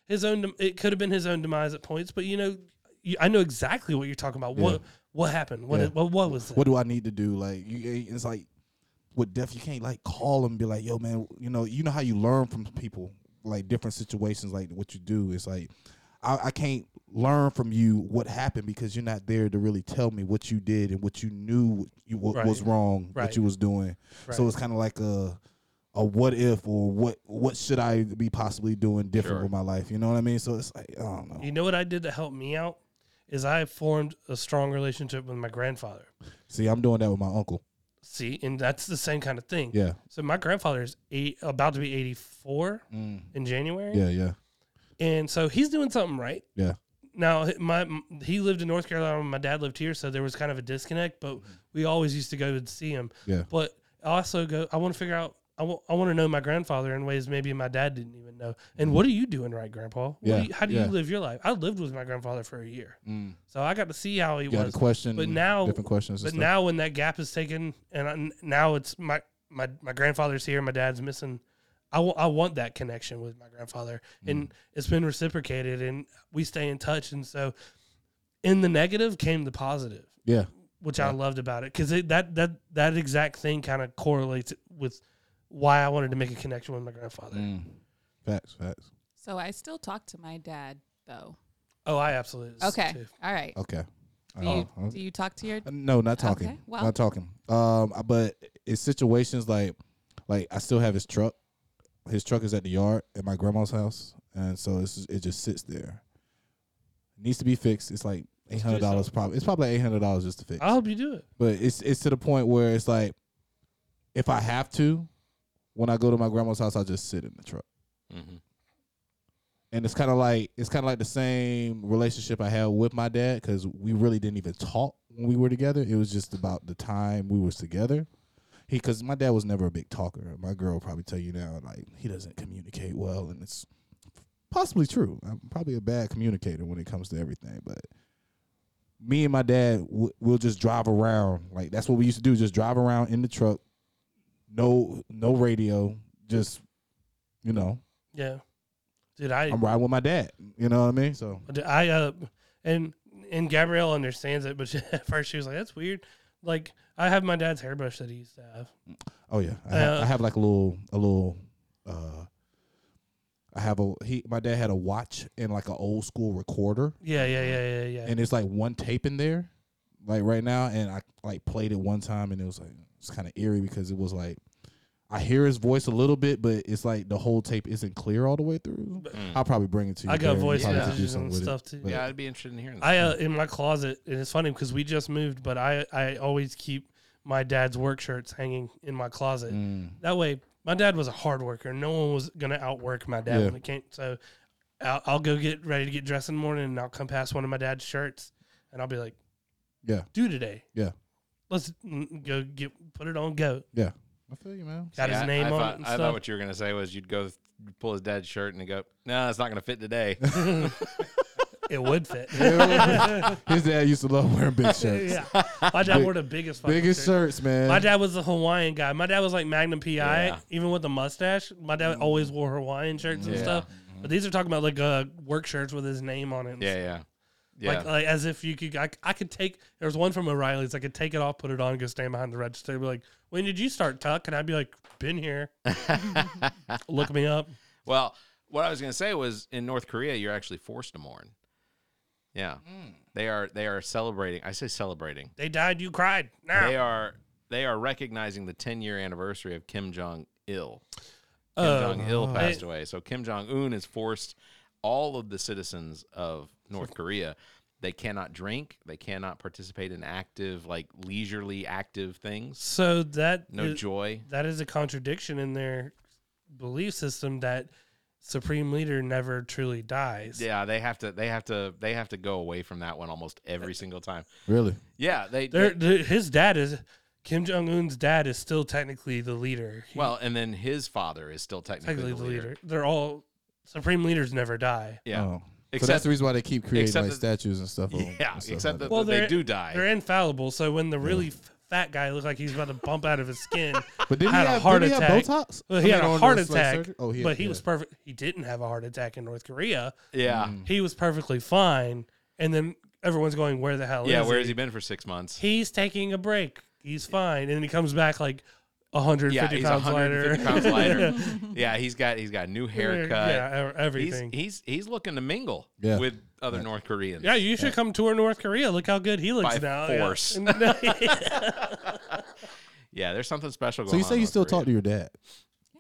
Speaker 4: His own. dem- It could have been his own demise at points, but you know, you, I know exactly what you're talking about. What what happened? What
Speaker 3: Yeah.
Speaker 4: what, what was it?
Speaker 3: What do I need to do? Like, you, eh, it's like with death, you can't like call them and be like, "Yo, man, you know, you know how you learn from people, like different situations, like what you do. It's like I, I can't learn from you what happened because you're not there to really tell me what you did and what you knew you what
Speaker 4: Right.
Speaker 3: was wrong,
Speaker 4: Right.
Speaker 3: what you was doing. So
Speaker 4: Right.
Speaker 3: it's kind of like a a what if or what what should I be possibly doing different
Speaker 2: Sure.
Speaker 3: with my life? You know what I mean? So it's like I don't know.
Speaker 4: You know what I did to help me out is I formed a strong relationship with my grandfather.
Speaker 3: See, I'm doing that with my uncle.
Speaker 4: See, and that's the same kind of thing.
Speaker 3: Yeah,
Speaker 4: So my grandfather is eight, about to be 84 in January.
Speaker 3: yeah, yeah,
Speaker 4: And so he's doing something right.
Speaker 3: yeah.
Speaker 4: Now h- my m- he lived in North Carolina, my dad lived here, so there was kind of a disconnect, but we always used to go to see him.
Speaker 3: Yeah.
Speaker 4: But I also go I want to figure out I want to know my grandfather in ways maybe my dad didn't even know. And what are you doing right, grandpa? What do
Speaker 3: Mm. Yeah,
Speaker 4: you, how do
Speaker 3: yeah.
Speaker 4: you live your life? I lived with my grandfather for a year.
Speaker 3: Mm.
Speaker 4: So I got to see how he
Speaker 3: You got
Speaker 4: was.
Speaker 3: a question,
Speaker 4: but now-
Speaker 3: different questions. and
Speaker 4: But
Speaker 3: stuff.
Speaker 4: now when that gap is taken, and I, now it's my my my grandfather's here, my dad's missing. I wa- I want that connection with my grandfather,
Speaker 3: Mm.
Speaker 4: and it's been reciprocated, and we stay in touch. And so, in the negative came the positive,
Speaker 3: yeah,
Speaker 4: which I loved about it because that that that exact thing kind of correlates with why I wanted to make a connection with my grandfather.
Speaker 5: Mm.
Speaker 3: Mm. facts, facts.
Speaker 5: So I still talk to my dad though.
Speaker 4: Oh, I absolutely
Speaker 5: Okay.
Speaker 4: too.
Speaker 5: All right.
Speaker 3: Okay.
Speaker 5: Do
Speaker 3: Uh,
Speaker 5: you, do you talk to your
Speaker 3: uh, no, not talking.
Speaker 5: Okay, well.
Speaker 3: not talking. Um, but it's situations like, like I still have his truck. His truck is at the yard at my grandma's house, and so it's it just sits there. It needs to be fixed. It's like eight hundred dollars. Probably it's probably eight hundred dollars just to fix.
Speaker 4: I hope you do it.
Speaker 3: But it's it's to the point where it's like, if I have to, when I go to my grandma's house, I just sit in the truck. And it's kind of like it's kind of like the same relationship I had with my dad because we really didn't even talk when we were together. It was just about the time we was together. He because my dad was never a big talker. My girl will probably tell you now like he doesn't communicate well, and it's possibly true. I'm probably a bad communicator when it comes to everything, but me and my dad w- we'll just drive around like that's what we used to do just drive around in the truck no no radio just you know
Speaker 4: Yeah, dude, I
Speaker 3: i'm riding with my dad you know what i mean so
Speaker 4: But I uh, and and Gabrielle understands it, but she, at first she was like, "That's weird." Like I have my dad's hairbrush that he used to have.
Speaker 3: oh yeah i, ha-
Speaker 4: Uh,
Speaker 3: I have like a little a little uh i have a he my dad had a watch and like an old school recorder
Speaker 4: Yeah, yeah, yeah, yeah, yeah.
Speaker 3: and it's like one tape in there, like right now, and I like played it one time, and it was like it's kind of eerie because it was like I hear his voice a little bit, but it's like the whole tape isn't clear all the way through. I'll probably bring it to you.
Speaker 4: I got
Speaker 3: Barry,
Speaker 4: voice
Speaker 3: probably could do
Speaker 4: messages
Speaker 3: something
Speaker 4: and
Speaker 3: with it,
Speaker 4: stuff, too.
Speaker 3: but-
Speaker 2: Mm. Yeah, I'd be interested in hearing that.
Speaker 4: I uh, in my closet, and it's funny because we just moved, but I I always keep my dad's work shirts hanging in my closet.
Speaker 2: Mm.
Speaker 4: That way, my dad was a hard worker. No one was gonna outwork my dad
Speaker 3: Yeah.
Speaker 4: when it came. So I'll, I'll go get ready to get dressed in the morning, and I'll come past one of my dad's shirts, and I'll be like,
Speaker 3: Yeah.
Speaker 4: do today.
Speaker 3: Yeah.
Speaker 4: Let's mm, go get put it on. Go."
Speaker 3: yeah, I feel you, man.
Speaker 4: got
Speaker 2: Yeah,
Speaker 4: his
Speaker 2: I-
Speaker 4: name
Speaker 2: I
Speaker 4: on
Speaker 2: thought,
Speaker 4: it and
Speaker 2: I
Speaker 4: stuff.
Speaker 2: thought what you were gonna say was you'd go th- pull his dad's shirt and go, "No, it's not gonna fit today."
Speaker 4: it would fit.
Speaker 3: his dad used to love wearing big shirts,
Speaker 4: yeah, my dad
Speaker 3: Big-
Speaker 4: wore the biggest, fucking
Speaker 3: biggest
Speaker 4: shirt.
Speaker 3: shirts, man.
Speaker 4: My dad was a Hawaiian guy. My dad was like Magnum PI,
Speaker 2: Yeah.
Speaker 4: even with the mustache. My dad always wore Hawaiian shirts and
Speaker 2: Yeah.
Speaker 4: stuff. But these are talking about like uh, work shirts with his name on it.
Speaker 2: Mm-hmm.
Speaker 4: and
Speaker 2: yeah,
Speaker 4: stuff.
Speaker 2: yeah, yeah.
Speaker 4: Like, like as if you could, I, I could take. There was one from O'Reilly's. I could take it off, put it on, go stand behind the register. Be like, "When did you start, Tuck?" And I'd be like, "Been here. Look me up."
Speaker 2: well, what I was gonna say was in North Korea, you're actually forced to mourn. Yeah,
Speaker 4: Hmm.
Speaker 2: they are. They are celebrating. I say celebrating.
Speaker 4: They died. You cried. Now
Speaker 2: They are. They are recognizing the 10 year anniversary of Kim Jong Il. Kim
Speaker 4: Oh.
Speaker 2: Jong Il passed
Speaker 4: They-
Speaker 2: away. So Kim Jong Un has forced all of the citizens of North Korea. They cannot drink. They cannot participate in active, like leisurely active things.
Speaker 4: So that
Speaker 2: No
Speaker 4: is-
Speaker 2: joy.
Speaker 4: that is a contradiction in their belief system that supreme leader never truly dies.
Speaker 2: Yeah, they have to. They have to. They have to go away from that one almost every single time.
Speaker 3: Really?
Speaker 2: Yeah, they.
Speaker 4: They're,
Speaker 2: they-
Speaker 4: they- his dad is Kim Jong Un's dad is still technically the leader. He-
Speaker 2: well, and then his father is still technically,
Speaker 4: technically the leader. They're all supreme leaders never die.
Speaker 2: Yeah,
Speaker 3: Oh. so that's
Speaker 2: except
Speaker 3: the reason why they keep creating
Speaker 2: except
Speaker 3: like
Speaker 2: that-
Speaker 3: statues and stuff. of 'em
Speaker 2: yeah,
Speaker 3: and stuff
Speaker 2: except
Speaker 3: like
Speaker 2: that
Speaker 4: Well,
Speaker 2: they
Speaker 4: they're-
Speaker 2: do die.
Speaker 4: They're infallible. So when the really f- fat guy looks like he's about to bump out of his skin,
Speaker 3: that. But didn't
Speaker 4: had
Speaker 3: he
Speaker 4: a
Speaker 3: have,
Speaker 4: heart
Speaker 3: didn't he
Speaker 4: attack.
Speaker 3: have Botox?
Speaker 4: well, he
Speaker 3: I
Speaker 4: had
Speaker 3: mean,
Speaker 4: a
Speaker 3: on
Speaker 4: heart
Speaker 3: the slave
Speaker 4: attack.
Speaker 3: surgery? Oh, he had-
Speaker 4: but he
Speaker 3: yeah.
Speaker 4: was perfect. He didn't have a heart attack in North Korea.
Speaker 2: yeah,
Speaker 3: Hmm.
Speaker 4: He was perfectly fine. And then everyone's going, "Where the hell
Speaker 2: yeah.
Speaker 4: is
Speaker 2: Where
Speaker 4: he?"
Speaker 2: has he been for six months?
Speaker 4: He's taking a break. He's fine. And then he comes back like 150
Speaker 2: Yeah, he's
Speaker 4: pounds
Speaker 2: 150
Speaker 4: lighter.
Speaker 2: pounds lighter. yeah, he's got he's got a new haircut.
Speaker 4: Yeah, e-
Speaker 2: he's,
Speaker 4: everything.
Speaker 2: he's he's looking to mingle
Speaker 3: Yeah.
Speaker 2: with other North Koreans.
Speaker 4: yeah, you should come tour North Korea. Look how good he looks
Speaker 2: By
Speaker 4: now.
Speaker 2: force.
Speaker 4: Yeah.
Speaker 2: yeah. There's something special.
Speaker 3: So
Speaker 2: Going
Speaker 3: you
Speaker 2: on
Speaker 3: say
Speaker 2: in
Speaker 3: you
Speaker 2: North
Speaker 3: still
Speaker 2: Korea.
Speaker 3: talk to your dad?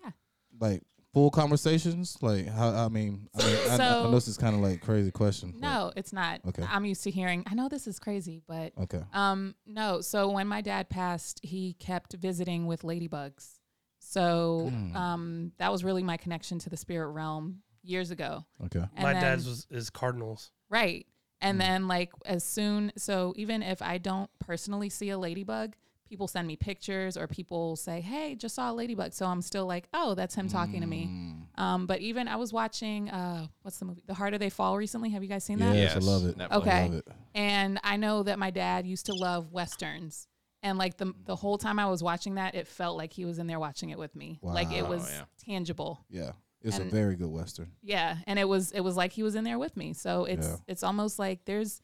Speaker 5: Yeah.
Speaker 3: Like full conversations? Like how? I mean, I, mean, I, I know
Speaker 5: So-
Speaker 3: this is kind of like crazy question. but-
Speaker 5: No, it's not.
Speaker 3: Okay.
Speaker 5: I'm used to hearing. I know this is crazy, but
Speaker 3: Okay.
Speaker 5: um, no. So when my dad passed, he kept visiting with ladybugs. So um, that was really my connection to the spirit realm years ago.
Speaker 3: Okay.
Speaker 5: And
Speaker 4: My
Speaker 5: then-
Speaker 4: dad's was is Cardinals.
Speaker 5: Right. And then like as soon so even if I don't personally see a ladybug, people send me pictures or people say, "Hey, just saw a ladybug." So I'm still like, "Oh, that's him talking to me."
Speaker 3: Mm,
Speaker 5: Um but even I was watching uh what's the movie? The Harder They Fall recently. Have you guys seen that?
Speaker 3: Yes, I
Speaker 2: Yes,
Speaker 3: love it.
Speaker 2: Netflix.
Speaker 3: I
Speaker 5: Okay.
Speaker 3: love it.
Speaker 5: And I know that my dad used to love westerns. And like the the whole time I was watching that, it felt like he was in there watching it with me. Like it
Speaker 3: Wow.
Speaker 5: was
Speaker 2: yeah.
Speaker 5: tangible.
Speaker 3: Yeah, it's a
Speaker 5: And-
Speaker 3: very good western.
Speaker 5: Yeah, and it was it was like he was in there with me. So it's
Speaker 3: Yeah.
Speaker 5: it's almost like there's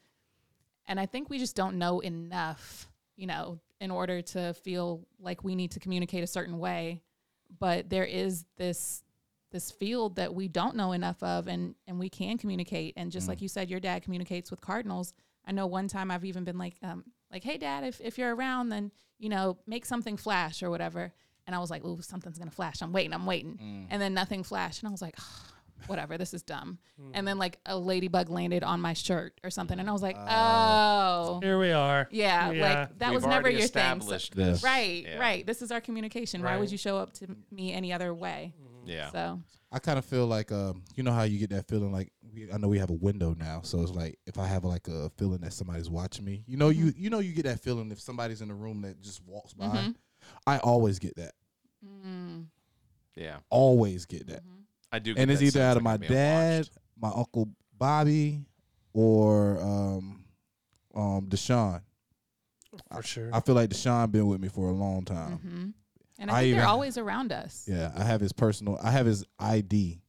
Speaker 5: and I think we just don't know enough, you know, in order to feel like we need to communicate a certain way, but there is this this field that we don't know enough of and and we can communicate and just
Speaker 2: Mm-hmm.
Speaker 5: like you said your dad communicates with cardinals. I know one time I've even been like um like hey dad if if you're around then you know make something flash or whatever. And I was like, "Ooh, something's gonna flash! I'm waiting, I'm waiting."
Speaker 2: Mm.
Speaker 5: And then nothing flashed, and I was like, whatever, this is dumb. And then like a ladybug landed on my shirt or something, and I was like, oh,
Speaker 4: Here we are.
Speaker 5: yeah,
Speaker 4: Yeah.
Speaker 5: like that
Speaker 2: We've
Speaker 5: was never
Speaker 2: already
Speaker 5: your thing. So-
Speaker 2: established this.
Speaker 5: right,
Speaker 2: Yeah.
Speaker 5: right. This is our communication. Why
Speaker 4: Right.
Speaker 5: would you show up to me any other way?
Speaker 2: Yeah.
Speaker 5: So
Speaker 3: I kind of feel like um, you know how you get that feeling like we, I know we have a window now, so it's like if I have like a feeling that somebody's watching me, you know
Speaker 5: Mm-hmm.
Speaker 3: you you know you get that feeling if somebody's in the room that just walks by. I always get that,
Speaker 2: Yeah.
Speaker 3: always get that,
Speaker 2: I do. get
Speaker 3: and it's
Speaker 2: that
Speaker 3: either
Speaker 2: sense
Speaker 3: out
Speaker 2: I'm
Speaker 3: of my
Speaker 2: being watched.
Speaker 3: dad, my uncle Bobby, or um, um Deshaun.
Speaker 4: For sure.
Speaker 3: I feel like Deshaun been with me for a long time.
Speaker 5: Mm-hmm. and
Speaker 3: Um, I
Speaker 5: I think
Speaker 3: even-
Speaker 5: they're always around us.
Speaker 3: Yeah, I have his personal. I have his ID,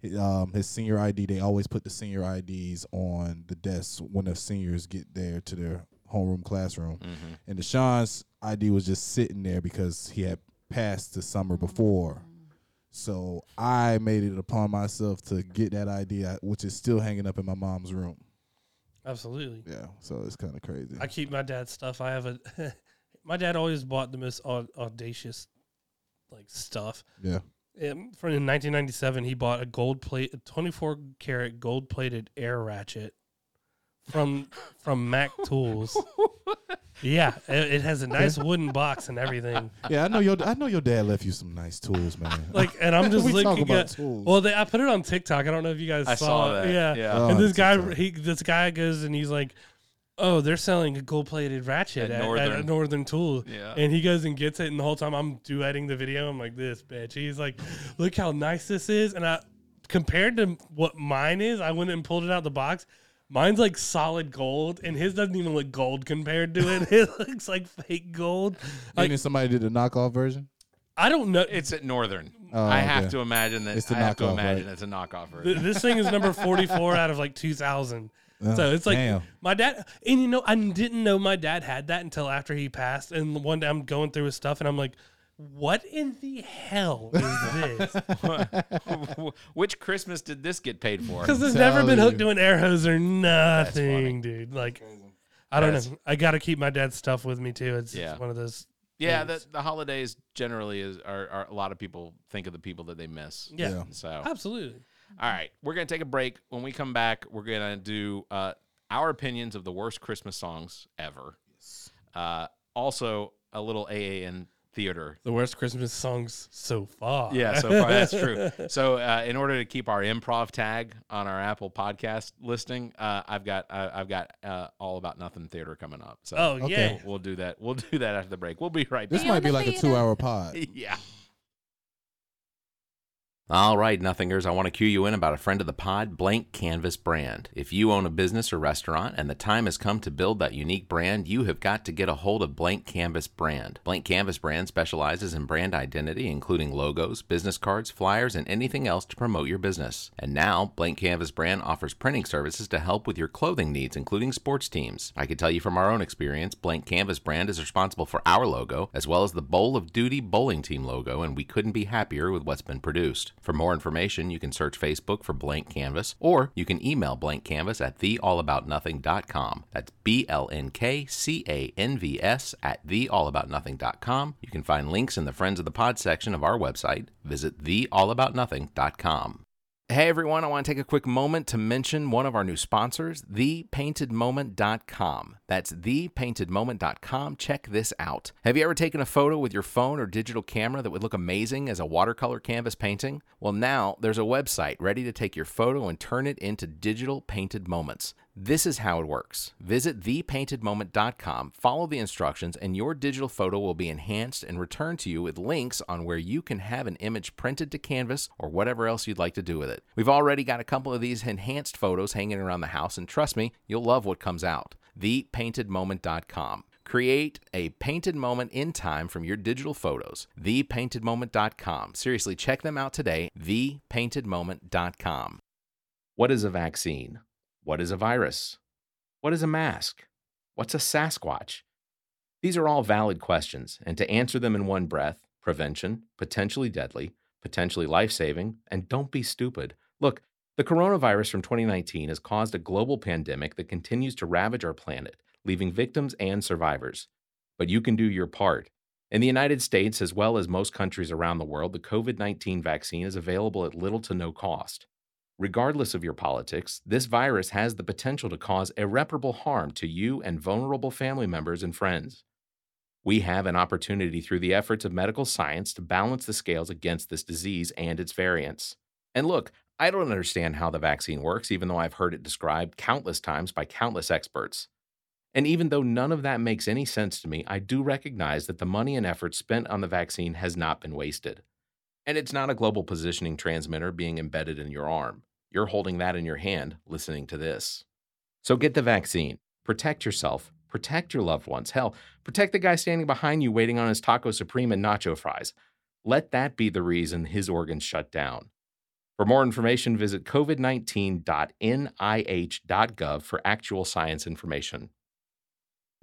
Speaker 3: His, um, his senior ID. They always put the senior IDs on the desks when the seniors get there to their homeroom classroom.
Speaker 2: Mm-hmm.
Speaker 3: And Deshaun's ID was just sitting there because he had passed the summer before. So I made it upon myself to get that ID, uh, which is still hanging up in my mom's room.
Speaker 4: Absolutely.
Speaker 3: Yeah, so it's kind of crazy.
Speaker 4: I keep my dad's stuff. I have a. my dad always bought the most au- audacious, like stuff.
Speaker 3: yeah,
Speaker 4: Um, From in 1997, he bought a gold plate, a 24 karat gold plated air ratchet from from Mac Tools. yeah, i- it, has a nice wooden box and everything.
Speaker 3: yeah. I know your I know your dad left you some nice tools, man.
Speaker 4: Like, and I'm just
Speaker 3: We talk
Speaker 4: looking
Speaker 3: about
Speaker 4: at.
Speaker 3: tools.
Speaker 4: Well, they, I put it on TikTok. I don't know if you guys
Speaker 2: I saw
Speaker 4: it.
Speaker 2: that,
Speaker 4: Yeah,
Speaker 2: yeah.
Speaker 3: Oh,
Speaker 4: and this guy,
Speaker 3: TikTok.
Speaker 4: he, this guy goes and he's like. Oh, they're selling a gold plated ratchet
Speaker 2: At
Speaker 4: at, at Northern,
Speaker 2: Northern.
Speaker 4: Tool.
Speaker 2: Yeah.
Speaker 4: And he goes and gets it. And the whole time I'm duetting the video, I'm like, this bitch. He's like, look how nice this is. And I, compared to what mine is, I went and pulled it out the box. Mine's like solid gold, and his doesn't even look gold compared to it. it looks like fake gold. Like,
Speaker 3: Meaning somebody did the knockoff version.
Speaker 4: I don't know.
Speaker 2: It's at Northern.
Speaker 3: Oh,
Speaker 2: I have
Speaker 3: okay.
Speaker 2: to imagine that.
Speaker 3: It's the
Speaker 2: I have to
Speaker 3: knockoff,
Speaker 2: imagine
Speaker 3: right?
Speaker 2: it's a knockoff version.
Speaker 4: Th- this thing is number 44 out of like 2000 so it's like
Speaker 3: Oh, damn.
Speaker 4: my dad and you know i didn't know my dad had that until after he passed and one day i'm going through his stuff and i'm like what in the hell is this
Speaker 2: Which Christmas did this get paid for?
Speaker 4: because it's
Speaker 3: telling
Speaker 4: never been hooked
Speaker 3: you.
Speaker 4: to an air hose or nothing dude like i don't
Speaker 2: That's-
Speaker 4: know i gotta keep my dad's stuff with me too it's
Speaker 2: Yeah.
Speaker 4: just one of those
Speaker 2: Yeah, the,
Speaker 4: things.
Speaker 2: the holidays generally is are, are a lot of people think of the people that they miss.
Speaker 4: yeah,
Speaker 3: Yeah.
Speaker 2: So
Speaker 4: absolutely
Speaker 2: all right, we're gonna take a break. When we come back, we're gonna do uh, our opinions of the worst Christmas songs ever. Uh, also, a little AA and
Speaker 8: theater
Speaker 4: The worst Christmas songs so far.
Speaker 8: Yeah, so far that's true. So, uh, in order to keep our improv tag on our Apple podcast listing, uh, I've got uh, I've got uh, all about nothing theater coming up. So
Speaker 4: Oh
Speaker 3: Okay.
Speaker 4: yeah.
Speaker 8: we'll do that. We'll do that after the break. We'll be right
Speaker 3: This
Speaker 8: back.
Speaker 5: Be
Speaker 3: might
Speaker 5: on
Speaker 3: be
Speaker 5: the
Speaker 3: like a
Speaker 5: theater.
Speaker 3: two-hour pod.
Speaker 8: yeah.
Speaker 2: All right, nothingers, I want to cue you in about a friend of the pod, Blank Canvas Brand. If you own a business or restaurant and the time has come to build that unique brand, you have got to get a hold of Blank Canvas Brand. Blank Canvas Brand specializes in brand identity, including logos, business cards, flyers, and anything else to promote your business. And now, Blank Canvas Brand offers printing services to help with your clothing needs, including sports teams. I can tell you from our own experience, Blank Canvas Brand is responsible for our logo, as well as the Bowl of Duty bowling team logo, and we couldn't be happier with what's been produced. For more information, you can search Facebook for Blank Canvas, or you can email Blank Canvas at theallaboutnothing.com. That's B L N K C A N V S at theallaboutnothing.com. You can find links in the Friends of the Pod section of our website. Visit theallaboutnothing.com. Hey everyone, I want to take a quick moment to mention one of our new sponsors, thepaintedmoment.com. That's thepaintedmoment.com. Check this out. Have you ever taken a photo with your phone or digital camera that would look amazing as a watercolor canvas painting? Well, now there's a website ready to take your photo and turn it into digital painted moments. This is how it works. Visit thepaintedmoment.com, follow the instructions, and your digital photo will be enhanced and returned to you with links on where you can have an image printed to canvas or whatever else you'd like to do with it. We've already got a couple of these enhanced photos hanging around the house, and trust me, you'll love what comes out. Thepaintedmoment.com. Create a painted moment in time from your digital photos. Thepaintedmoment.com. Seriously, check them out today. Thepaintedmoment.com. What is a vaccine? What is a virus? What is a mask? What's a Sasquatch? These are all valid questions, and to answer them in one breath prevention, potentially deadly, potentially life saving, and don't be stupid. Look, the coronavirus from 2019 has caused a global pandemic that continues to ravage our planet, leaving victims and survivors. But you can do your part. In the United States, as well as most countries around the world, the COVID 19 vaccine is available at little to no cost. Regardless of your politics, this virus has the potential to cause irreparable harm to you and vulnerable family members and friends. We have an opportunity through the efforts of medical science to balance the scales against this disease and its variants. And look, I don't understand how the vaccine works, even though I've heard it described countless times by countless experts. And even though none of that makes any sense to me, I do recognize that the money and effort spent on the vaccine has not been wasted. And it's not a global positioning transmitter being embedded in your arm. You're holding that in your hand listening to this. So get the vaccine. Protect yourself. Protect your loved ones. Hell, protect the guy standing behind you waiting on his Taco Supreme and nacho fries. Let that be the reason his organs shut down. For more information, visit covid19.nih.gov for actual science information.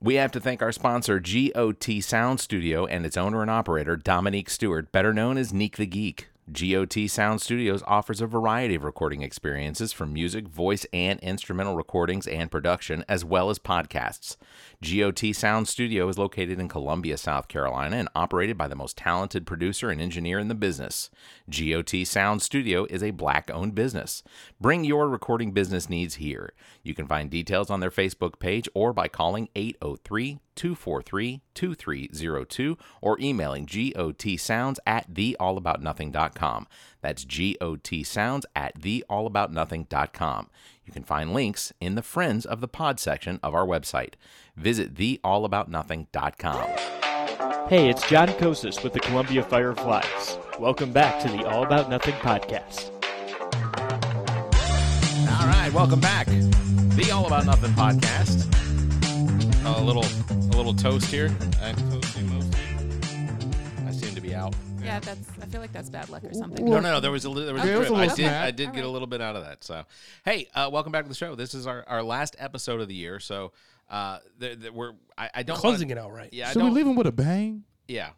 Speaker 2: We have to thank our sponsor, GOT Sound Studio, and its owner and operator, Dominique Stewart, better known as Neek the Geek. GOT Sound Studios offers a variety of recording experiences from music, voice, and instrumental recordings and production, as well as podcasts. GOT Sound Studio is located in Columbia, South Carolina, and operated by the most talented producer and engineer in the business. GOT Sound Studio is a black owned business. Bring your recording business needs here. You can find details on their Facebook page or by calling 803 243 2302 or emailing gotsounds at theallaboutnothing.com. That's gotsounds at theallaboutnothing.com. You can find links in the Friends of the Pod section of our website. Visit theallaboutnothing.com.
Speaker 9: Hey, it's John Kosis with the Columbia Fireflies. Welcome back to the All About Nothing podcast.
Speaker 8: All right, welcome back. The All About Nothing podcast. A little, a little toast here. I'm toasting mostly. I seem to be out.
Speaker 5: Yeah, that's. I feel like that's bad luck or something.
Speaker 8: No, no, no. There was a li- there was,
Speaker 5: Okay,
Speaker 8: a
Speaker 5: it was
Speaker 8: drip.
Speaker 5: a
Speaker 8: I
Speaker 5: little
Speaker 8: did
Speaker 5: snap.
Speaker 8: I did get a
Speaker 5: Alright.
Speaker 8: little bit out of that. So, hey, uh, welcome back to the show. This is our, our last episode of the year. So, uh, th- th- we're I, I don't
Speaker 4: Closing
Speaker 8: wanna,
Speaker 4: it out right.
Speaker 8: Yeah, I
Speaker 3: Should
Speaker 8: don't.
Speaker 3: we leave him with a bang?
Speaker 8: Yeah,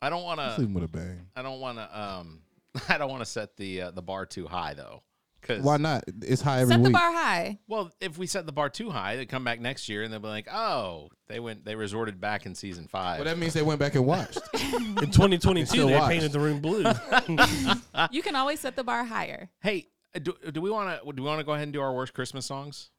Speaker 8: I don't want
Speaker 2: Uh,
Speaker 3: Let's leave
Speaker 8: to.
Speaker 3: him with a bang.
Speaker 8: I don't want to. Um, I don't want to set the uh, the bar too high though. Cause
Speaker 3: Why not? It's high every
Speaker 5: Set the
Speaker 3: week.
Speaker 5: bar high.
Speaker 8: Well, if we set the bar too high, they come back next year and they'll be like, "Oh, they went. They resorted back in season five.
Speaker 3: Well, that means they went back and watched.
Speaker 4: In 2022,
Speaker 3: Still
Speaker 4: they
Speaker 3: watched.
Speaker 4: painted the room blue.
Speaker 2: Ah.
Speaker 5: You can always set the bar higher.
Speaker 2: uh,
Speaker 8: Hey, do, do we want to? Do we want to go ahead and do our worst Christmas songs?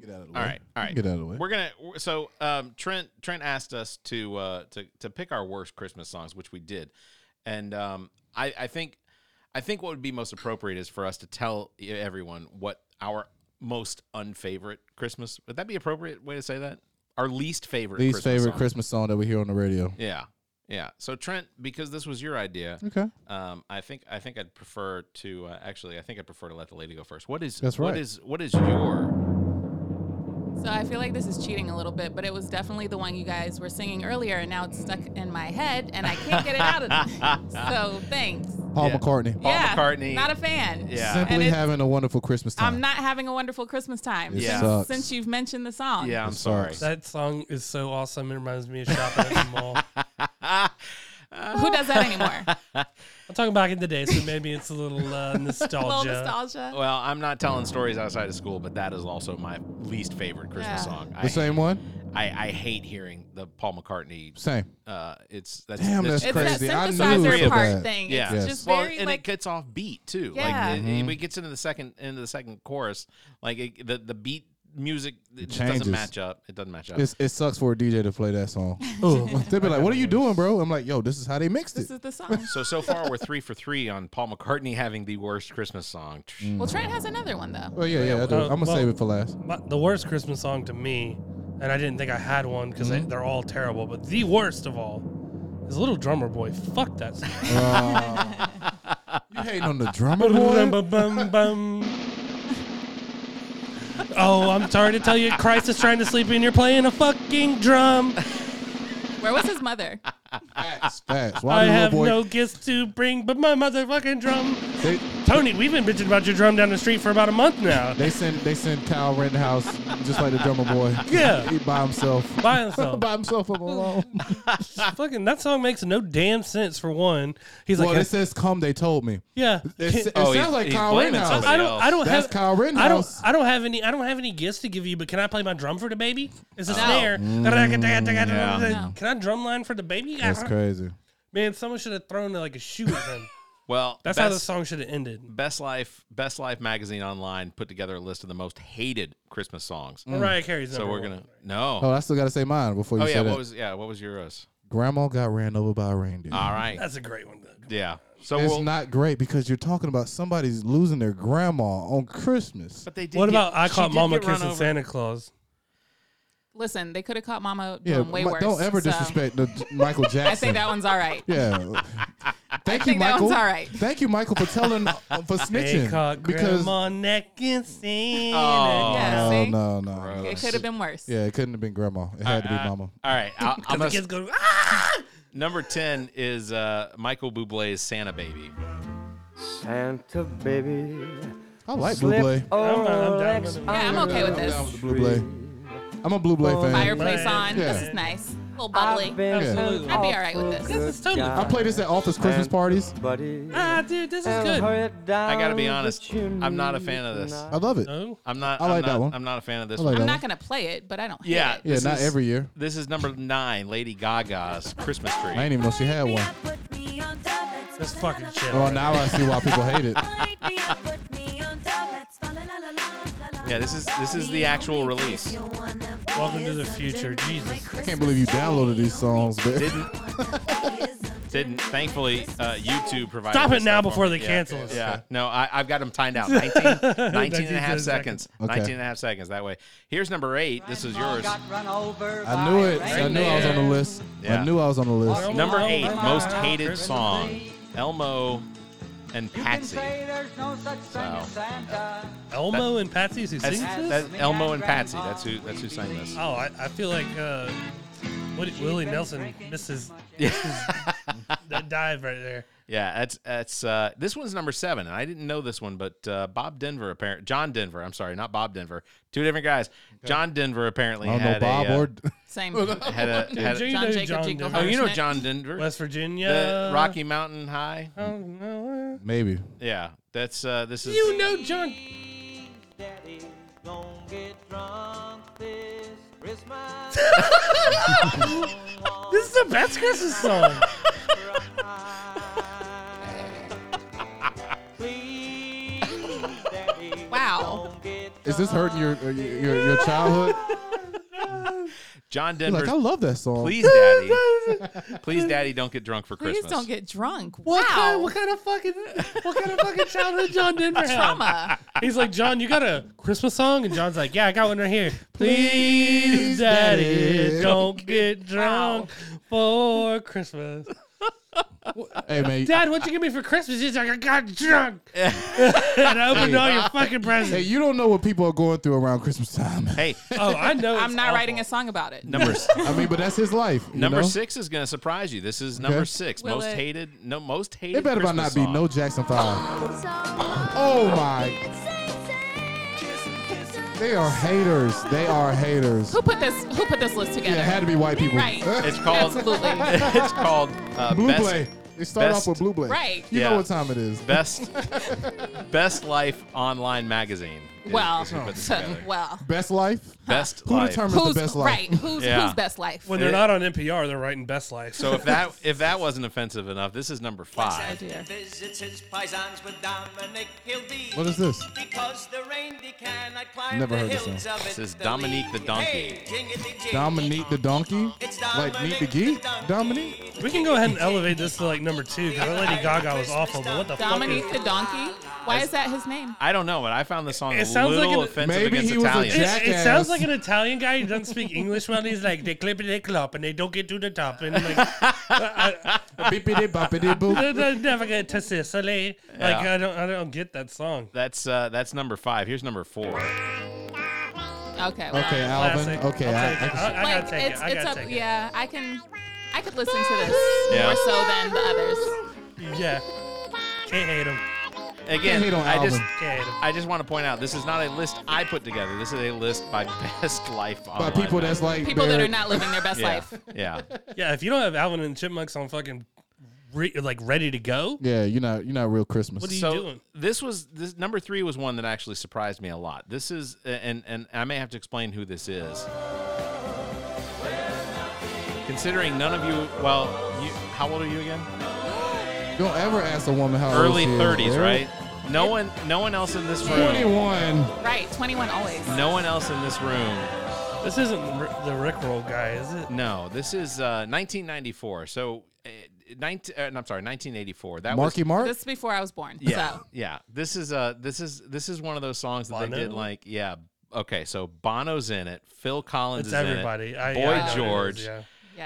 Speaker 3: Get out of the way.
Speaker 2: All right, all right.
Speaker 3: Get out of the way.
Speaker 2: We're gonna so um, Trent Trent asked us to uh, to to pick our worst Christmas songs, which we did, and um, I I think I think what would be most appropriate is for us to tell e, everyone what our most unfavorite Christmas would that be appropriate way to say that our least favorite
Speaker 3: Least
Speaker 2: Christmas
Speaker 3: favorite
Speaker 2: song.
Speaker 3: Christmas song that we hear on the radio.
Speaker 2: yeah yeah so Trent because this was your idea
Speaker 3: Okay.
Speaker 2: um I think I think I'd prefer to uh, actually I think I'd prefer to let the lady go first what is
Speaker 3: That's
Speaker 2: what
Speaker 3: right.
Speaker 2: is what is your
Speaker 5: So I feel like this is cheating a little bit, but it was definitely the one you guys were singing earlier, and now it's stuck in my head, and I can't get it out of me. So thanks.
Speaker 3: Paul
Speaker 2: Yeah.
Speaker 3: McCartney.
Speaker 2: Paul
Speaker 5: yeah,
Speaker 2: McCartney.
Speaker 5: Not a fan.
Speaker 2: Yeah.
Speaker 5: And
Speaker 3: Simply
Speaker 5: it's-
Speaker 3: having a wonderful Christmas time.
Speaker 5: I'm not having a wonderful Christmas time
Speaker 3: It
Speaker 2: Yeah.
Speaker 5: since,
Speaker 3: sucks.
Speaker 5: since you've mentioned the song.
Speaker 2: yeah I'm
Speaker 3: It
Speaker 2: sorry
Speaker 3: sucks.
Speaker 4: That song is so awesome. It reminds me of shopping at the mall.
Speaker 5: Who does that anymore?
Speaker 4: I'm talking back in the day, so maybe it's a little
Speaker 5: a
Speaker 4: uh,
Speaker 5: little
Speaker 4: nostalgia.
Speaker 3: Oh,
Speaker 5: nostalgia.
Speaker 2: Well, I'm not telling stories outside of school, but that is also my least favorite Christmas
Speaker 5: Yeah.
Speaker 2: song. I,
Speaker 3: the same one?
Speaker 2: I, I hate hearing the Paul McCartney.
Speaker 3: Same.
Speaker 2: Uh, it's that's
Speaker 3: Damn, that's
Speaker 5: It's
Speaker 3: crazy. I
Speaker 5: that synthesizer
Speaker 3: knew it was so
Speaker 5: part
Speaker 3: bad.
Speaker 5: thing.
Speaker 2: Yeah,
Speaker 5: It's
Speaker 3: Yes.
Speaker 5: just
Speaker 2: well,
Speaker 5: very
Speaker 2: and
Speaker 5: like
Speaker 2: it gets off beat too.
Speaker 5: Yeah.
Speaker 2: Like it,
Speaker 3: Mm-hmm.
Speaker 2: it- it gets into the second into the second chorus, like it, the the beat music it just
Speaker 3: changes.
Speaker 2: doesn't match up. It doesn't match up.
Speaker 3: It's, it sucks for a DJ to play that song.
Speaker 4: Ooh.
Speaker 3: They'd be like, "What are you doing, bro?" I'm like, "Yo, this is how they mixed
Speaker 5: this
Speaker 3: it."
Speaker 5: is the song.
Speaker 2: so so far we're three for three on Paul McCartney having the worst Christmas song.
Speaker 5: Well, Trent has another one though.
Speaker 3: Oh yeah, yeah. I do.
Speaker 4: Uh,
Speaker 3: I'm gonna
Speaker 4: well-
Speaker 3: save it for last.
Speaker 4: My, the worst Christmas song to me, and I didn't think I had one because
Speaker 3: Mm-hmm.
Speaker 4: they're all terrible, but the worst of all is Little Drummer Boy. Fuck that song.
Speaker 3: Uh, you hating on the drummer boy?
Speaker 4: oh, I'm sorry to tell you, Christ is trying to sleep and you're playing a fucking drum.
Speaker 5: Where was his mother?
Speaker 3: Facts, facts.
Speaker 4: I
Speaker 3: Why the little
Speaker 4: have
Speaker 3: boy?
Speaker 4: no gifts to bring but my motherfucking drum.
Speaker 3: They,
Speaker 4: Tony, we've been bitching about your drum down the street for about a month now.
Speaker 3: they send they send Kyle Rittenhouse just like the drummer boy.
Speaker 4: Yeah.
Speaker 3: he by himself.
Speaker 4: By himself.
Speaker 3: by himself up alone.
Speaker 4: fucking that song makes no damn sense for one. He's
Speaker 3: well,
Speaker 4: like,
Speaker 3: it says "Come." They told me.
Speaker 4: yeah.
Speaker 3: It, s- it
Speaker 2: Oh, he's-
Speaker 3: sounds like
Speaker 2: he's
Speaker 3: Kyle
Speaker 2: blaming
Speaker 3: Rittenhouse.
Speaker 2: somebody
Speaker 4: I don't.
Speaker 2: else.
Speaker 4: I don't
Speaker 3: That's
Speaker 4: have.
Speaker 3: Kyle
Speaker 4: I don't.
Speaker 3: Rittenhouse.
Speaker 4: I don't have any. I don't have any gifts to give you. But can I play my drum for the baby? It's a
Speaker 5: No.
Speaker 4: snare.
Speaker 2: Mm.
Speaker 5: No.
Speaker 4: Can I drum line for the baby?
Speaker 3: That's crazy.
Speaker 4: Man, someone should have thrown like a shoe at him.
Speaker 2: Well,
Speaker 4: That's how the song should have ended.
Speaker 2: Best Life Best Life magazine online put together a list of the most hated Christmas songs.
Speaker 4: Mariah Carey's number
Speaker 2: So we're gonna
Speaker 4: one.
Speaker 2: no.
Speaker 3: Oh, I still gotta say mine before you
Speaker 2: oh
Speaker 3: say
Speaker 2: yeah,
Speaker 3: that.
Speaker 2: what was yeah, what was yours?
Speaker 3: Grandma got ran over by a reindeer.
Speaker 2: All right.
Speaker 4: That's a great one. though.
Speaker 2: Yeah. So
Speaker 3: it's
Speaker 2: Ah, we'll,
Speaker 3: not great because you're talking about somebody's losing their grandma on Christmas.
Speaker 2: but they did
Speaker 4: What
Speaker 2: get-
Speaker 4: about I
Speaker 2: she
Speaker 4: caught
Speaker 2: did
Speaker 4: Mama
Speaker 2: get run
Speaker 4: kissing
Speaker 2: over.
Speaker 4: Santa Claus?
Speaker 5: Listen, they could have caught Mama
Speaker 3: Yeah,
Speaker 5: doing way
Speaker 3: Ma-
Speaker 5: worse.
Speaker 3: don't ever
Speaker 5: so
Speaker 3: disrespect the J- Michael Jackson.
Speaker 5: I think that one's all right.
Speaker 3: Yeah. Thank you,
Speaker 5: think that
Speaker 3: Michael.
Speaker 5: one's all right.
Speaker 3: Thank you, Michael, for telling uh, for
Speaker 4: They
Speaker 3: snitching
Speaker 4: caught
Speaker 3: because
Speaker 4: Grandma necking Santa.
Speaker 2: Oh.
Speaker 5: Yeah,
Speaker 3: no,
Speaker 5: see?
Speaker 3: no, no.
Speaker 5: It could have been worse.
Speaker 3: Yeah, it couldn't have been grandma. It had to be mama.
Speaker 2: All right. I, I'm
Speaker 4: And the
Speaker 2: gonna,
Speaker 4: kids go. Ah!
Speaker 2: number ten is uh, Michael Bublé's Santa Baby.
Speaker 10: Santa baby.
Speaker 3: I like Blue Blay.
Speaker 4: I'm, I'm down with it.
Speaker 5: Yeah, I'm okay with
Speaker 3: I'm
Speaker 5: this.
Speaker 3: the Blue Blay. I'm a Blue Blay fan.
Speaker 5: Fireplace
Speaker 4: Yeah.
Speaker 5: on. This
Speaker 3: Yeah.
Speaker 5: is nice. A little bubbly.
Speaker 4: Absolutely.
Speaker 5: I'd be all right with this.
Speaker 4: This is totally.
Speaker 3: I play this at office Christmas parties.
Speaker 10: Buddy.
Speaker 4: Ah, dude, this is good.
Speaker 2: I gotta be honest. I'm not a fan of this.
Speaker 3: I love it.
Speaker 4: No,
Speaker 2: I'm not.
Speaker 3: I
Speaker 2: I'm
Speaker 3: like that
Speaker 2: not,
Speaker 3: one.
Speaker 2: I'm not a fan of this
Speaker 3: I
Speaker 2: one.
Speaker 3: like
Speaker 5: I'm
Speaker 3: that
Speaker 5: not
Speaker 3: one.
Speaker 5: gonna play it, but I don't. hate
Speaker 2: Yeah.
Speaker 5: it.
Speaker 3: Yeah,
Speaker 2: this
Speaker 3: not
Speaker 2: is-
Speaker 3: every year.
Speaker 2: This is number nine, Lady Gaga's Christmas Tree.
Speaker 3: I didn't even know she had one.
Speaker 4: this fucking shit.
Speaker 3: Well, now I see why people hate it.
Speaker 2: Yeah, this is this is the actual release.
Speaker 4: Welcome to the future, Jesus.
Speaker 3: I can't believe you downloaded these songs, but
Speaker 2: Didn't didn't. Thankfully, uh, YouTube provided.
Speaker 4: Stop it
Speaker 2: this
Speaker 4: now
Speaker 2: stuff for
Speaker 4: before
Speaker 2: me.
Speaker 4: they
Speaker 2: Yeah.
Speaker 4: cancel us.
Speaker 2: Yeah, no, I, I've got them timed out. 19, 19 and a half
Speaker 4: 19
Speaker 2: seconds.
Speaker 3: Okay.
Speaker 2: 19 and a half seconds. That way. Here's number eight. This is yours.
Speaker 3: I knew it. I
Speaker 4: Right
Speaker 3: knew I was on the
Speaker 4: there.
Speaker 3: list.
Speaker 2: Yeah.
Speaker 3: I knew I was on the list.
Speaker 2: Number eight,
Speaker 4: Elmo.
Speaker 2: most hated song, Elmo and Patsy. So
Speaker 4: Elmo and Patsy, who sings
Speaker 2: that's,
Speaker 4: this?
Speaker 2: that's Elmo and Patsy. That's who that's who sang this.
Speaker 4: oh, I, I feel like uh, Woody, Willie Nelson misses that dive right there.
Speaker 2: Yeah, that's that's uh, this one's number seven, and I didn't know this one, but uh, Bob Denver apparent John Denver. I'm sorry, not Bob Denver. Two different guys. John Denver apparently
Speaker 3: I don't know
Speaker 2: had
Speaker 3: Bob
Speaker 2: a, uh,
Speaker 3: or
Speaker 5: Same.
Speaker 2: had a, had a
Speaker 4: You
Speaker 5: John
Speaker 4: know
Speaker 5: Jacob
Speaker 4: John
Speaker 5: Jingle.
Speaker 4: Denver.
Speaker 2: oh you know
Speaker 5: Hornet.
Speaker 2: John Denver,
Speaker 4: West Virginia,
Speaker 2: the Rocky Mountain High.
Speaker 4: Oh, no.
Speaker 3: maybe.
Speaker 2: Yeah, that's uh, this is
Speaker 4: You know John. This is the best Christmas song.
Speaker 5: Wow.
Speaker 3: Is this hurting your your, your, your childhood?
Speaker 2: John
Speaker 3: You're
Speaker 2: Denver.
Speaker 3: like "Oh, I love that song.
Speaker 2: please, Daddy. please, Daddy, don't get drunk for
Speaker 5: Please
Speaker 2: Christmas.
Speaker 5: don't get drunk.
Speaker 4: What
Speaker 5: wow.
Speaker 4: kind? What kind of fucking? What kind of fucking childhood John Denver had?
Speaker 5: Trauma.
Speaker 4: He's like, John, you got a Christmas song? And John's like, Yeah, I got one right here. Please, Daddy,
Speaker 3: Daddy,
Speaker 4: don't get drunk for Christmas.
Speaker 3: hey man,
Speaker 4: Dad, what'd you give me for Christmas? He's like, I got drunk. and I opened all your fucking
Speaker 3: hey,
Speaker 4: presents.
Speaker 3: you don't know what people are going through around Christmas time.
Speaker 2: hey,
Speaker 4: Oh, I know. it's
Speaker 5: I'm not
Speaker 4: awful.
Speaker 5: writing a song about it.
Speaker 2: number s-
Speaker 3: I mean, but that's his life. you
Speaker 2: number
Speaker 3: know?
Speaker 2: six is gonna surprise you. This is number six.
Speaker 5: Will
Speaker 2: most
Speaker 5: it-
Speaker 2: hated. No, most hated.
Speaker 3: It better about not
Speaker 2: Christmas
Speaker 3: be
Speaker 2: song.
Speaker 3: no Jackson Five. Oh my! They are haters. They are haters.
Speaker 5: Who put this? Who put this list
Speaker 3: Yeah,
Speaker 5: together?
Speaker 3: it had to be white people.
Speaker 5: Right.
Speaker 2: It's called.
Speaker 5: Absolutely.
Speaker 2: it's called uh,
Speaker 3: Blue
Speaker 2: best,
Speaker 3: Blade. They start
Speaker 2: best-
Speaker 3: off with Blue Blade.
Speaker 5: Right.
Speaker 3: You
Speaker 2: Yeah.
Speaker 3: know what time it is.
Speaker 2: best best life online magazine. is-
Speaker 5: Well,
Speaker 2: is who put this
Speaker 5: so-
Speaker 2: together.
Speaker 5: well,
Speaker 3: Best life.
Speaker 2: best
Speaker 3: Who
Speaker 2: life.
Speaker 3: determines
Speaker 5: who's
Speaker 3: the best life?
Speaker 5: right? Who's
Speaker 2: Yeah.
Speaker 5: who's best life?
Speaker 4: When they're not on NPR, they're writing Best Life.
Speaker 2: So if that if that wasn't offensive enough, this is number five.
Speaker 5: dear.
Speaker 10: Visits his paisans with Dominic Hildy.
Speaker 3: What is this?
Speaker 10: Because the rain they cannot climb
Speaker 3: Never
Speaker 10: the
Speaker 3: heard this
Speaker 10: hills
Speaker 3: song.
Speaker 10: of
Speaker 2: This
Speaker 10: it.
Speaker 2: is Dominique the Donkey.
Speaker 10: Hey, jingity-jing.
Speaker 3: Dominique the donkey. Like meet the gee. Dominique.
Speaker 4: we can go ahead and elevate this to like number two because Lady Gaga was awful, but what the
Speaker 5: Dominique
Speaker 4: fuck?
Speaker 5: the donkey. Why is that his name?
Speaker 2: I don't know, but I found the song
Speaker 4: It
Speaker 2: a
Speaker 4: sounds like
Speaker 2: little
Speaker 4: an-
Speaker 2: offensive
Speaker 3: Maybe
Speaker 2: against
Speaker 3: he was a
Speaker 2: Italians.
Speaker 3: jack-
Speaker 4: It, it
Speaker 3: Jackass.
Speaker 4: sounds like an Italian guy who doesn't speak English well. and He's like, they clip and they clop and they don't get to the top. And like,
Speaker 3: Bippity boppity boop.
Speaker 4: They're never get to Sicily. Like
Speaker 2: Yeah.
Speaker 4: I don't, I don't get that song.
Speaker 2: that's uh, that's number five. Here's number four.
Speaker 5: Okay. Well,
Speaker 3: Okay, Alvin.
Speaker 4: Classic.
Speaker 3: Okay,
Speaker 4: I'll
Speaker 3: I,
Speaker 4: take
Speaker 3: I
Speaker 4: it.
Speaker 3: can-
Speaker 4: I, I
Speaker 5: like
Speaker 4: gotta take
Speaker 5: it's
Speaker 4: it. I
Speaker 5: it's
Speaker 4: gotta
Speaker 5: up.
Speaker 4: take it.
Speaker 5: Yeah, I can I could listen to this
Speaker 2: Yeah.
Speaker 5: more so than the others.
Speaker 4: Yeah. Can't hate him.
Speaker 2: Again,
Speaker 3: hate on
Speaker 2: I just
Speaker 3: Alvin.
Speaker 4: Can't hate him.
Speaker 2: I just want to point out this is not a list I put together. This is a list by best life
Speaker 3: by
Speaker 2: online.
Speaker 3: people that's
Speaker 2: magazine.
Speaker 3: like
Speaker 5: People that are
Speaker 3: Barrett.
Speaker 5: not living their best
Speaker 2: yeah,
Speaker 5: life.
Speaker 2: yeah.
Speaker 4: Yeah. If you don't have Alvin and the Chipmunks on fucking, re- like ready to go,
Speaker 3: Yeah, you're not. You're not real Christmas.
Speaker 4: What do you-
Speaker 2: so
Speaker 4: doing?
Speaker 2: this was this number three was one that actually surprised me a lot. This is and and I may have to explain who this is. Considering none of you, well, you, how old are you again?
Speaker 3: Don't ever ask a woman how
Speaker 2: Early
Speaker 3: old she is,
Speaker 2: 30s,
Speaker 3: Barrett.
Speaker 2: right? No one, no one else in this room,
Speaker 3: 21.
Speaker 5: Right. Twenty one always.
Speaker 2: no one else in this room.
Speaker 4: this isn't r- the Rickroll guy, is it?
Speaker 2: No, this is uh, 1994. So, uh, 19, uh, no, I'm sorry, 1984. That was
Speaker 3: Marky Mark.
Speaker 5: This is before I was born.
Speaker 2: Yeah,
Speaker 5: So
Speaker 2: yeah. This is uh this is this is one of those songs that they did
Speaker 4: Bono?
Speaker 2: like yeah. Okay, so Bono's in it. Phil Collins
Speaker 4: It's
Speaker 2: is in
Speaker 4: everybody.
Speaker 2: it.
Speaker 4: I,
Speaker 2: Boy
Speaker 4: yeah, I know it is,
Speaker 2: George,
Speaker 4: yeah.
Speaker 5: yeah.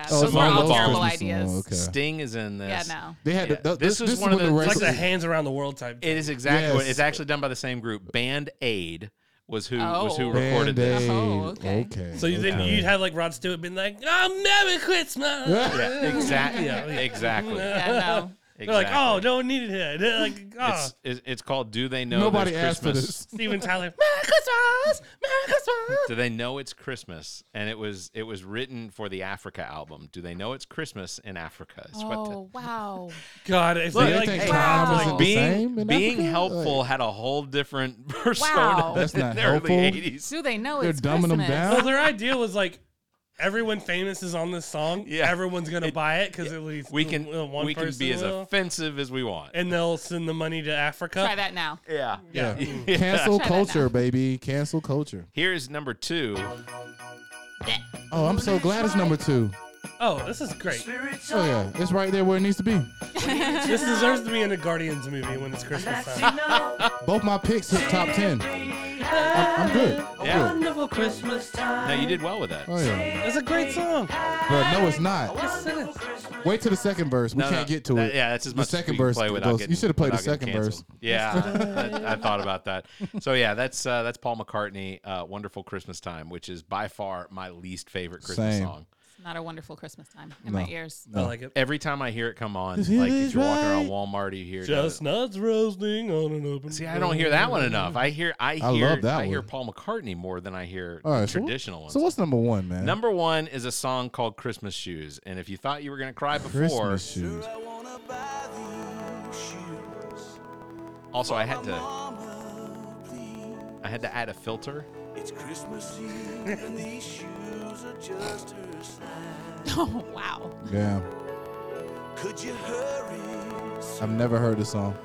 Speaker 2: Oh,
Speaker 5: Those were
Speaker 2: Mama
Speaker 5: all
Speaker 2: Ball.
Speaker 5: terrible
Speaker 3: Christmas
Speaker 5: ideas.
Speaker 3: song, okay.
Speaker 2: Sting is in this.
Speaker 5: Yeah. No.
Speaker 3: They had
Speaker 4: Yeah.
Speaker 3: to, th-
Speaker 2: This
Speaker 3: this,
Speaker 2: was
Speaker 3: this is
Speaker 2: one of
Speaker 3: when
Speaker 2: the-
Speaker 4: It's
Speaker 3: record,
Speaker 4: like the hands around the world type.
Speaker 2: It is exactly what
Speaker 3: Yes.
Speaker 2: it's actually done by the same group. Band Aid was who was who
Speaker 5: Oh.
Speaker 2: recorded this.
Speaker 3: Band-Aid.
Speaker 5: Oh, okay.
Speaker 3: okay.
Speaker 4: so you then
Speaker 3: okay.
Speaker 4: you'd have like Rod Stewart being like, "Oh, Merry Christmas."
Speaker 2: Yeah, exactly.
Speaker 4: Yeah, yeah.
Speaker 2: Exactly.
Speaker 5: Yeah. No.
Speaker 4: They're like, "Oh,
Speaker 2: Exactly.
Speaker 4: no one needed it." They're like, "Oh,
Speaker 2: It's, it's it's called Do They Know
Speaker 3: Nobody
Speaker 2: There's
Speaker 3: asked for
Speaker 2: Christmas?
Speaker 3: this.
Speaker 4: Steven Tyler, Merry Christmas, Merry Christmas."
Speaker 2: Do they know it's Christmas? And it was it was written for the Africa album. Do they know it's Christmas in Africa? Is what the-
Speaker 5: Oh wow.
Speaker 4: God, it's
Speaker 2: Look,
Speaker 4: like,
Speaker 2: they
Speaker 4: like,
Speaker 3: think
Speaker 4: hey,
Speaker 5: time
Speaker 4: wow.
Speaker 5: is
Speaker 3: the
Speaker 2: being
Speaker 3: same in
Speaker 2: being
Speaker 3: Africa?
Speaker 2: helpful
Speaker 3: Like-
Speaker 2: had a whole different persona
Speaker 5: Wow.
Speaker 3: That's
Speaker 2: in
Speaker 3: not
Speaker 2: the
Speaker 3: helpful.
Speaker 2: early 80s.
Speaker 5: Do they know
Speaker 3: They're
Speaker 5: it's
Speaker 3: dumbing 'em
Speaker 5: Christmas?
Speaker 3: down?
Speaker 4: Well, their idea was like everyone famous is on this song.
Speaker 2: Yeah.
Speaker 4: everyone's gonna
Speaker 2: It-
Speaker 4: buy it because at least
Speaker 2: We
Speaker 4: the-
Speaker 2: can
Speaker 4: the one
Speaker 2: we can
Speaker 4: person
Speaker 2: be as
Speaker 4: will,
Speaker 2: offensive as we want.
Speaker 4: and they'll send the money to Africa.
Speaker 5: Try that now.
Speaker 2: Yeah.
Speaker 3: Yeah.
Speaker 2: Yeah.
Speaker 3: Cancel
Speaker 5: Try that
Speaker 3: culture,
Speaker 5: now.
Speaker 3: baby. Cancel culture.
Speaker 2: Here's number 2.
Speaker 3: Oh, I'm so glad it's number two.
Speaker 4: Oh, this is great.
Speaker 3: Oh yeah, it's right there where it needs to be.
Speaker 4: This deserves to be in a Guardians movie when it's Christmas time.
Speaker 3: Both my picks hit top ten. I'm, I'm good.
Speaker 2: Yeah.
Speaker 4: Wonderful Christmas time.
Speaker 2: No, you did well with that.
Speaker 3: Oh yeah,
Speaker 4: It's a great song.
Speaker 3: but no, it's not.
Speaker 4: Yes, it is.
Speaker 3: Wait till the second verse. We
Speaker 2: No, no,
Speaker 3: can't get to
Speaker 2: that-
Speaker 3: it.
Speaker 2: Yeah, that's as
Speaker 3: The
Speaker 2: much
Speaker 3: second
Speaker 2: as we can
Speaker 3: verse
Speaker 2: play without
Speaker 3: goes-
Speaker 2: getting.
Speaker 3: you should have played the
Speaker 2: without getting
Speaker 3: second verse.
Speaker 2: canceled. Yeah, I, I thought about that. So yeah, that's uh, that's Paul McCartney, uh, "Wonderful Christmas Time," which is by far my least favorite Christmas
Speaker 3: Same.
Speaker 2: song.
Speaker 5: It's not a wonderful Christmas time in my ears.
Speaker 4: I like it.
Speaker 2: Every time I hear it come on,
Speaker 3: he
Speaker 2: like if
Speaker 3: is
Speaker 2: you're walking around
Speaker 3: right.
Speaker 2: Walmart, you hear
Speaker 4: Chestnuts roasting on an open.
Speaker 2: See, I don't hear that one enough. I hear I hear I,
Speaker 3: I love that
Speaker 2: hear
Speaker 3: one.
Speaker 2: Paul McCartney more than I hear
Speaker 3: All right, so what-
Speaker 2: traditional ones.
Speaker 3: So what's number one, man?
Speaker 2: Number one is a song called Christmas Shoes. And if you thought you were gonna cry before,
Speaker 3: Christmas shoes.
Speaker 2: also I had to I had to add a filter.
Speaker 5: Oh wow.
Speaker 3: Yeah. I've never heard this song.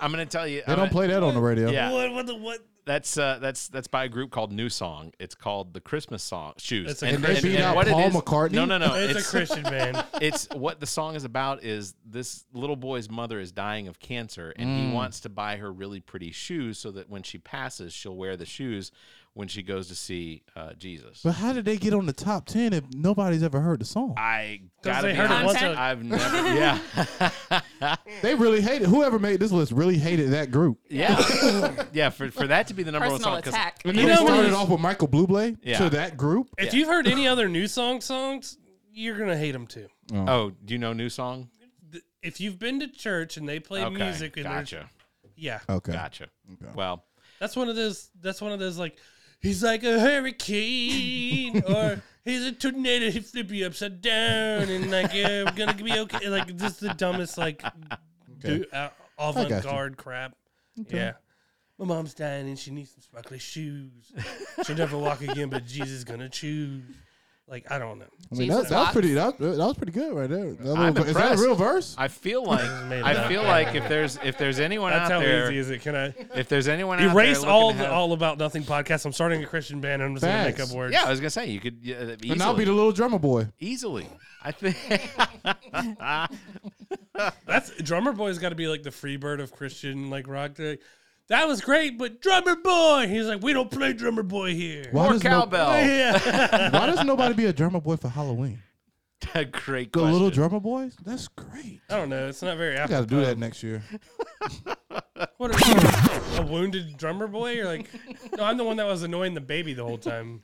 Speaker 2: I'm gonna tell you
Speaker 3: They
Speaker 2: I'm
Speaker 3: don't
Speaker 2: gonna-
Speaker 3: play that on the radio.
Speaker 2: Yeah.
Speaker 4: What? What? The, what?
Speaker 2: that's uh, that's that's by a group called New Song. It's called the Christmas Song Shoes.
Speaker 4: It's a
Speaker 3: And they
Speaker 4: Christian
Speaker 3: beat
Speaker 4: band.
Speaker 3: out
Speaker 2: what it
Speaker 3: Paul
Speaker 2: is-
Speaker 3: McCartney?
Speaker 2: No, no, no.
Speaker 4: it's, a Christian band.
Speaker 2: it's what the song is about is this little boy's mother is dying of cancer and
Speaker 4: Mm.
Speaker 2: he wants to buy her really pretty shoes so that when she passes she'll wear the shoes when she goes to see uh, jesus
Speaker 3: But how did they get on the top ten if nobody's ever heard the song?
Speaker 2: i
Speaker 4: Because
Speaker 2: gotta
Speaker 4: they
Speaker 2: be
Speaker 4: heard it
Speaker 2: honest,
Speaker 4: once.
Speaker 5: Content.
Speaker 2: i've never yeah
Speaker 3: They really hated whoever made this list. Really hated that group.
Speaker 2: yeah yeah for, for that to be the number
Speaker 5: Personal
Speaker 2: one song 'cause-
Speaker 5: attack.
Speaker 3: And
Speaker 4: You
Speaker 3: then they
Speaker 4: know what
Speaker 3: started
Speaker 4: is-
Speaker 3: off with Michael Bublé
Speaker 2: Yeah.
Speaker 3: to that group.
Speaker 4: If you've heard any other new song songs, you're gonna hate them too.
Speaker 2: oh do you know new song
Speaker 4: Th- If you've been to church and they play
Speaker 2: okay
Speaker 4: music, and there's-
Speaker 2: gotcha
Speaker 4: Yeah,
Speaker 3: Okay.
Speaker 2: gotcha well
Speaker 4: that's one of those. That's one of those like, he's like a hurricane or he's a tornado. He flip you upside down and like yeah, I'm gonna be okay. Like just the dumbest like do, uh,
Speaker 3: you.
Speaker 4: avant-garde crap. Yeah. My mom's dying and she needs some sparkly shoes. She'll never walk again, but Jesus is gonna choose. Like I don't know.
Speaker 3: I mean,
Speaker 5: Jesus
Speaker 3: that, that was
Speaker 5: walks.
Speaker 3: pretty. That, that was pretty good right there. That little-
Speaker 2: I'm
Speaker 3: is that a
Speaker 2: impressed.
Speaker 3: real verse?
Speaker 2: i feel like
Speaker 4: made
Speaker 2: i
Speaker 4: up.
Speaker 2: feel like if there's if there's anyone
Speaker 4: That's
Speaker 2: out
Speaker 4: how
Speaker 2: there
Speaker 4: easy is it? Can I
Speaker 2: if there's anyone out there
Speaker 4: erase
Speaker 2: looking
Speaker 4: all
Speaker 2: to
Speaker 4: the
Speaker 2: have-
Speaker 4: all about nothing podcast? I'm starting a Christian band. and I'm just
Speaker 3: Facts.
Speaker 4: gonna make up words.
Speaker 2: yeah i was gonna say you could yeah, easily.
Speaker 3: And I'll be the little drummer boy.
Speaker 2: easily. I think
Speaker 4: that's drummer boy's got to be like the free bird of Christian like rock. They're Like, that was great, but drummer boy, he's like, we don't play drummer boy here.
Speaker 3: Why
Speaker 2: more
Speaker 3: does no-
Speaker 2: cowbell.
Speaker 4: Yeah,
Speaker 3: Why does nobody be a drummer boy for Halloween?
Speaker 2: Great
Speaker 3: The
Speaker 2: question.
Speaker 3: little drummer boys? That's great.
Speaker 4: I don't know. It's not very.
Speaker 3: I got to do that next year.
Speaker 4: What are, a wounded drummer boy? You're like, no, I'm the one that was annoying the baby the whole time.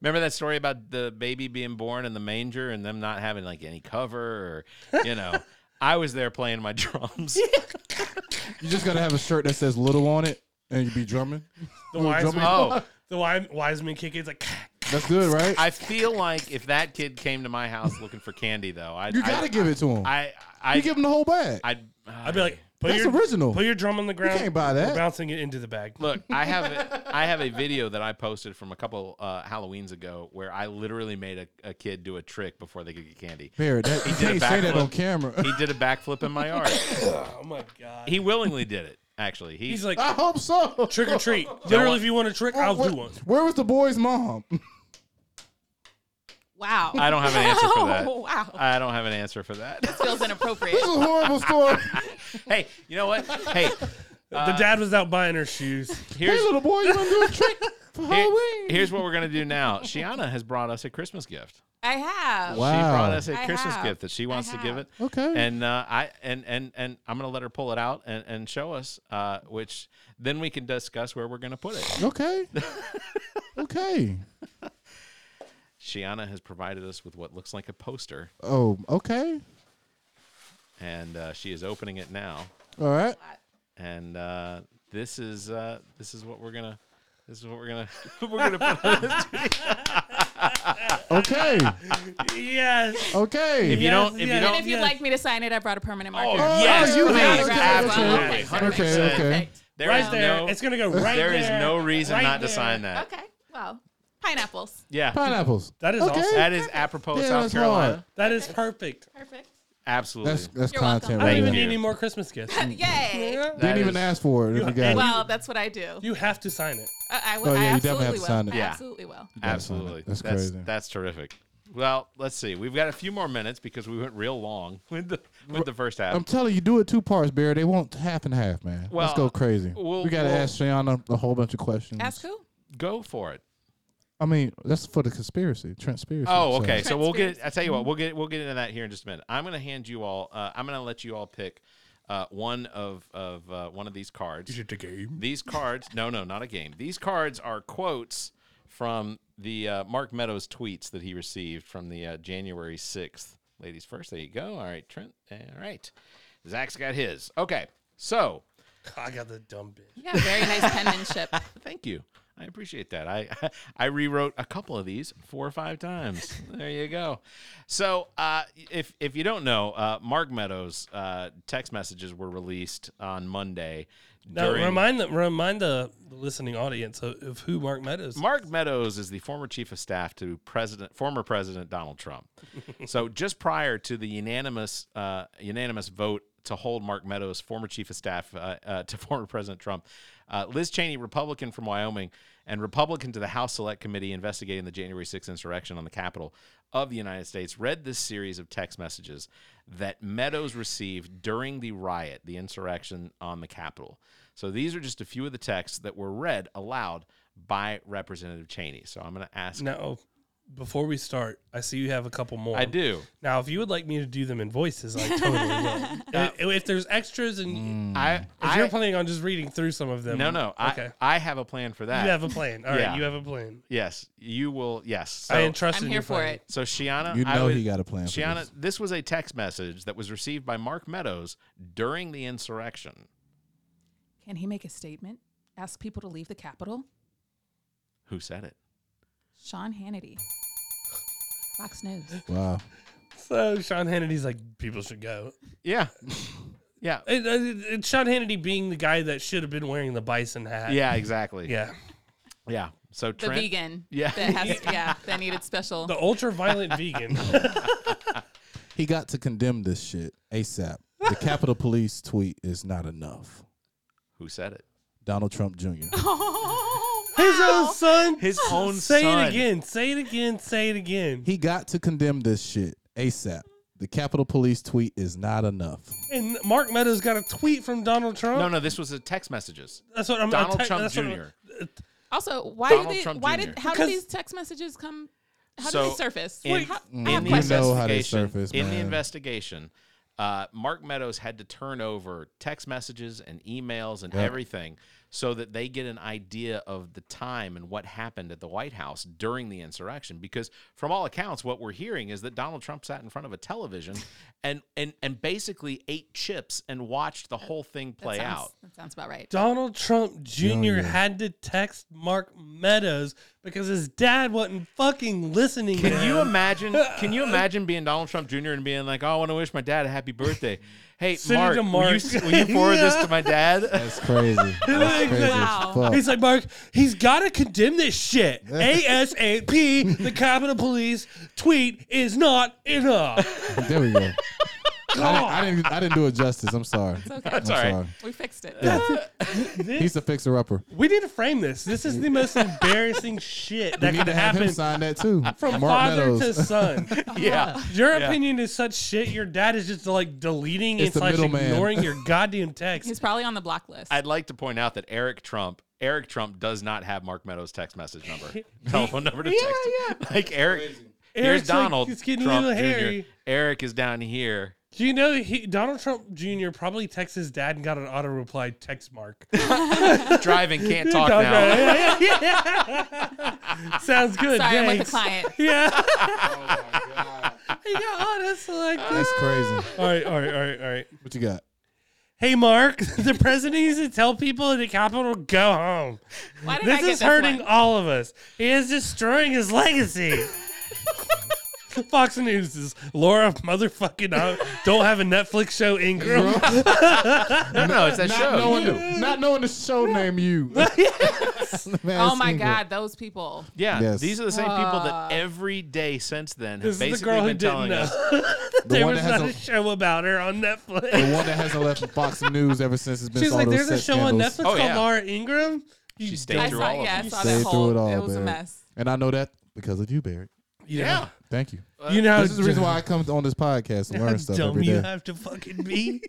Speaker 2: Remember that story about the baby being born in the manger and them not having like any cover or you know. I was there playing my drums.
Speaker 3: You just got to have a shirt that says little on it and you be drumming.
Speaker 4: The wise
Speaker 3: drummer
Speaker 4: man,
Speaker 2: Oh.
Speaker 4: the wise, wise man kick. It's like,
Speaker 3: That's good, right?
Speaker 2: I feel like if that kid came to my house looking for candy though, I
Speaker 3: you got to
Speaker 2: I,
Speaker 3: give it to him.
Speaker 2: I I
Speaker 3: you give him the whole bag.
Speaker 2: I'd, uh,
Speaker 4: I'd be like, put
Speaker 3: That's
Speaker 4: your
Speaker 3: original.
Speaker 4: put your drum on the ground.
Speaker 3: can't buy that.
Speaker 4: We're bouncing it into the bag.
Speaker 2: Look, I have a, I have a video that I posted from a couple uh, Halloweens ago where I literally made a, a kid do a trick before they could get candy.
Speaker 3: Barrett, that, you
Speaker 2: did a
Speaker 3: can't say that
Speaker 2: backflip.
Speaker 3: on camera.
Speaker 2: He did a backflip in my yard.
Speaker 4: Oh my god.
Speaker 2: He willingly did it. Actually, he,
Speaker 4: He's like,
Speaker 3: I hope so.
Speaker 4: trick or treat. Literally,
Speaker 2: what?
Speaker 4: if you want a trick, I'll
Speaker 3: where,
Speaker 4: do one.
Speaker 3: where was the boy's mom?
Speaker 5: Wow.
Speaker 2: I don't have an answer for that.
Speaker 5: Oh, wow.
Speaker 2: I don't have an answer for that.
Speaker 5: Feels inappropriate.
Speaker 3: This is a horrible story.
Speaker 2: hey, you know what? Hey, Uh,
Speaker 4: the dad was out buying her shoes.
Speaker 3: hey,
Speaker 2: here's
Speaker 3: little boy, you want to do a trick for
Speaker 2: here-
Speaker 3: Halloween?
Speaker 2: here's what we're gonna do now. Shiana has brought us a Christmas gift.
Speaker 5: I have.
Speaker 2: She brought
Speaker 3: Wow.
Speaker 2: us a
Speaker 5: I
Speaker 2: Christmas
Speaker 5: have.
Speaker 2: gift that she wants to give
Speaker 5: have.
Speaker 2: it.
Speaker 3: Okay.
Speaker 2: And uh, I and and and I'm gonna let her pull it out and and show us, uh, which then we can discuss where we're gonna put it.
Speaker 3: Okay. okay.
Speaker 2: Shiana has provided us with what looks like a poster,
Speaker 3: Oh, okay.
Speaker 2: and uh, she is opening it now.
Speaker 3: All right.
Speaker 2: And uh, this is uh, this is what we're gonna. This is what we're gonna we're gonna put on this
Speaker 3: Okay.
Speaker 4: yes.
Speaker 3: Okay.
Speaker 2: If you don't, if
Speaker 4: Yes, yes.
Speaker 2: you
Speaker 5: And
Speaker 2: don't,
Speaker 5: if you'd
Speaker 4: yes.
Speaker 5: like me to sign it, I brought a permanent marker.
Speaker 2: Oh,
Speaker 3: Oh,
Speaker 2: yes,
Speaker 3: you
Speaker 2: please,
Speaker 3: did.
Speaker 5: Okay,
Speaker 2: absolutely,
Speaker 5: okay.
Speaker 2: 100%.
Speaker 3: Okay, okay.
Speaker 5: Perfect.
Speaker 2: There
Speaker 4: Right
Speaker 2: is
Speaker 4: there.
Speaker 2: no,
Speaker 4: it's gonna go right
Speaker 2: there
Speaker 4: there.
Speaker 2: is no reason
Speaker 4: Right
Speaker 2: not to
Speaker 4: there.
Speaker 2: sign that.
Speaker 5: Okay. Well, pineapples.
Speaker 2: Yeah,
Speaker 3: Pineapples.
Speaker 4: That is
Speaker 5: Oh,
Speaker 3: okay.
Speaker 4: awesome.
Speaker 2: that is apropos
Speaker 3: Yeah,
Speaker 2: South
Speaker 3: that's
Speaker 2: Carolina.
Speaker 3: hard.
Speaker 4: That is perfect.
Speaker 5: Perfect.
Speaker 2: Absolutely.
Speaker 3: That's that's
Speaker 5: You're welcome.
Speaker 3: content
Speaker 4: I don't
Speaker 3: right
Speaker 4: even
Speaker 3: there.
Speaker 4: need
Speaker 2: you.
Speaker 4: any more Christmas gifts.
Speaker 5: Uh, Yay.
Speaker 2: That
Speaker 3: Didn't even
Speaker 2: is-
Speaker 3: ask for it. If you got it.
Speaker 5: Well, that's what I do. Uh,
Speaker 4: You have to sign it.
Speaker 5: I, I,
Speaker 3: Oh, yeah,
Speaker 5: I
Speaker 3: you definitely
Speaker 5: absolutely
Speaker 3: have to
Speaker 5: will.
Speaker 3: sign it.
Speaker 5: I
Speaker 2: Yeah.
Speaker 5: absolutely will.
Speaker 2: absolutely.
Speaker 3: That's
Speaker 2: That's that's,
Speaker 3: crazy.
Speaker 2: terrific. Well, let's see. We've got a few more minutes because we went real long with the with the first half.
Speaker 3: I'm telling you, do it two parts, Barry. They want half and half, man.
Speaker 2: Well,
Speaker 3: Let's go crazy.
Speaker 2: we'll-
Speaker 3: we gotta
Speaker 2: we'll-
Speaker 3: ask Shayana a whole bunch of questions.
Speaker 5: That's cool.
Speaker 2: Go for it.
Speaker 3: I mean, that's for the conspiracy, conspiracy.
Speaker 2: Oh,
Speaker 3: so-
Speaker 2: okay. So we'll get.
Speaker 5: Transparency.
Speaker 2: I tell you what, we'll get we'll get into that here in just a minute. I'm going to hand you all. Uh, I'm going to let you all pick uh, one of of uh, one of these cards.
Speaker 4: The game.
Speaker 2: These cards. No, no, not a game. These cards are quotes from the uh, Mark Meadows tweets that he received from the uh, January sixth. Ladies first. There you go. All right, Trent. All right. Zach's got his. Okay. So
Speaker 4: I got the dumb bitch.
Speaker 5: Yeah, very nice penmanship.
Speaker 2: Thank you. I appreciate that. I I rewrote a couple of these four or five times. There you go. So uh, if if you don't know, uh, Mark Meadows' uh, text messages were released on Monday.
Speaker 4: Now
Speaker 2: during-
Speaker 4: remind the remind the listening audience of, of who Mark Meadows. is.
Speaker 2: Mark Meadows is the former chief of staff to President, former President Donald Trump. so just prior to the unanimous uh, unanimous vote to hold Mark Meadows, former chief of staff uh, uh, to former President Trump, Uh, Liz Cheney, Republican from Wyoming and Republican to the House Select Committee investigating the January 6th insurrection on the Capitol of the United States, read this series of text messages that Meadows received during the riot, the insurrection on the Capitol. So these are just a few of the texts that were read aloud by Representative Cheney. So I'm going to ask.
Speaker 4: Now, before we start, I see you have a couple more.
Speaker 2: I do.
Speaker 4: Now, if you would like me to do them in voices, I totally will. if there's extras
Speaker 3: Mm.
Speaker 4: and
Speaker 2: I,
Speaker 4: if you're
Speaker 2: I
Speaker 4: planning on just reading through some of them,
Speaker 2: no, no. I,
Speaker 4: okay.
Speaker 2: I have a plan for that.
Speaker 4: you have a plan. All right,
Speaker 2: Yeah.
Speaker 4: you have a plan.
Speaker 2: yes, you will. Yes. So,
Speaker 4: I entrusted
Speaker 5: I'm
Speaker 4: you
Speaker 5: here for
Speaker 4: plan.
Speaker 5: it.
Speaker 2: so Shiana,
Speaker 3: You
Speaker 2: I
Speaker 3: know
Speaker 2: would-
Speaker 3: he got a plan. for
Speaker 2: Shiana,
Speaker 3: this.
Speaker 2: this. was a text message that was received by Mark Meadows during the insurrection.
Speaker 5: Can he make a statement? Ask people to leave the Capitol?
Speaker 2: Who said it?
Speaker 5: Sean Hannity. Fox News.
Speaker 3: Wow.
Speaker 4: So Sean Hannity's like, people should go.
Speaker 2: Yeah. yeah.
Speaker 4: It, it, it's Sean Hannity being the guy that should have been wearing the bison hat.
Speaker 2: Yeah, exactly.
Speaker 4: Yeah.
Speaker 2: Yeah. So
Speaker 5: The
Speaker 2: Trent,
Speaker 5: vegan.
Speaker 2: Yeah.
Speaker 5: That has yeah, that needed special.
Speaker 4: The ultra violent vegan.
Speaker 3: He got to condemn this shit ASAP. The Capitol Police tweet is not enough.
Speaker 2: who said it?
Speaker 3: Donald Trump Jr.
Speaker 5: Oh,
Speaker 4: His
Speaker 5: wow.
Speaker 4: own son.
Speaker 2: His own
Speaker 4: Say
Speaker 2: son.
Speaker 4: it again. Say it again. Say it again.
Speaker 3: He got to condemn this shit ASAP. The Capitol Police tweet is not enough.
Speaker 4: And Mark Meadows got a tweet from Donald Trump.
Speaker 2: No, no, this was a text messages.
Speaker 4: That's what I'm.
Speaker 2: Donald
Speaker 4: I'm te-
Speaker 2: Trump
Speaker 4: that's what I'm-
Speaker 2: Jr..
Speaker 5: Also, why
Speaker 2: Donald
Speaker 5: did they,
Speaker 2: Trump
Speaker 5: why
Speaker 2: Jr..
Speaker 5: did how
Speaker 4: Because-
Speaker 5: did these text messages come? How
Speaker 2: So,
Speaker 5: did they surface?
Speaker 2: in-
Speaker 5: Wait, how, I have
Speaker 2: the
Speaker 3: You
Speaker 5: questions.
Speaker 3: know how they
Speaker 2: investigation-
Speaker 3: surface,
Speaker 2: in the
Speaker 3: man.
Speaker 2: investigation, uh, Mark Meadows had to turn over text messages and emails and everything so that they get an idea of the time and what happened at the White House during the insurrection. Because from all accounts, what we're hearing is that Donald Trump sat in front of a television and and and basically ate chips and watched the whole thing play
Speaker 5: sounds,
Speaker 2: out.
Speaker 5: That sounds about right.
Speaker 4: Donald Trump Jr. had to text Mark Meadows because his dad wasn't fucking listening. to
Speaker 2: Can you
Speaker 4: him.
Speaker 2: imagine? Can you imagine being Donald Trump Jr. and being like, "Oh, I want to wish my dad a happy birthday." Hey,
Speaker 4: Send it
Speaker 2: Mark,
Speaker 4: to
Speaker 2: Will,
Speaker 4: Mark.
Speaker 2: you, will you forward this to my dad?
Speaker 3: That's crazy. That's crazy
Speaker 5: Wow.
Speaker 3: as fuck.
Speaker 4: He's like, Mark, he's got to condemn this shit. ASAP, the Capitol Police tweet is not enough.
Speaker 3: There we go. I didn't, I didn't. I didn't do it justice. I'm sorry. I'm
Speaker 2: all right.
Speaker 3: sorry.
Speaker 5: We fixed it.
Speaker 3: He's a fixer upper.
Speaker 4: We need to frame this. This is the most embarrassing shit that
Speaker 3: We need to
Speaker 4: could
Speaker 3: have
Speaker 4: happen
Speaker 3: him sign that too.
Speaker 4: from
Speaker 3: Mark
Speaker 4: father
Speaker 3: Meadows.
Speaker 4: to son.
Speaker 2: yeah.
Speaker 4: Your opinion is such shit. Your dad is just like deleting
Speaker 3: It's
Speaker 4: and
Speaker 3: the
Speaker 4: slash
Speaker 3: middleman.
Speaker 4: ignoring your goddamn text.
Speaker 5: He's probably on the block list.
Speaker 2: I'd like to point out that Eric Trump, Eric Trump does not have Mark Meadows' text message number, telephone number to
Speaker 4: Yeah,
Speaker 2: text. Yeah. Like Eric, here's
Speaker 4: Eric's like,
Speaker 2: Donald
Speaker 4: he's getting a
Speaker 2: Trump
Speaker 4: little
Speaker 2: Jr.
Speaker 4: hairy.
Speaker 2: Eric is down here.
Speaker 4: Do you know he, Donald Trump Jr. probably texted his dad and got an auto reply text mark?
Speaker 2: Driving can't talk
Speaker 4: Dog,
Speaker 2: now.
Speaker 4: yeah, yeah, yeah. Sounds good.
Speaker 5: Sorry, I'm with the
Speaker 4: thanks.
Speaker 5: client.
Speaker 4: Yeah. He got honest, like,
Speaker 3: That's crazy.
Speaker 4: all right, all right, all right, all right.
Speaker 3: What you got?
Speaker 4: Hey, Mark, the president needs to tell people in the Capitol go home.
Speaker 5: Why did I
Speaker 4: This
Speaker 5: get
Speaker 4: is hurting
Speaker 5: One?
Speaker 4: all of us. He is destroying his legacy. Fox News is Laura motherfucking uh, don't have a Netflix show Ingram.
Speaker 2: No, no, it's that
Speaker 3: Not
Speaker 2: show.
Speaker 3: knowing, the, not knowing the show name, you.
Speaker 5: Oh my God, those people.
Speaker 2: Yeah,
Speaker 3: Yes.
Speaker 2: these are the same people that every day since then have
Speaker 4: Ah. This is the
Speaker 2: basically
Speaker 4: girl who
Speaker 2: been
Speaker 4: didn't
Speaker 2: telling
Speaker 4: know.
Speaker 2: us.
Speaker 4: there
Speaker 3: one
Speaker 4: was
Speaker 3: that has
Speaker 4: not a,
Speaker 3: a-
Speaker 4: show about her on Netflix.
Speaker 3: The one that hasn't left Fox News ever since it's been.
Speaker 4: She's
Speaker 3: all
Speaker 4: like,
Speaker 3: those
Speaker 4: there's a
Speaker 3: sex
Speaker 4: show on
Speaker 3: scandals.
Speaker 4: Netflix
Speaker 2: Oh, yeah.
Speaker 4: called Laura Ingram. You
Speaker 2: She stayed
Speaker 4: don't-
Speaker 5: I
Speaker 2: through
Speaker 5: saw,
Speaker 2: all of
Speaker 5: yeah,
Speaker 2: them.
Speaker 5: I saw
Speaker 3: Stayed
Speaker 5: that
Speaker 3: through
Speaker 5: whole.
Speaker 3: it all,
Speaker 5: it was
Speaker 3: babe.
Speaker 5: a mess.
Speaker 3: And I know that because of you, Barry.
Speaker 2: Yeah.
Speaker 3: Thank you.
Speaker 4: You know,
Speaker 3: This is the reason why I come on this podcast and learn stuff
Speaker 4: dumb
Speaker 3: every
Speaker 4: you
Speaker 3: day.
Speaker 4: have to fucking be.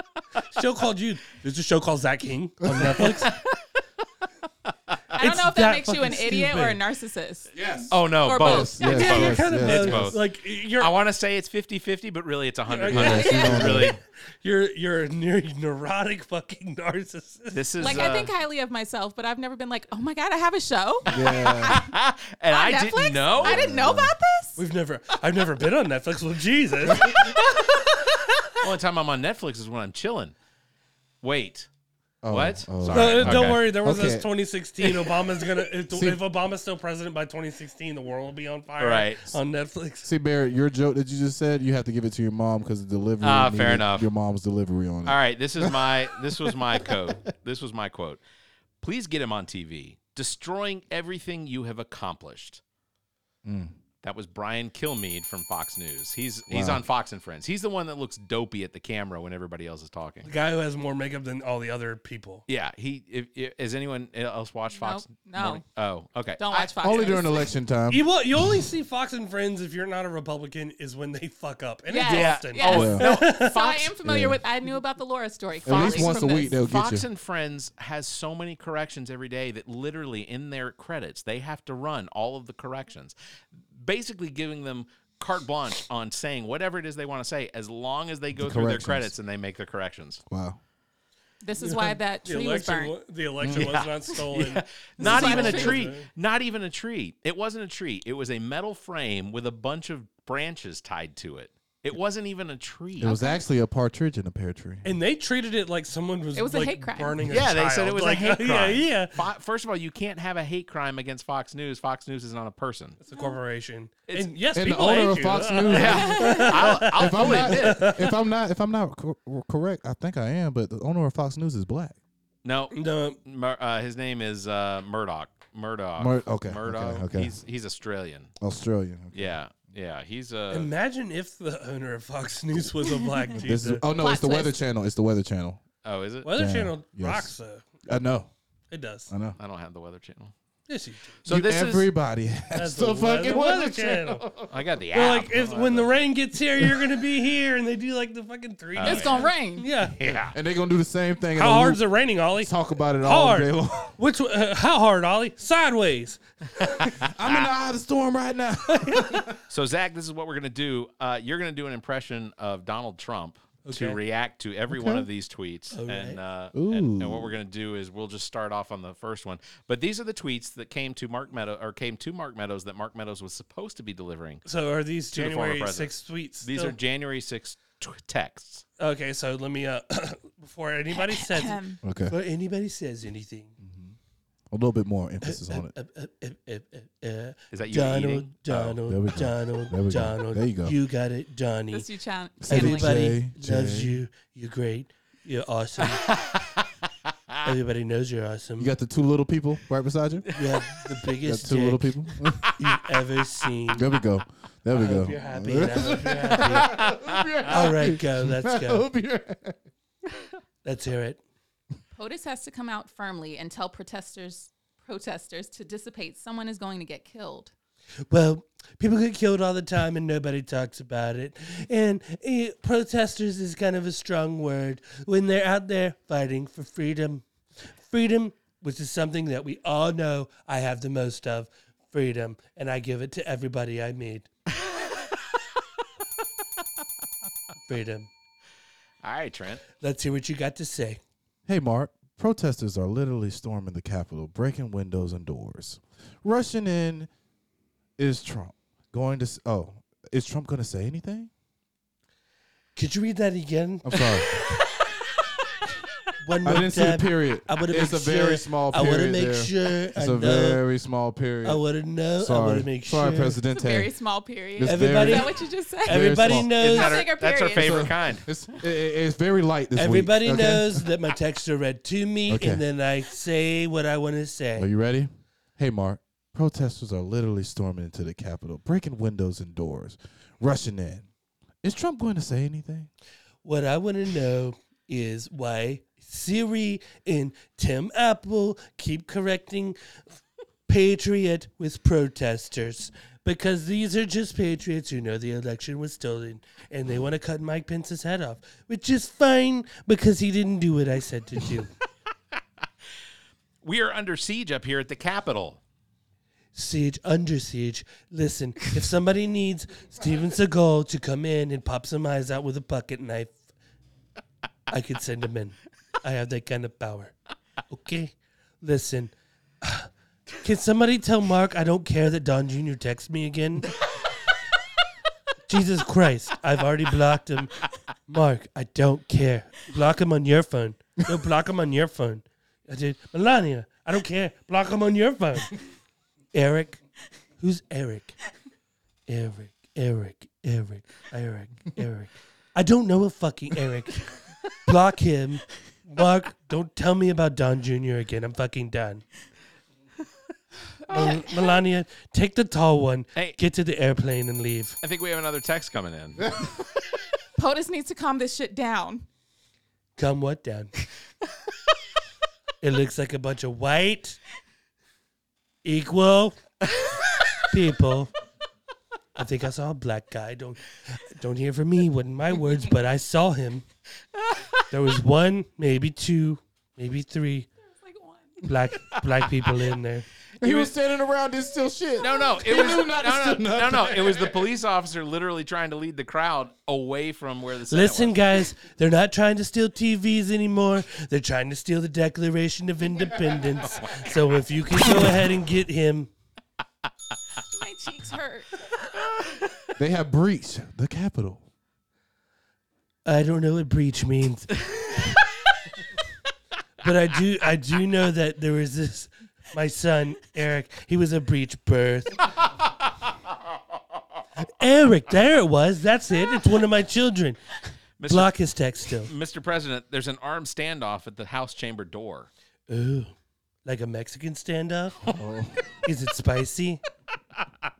Speaker 4: show called you. There's a show called Zach King on Netflix.
Speaker 5: I don't
Speaker 4: It's
Speaker 5: know if
Speaker 4: that
Speaker 5: that makes you an
Speaker 4: fucking
Speaker 5: idiot or a
Speaker 4: stupid.
Speaker 5: narcissist.
Speaker 2: Oh no,
Speaker 5: Or
Speaker 2: both.
Speaker 5: both.
Speaker 3: Yes,
Speaker 4: yeah, you're
Speaker 3: yes,
Speaker 4: kind of
Speaker 3: yes,
Speaker 4: both.
Speaker 2: It's both.
Speaker 4: like you're
Speaker 2: I want to say it's 50-50, but really it's 100
Speaker 3: Yes, you know that.
Speaker 2: Really,
Speaker 4: you're you're a near neurotic fucking narcissist.
Speaker 2: this is
Speaker 5: Like
Speaker 2: uh,
Speaker 5: I think highly of myself, but I've never been like, oh my God, I have a show.
Speaker 3: Yeah.
Speaker 2: and I
Speaker 5: on Netflix?
Speaker 2: didn't know.
Speaker 5: I didn't know about this.
Speaker 4: We've never I've never been on Netflix. Well, Jesus,
Speaker 2: Only time I'm on Netflix is when I'm chilling. Wait.
Speaker 3: Oh,
Speaker 2: What?
Speaker 3: oh.
Speaker 2: Sorry.
Speaker 4: Uh,
Speaker 2: Okay.
Speaker 4: don't worry. There was this
Speaker 3: Okay.
Speaker 4: 2016. Obama's gonna if,
Speaker 3: See-
Speaker 4: if Obama's still president by 2016, the world will be on fire.
Speaker 2: Right.
Speaker 4: on Netflix.
Speaker 3: See, Barry, your joke that you just said, you have to give it to your mom because the delivery.
Speaker 2: Ah, fair
Speaker 3: needed
Speaker 2: enough.
Speaker 3: Your mom's delivery on it.
Speaker 2: All right, this is my this was my quote. This was my quote. Please get him on TV, destroying everything you have accomplished. That was Brian Kilmeade from Fox News. He's he's
Speaker 3: Wow.
Speaker 2: on Fox and Friends. He's the one that looks dopey at the camera when everybody else is talking.
Speaker 4: The guy who has more makeup than all the other people.
Speaker 2: Yeah, he. If, if, has anyone else watched Fox?
Speaker 5: Nope, no.
Speaker 2: Morning? Oh, okay.
Speaker 5: Don't watch Fox.
Speaker 3: Only
Speaker 5: News.
Speaker 3: during election time.
Speaker 4: You, will, you only see Fox and Friends if you're not a Republican is when they fuck up, and
Speaker 5: Yes,
Speaker 4: it's often.
Speaker 5: yes.
Speaker 2: Oh, no,
Speaker 5: So I
Speaker 2: Fox-
Speaker 5: am familiar
Speaker 3: Yeah.
Speaker 5: with. I knew about the Laura story.
Speaker 3: At least
Speaker 5: Fox
Speaker 3: once a
Speaker 5: from
Speaker 3: week
Speaker 5: this.
Speaker 3: they'll get
Speaker 2: Fox
Speaker 3: you.
Speaker 2: and Friends has so many corrections every day that literally in their credits they have to run all of the corrections, basically giving them carte blanche on saying whatever it is they want to say as long as they go through their
Speaker 3: corrections.
Speaker 2: credits and they make their corrections.
Speaker 3: Wow.
Speaker 5: This is why that
Speaker 4: The
Speaker 5: tree was
Speaker 4: election,
Speaker 5: burnt.
Speaker 4: wa- the election
Speaker 2: Yeah.
Speaker 4: was not stolen.
Speaker 2: Yeah. Not
Speaker 5: why
Speaker 2: even
Speaker 5: the
Speaker 2: a
Speaker 5: trees
Speaker 2: tree.
Speaker 4: are there.
Speaker 2: Not even a tree. It wasn't a tree. It was a metal frame with a bunch of branches tied to it. It wasn't even a tree.
Speaker 3: It was actually a partridge in a pear tree.
Speaker 4: And they treated it like someone was,
Speaker 5: It was a
Speaker 4: like
Speaker 5: hate crime.
Speaker 4: burning a
Speaker 2: yeah, they said
Speaker 4: child.
Speaker 2: it was a
Speaker 4: Like,
Speaker 2: hate crime.
Speaker 4: Yeah, yeah.
Speaker 2: Fo- First of all, you can't have a hate crime against Fox News. Fox News is not a person.
Speaker 4: It's a corporation.
Speaker 2: It's-
Speaker 4: and yes,
Speaker 3: And the
Speaker 4: people
Speaker 3: owner
Speaker 4: hate
Speaker 3: of
Speaker 4: you.
Speaker 3: Fox
Speaker 4: Ah.
Speaker 3: News.
Speaker 2: I'll, I'll
Speaker 3: If I'm,
Speaker 2: fully
Speaker 3: not,
Speaker 2: admit. it.
Speaker 3: if I'm not, if I'm not cor- correct, I think I am. But the owner of Fox News is black.
Speaker 2: No,
Speaker 4: No,
Speaker 2: Mur- uh, his name is uh, Murdoch. Murdoch.
Speaker 3: Mur- okay,
Speaker 2: Murdoch.
Speaker 3: okay, okay.
Speaker 2: He's he's Australian.
Speaker 3: Australian. Okay.
Speaker 2: Yeah. Yeah. He's uh, a.
Speaker 4: imagine if the owner of Fox News was a black dude.
Speaker 3: This is,
Speaker 4: The
Speaker 3: oh no, it's the
Speaker 5: Blacklist.
Speaker 3: Weather Channel. It's the Weather Channel.
Speaker 2: Oh, is it?
Speaker 4: Weather
Speaker 3: Yeah,
Speaker 4: Channel
Speaker 3: yes.
Speaker 4: rocks though.
Speaker 3: I know.
Speaker 4: It does.
Speaker 3: I know.
Speaker 2: I don't have the Weather Channel.
Speaker 4: Yes, you do.
Speaker 2: So
Speaker 3: You-
Speaker 2: this is.
Speaker 3: everybody
Speaker 4: That's
Speaker 3: has the, fucking Weather, Channel.
Speaker 2: I got the
Speaker 4: They're
Speaker 2: app.
Speaker 4: like, if when the rain gets here, you're gonna be here, and they do like the fucking three.
Speaker 2: Oh,
Speaker 3: Uh,
Speaker 5: It's gonna rain.
Speaker 4: yeah.
Speaker 2: yeah.
Speaker 3: And they're gonna do the same thing. in
Speaker 4: How
Speaker 3: a
Speaker 4: hard's
Speaker 3: loop.
Speaker 4: it raining, Ollie?
Speaker 3: Talk about it all
Speaker 4: Hard.
Speaker 3: day long.
Speaker 4: Which uh, how hard, Ollie? Sideways.
Speaker 3: I'm in the eye of the storm right now.
Speaker 2: So Zach, this is what we're gonna do. Uh, you're gonna do an impression of Donald Trump to
Speaker 4: Okay.
Speaker 2: react to every one of these tweets, and, uh, and and what we're gonna do is we'll just start off on the first one. But these are the tweets that came to Mark Meadow or came to Mark Meadows that Mark Meadows was supposed to be delivering.
Speaker 4: So are these
Speaker 2: To the former
Speaker 4: January
Speaker 2: president.
Speaker 4: sixth tweets?
Speaker 2: These
Speaker 4: still?
Speaker 2: are January 6th t- texts.
Speaker 4: okay. So let me uh before anybody says
Speaker 5: Um,
Speaker 3: okay,
Speaker 4: before anybody says anything.
Speaker 3: a little bit more emphasis on it.
Speaker 4: Uh, uh, uh, uh, uh, uh,
Speaker 2: Is that you
Speaker 4: Donald,
Speaker 2: eating?
Speaker 4: Donald,
Speaker 3: Oh, There we go.
Speaker 4: Donald,
Speaker 3: There we go.
Speaker 4: Donald.
Speaker 3: There you go.
Speaker 4: You got it, Johnny.
Speaker 5: That's you chan- channeling.
Speaker 4: Everybody
Speaker 3: Jay,
Speaker 4: loves
Speaker 3: Jay.
Speaker 4: you. You're great. You're awesome. Everybody knows you're awesome.
Speaker 3: You got the two little people right beside you.
Speaker 4: You have the
Speaker 3: You got
Speaker 4: biggest
Speaker 3: two little
Speaker 4: dick
Speaker 3: people.
Speaker 4: you've ever seen.
Speaker 3: there we go. There we
Speaker 4: I
Speaker 3: go.
Speaker 4: hope you're happy. and I hope you're happy. All right, go. Let's
Speaker 3: I
Speaker 4: go.
Speaker 3: hope you're-
Speaker 4: Let's hear it.
Speaker 5: POTUS has to come out firmly and tell protesters protesters to dissipate. Someone is going to get killed.
Speaker 4: Well, people get killed all the time and nobody talks about it. And eh, protesters is kind of a strong word when they're out there fighting for freedom. Freedom, which is something that we all know I have the most of freedom, and I give it to everybody I meet. freedom.
Speaker 2: All right, Trent.
Speaker 4: Let's hear what you got to say.
Speaker 3: Hey, Mark. Protesters are literally storming the Capitol, breaking windows and doors. Rushing in is Trump going to? s- Oh, is Trump going to say anything?
Speaker 4: Could you read that again?
Speaker 3: I'm sorry.
Speaker 4: One
Speaker 3: I
Speaker 4: more
Speaker 3: didn't see the
Speaker 4: time.
Speaker 3: period.
Speaker 4: I wanna
Speaker 3: it's
Speaker 4: make
Speaker 3: a very
Speaker 4: sure-
Speaker 3: small
Speaker 4: I
Speaker 3: period.
Speaker 4: want to make
Speaker 3: there.
Speaker 4: sure. I
Speaker 3: It's a
Speaker 4: know.
Speaker 3: very small period.
Speaker 4: I want to know. I
Speaker 3: sorry.
Speaker 4: want to make
Speaker 3: sorry,
Speaker 4: sure.
Speaker 3: Presidente.
Speaker 5: It's a very small period.
Speaker 3: It's
Speaker 5: Is
Speaker 4: Everybody-
Speaker 3: very-
Speaker 5: that what you just said?
Speaker 3: Every-
Speaker 4: Everybody
Speaker 3: small.
Speaker 4: knows.
Speaker 5: Not
Speaker 2: That's
Speaker 5: bigger
Speaker 2: her- that's her
Speaker 5: periods.
Speaker 2: favorite kind.
Speaker 3: It's, it, it's very light this week.
Speaker 4: Everybody
Speaker 3: okay?
Speaker 4: knows that my texts are read to me,
Speaker 3: Okay.
Speaker 4: and then I say what I want to
Speaker 3: Are
Speaker 4: say.
Speaker 3: you ready? Hey, Mark. Protesters are literally storming into the Capitol, breaking windows and doors, rushing in. Is Trump going to say anything?
Speaker 4: What I want to know is why Siri and Tim Apple keep correcting patriot with protesters. Because these are just patriots who know the election was stolen and they want to cut Mike Pence's head off, which is fine because he didn't do what I said to do.
Speaker 2: We are under siege up here at the Capitol.
Speaker 4: siege under siege. Listen, if somebody needs Steven Seagal to come in and pop some eyes out with a bucket knife, I could send him in. I have that kind of power. Okay, listen. Can somebody tell Mark I don't care that Don Jr. texts me again? Jesus Christ, I've already blocked him. Mark, I don't care. Block him on your phone. No, block him on your phone. I did. Melania, I don't care. Block him on your phone. Eric. Who's Eric? Eric, Eric, Eric, Eric, Eric. I don't know a fucking Eric. Block him. Mark, don't tell me about Don Jr. again. I'm fucking done. Mel- Melania, take the tall one.
Speaker 2: Hey.
Speaker 4: Get to the airplane and leave.
Speaker 2: I think we have another text coming in.
Speaker 5: POTUS needs to calm this shit down.
Speaker 4: Come what down? it looks like a bunch of white, equal people. I think I saw a black guy. Don't don't hear from me. Wasn't my words, but I saw him. There was one, maybe two, maybe three
Speaker 5: "Oh,
Speaker 4: black black people in there.
Speaker 3: He was standing around and still shit.
Speaker 2: No, no, it
Speaker 3: He
Speaker 2: was no,
Speaker 3: knew not to
Speaker 2: no,
Speaker 3: sit
Speaker 2: no,
Speaker 3: up
Speaker 2: no. It was the police officer literally trying to lead the crowd away from where the Senate
Speaker 4: Listen,
Speaker 2: was.
Speaker 4: guys, they're not trying to steal TVs anymore. They're trying to steal the Declaration of Independence. so if you can go ahead and get him,
Speaker 5: My cheeks hurt.
Speaker 3: They have breached the Capitol.
Speaker 4: I don't know what breach means, but I do. I do know that there was this. My son Eric, he was a breech birth. Eric, there it was. That's it. It's one of my children.
Speaker 2: Mr.
Speaker 4: Block his text still.
Speaker 2: Mr. President, there's an armed standoff at the House chamber door.
Speaker 4: Ooh, like a Mexican standoff? Is it spicy?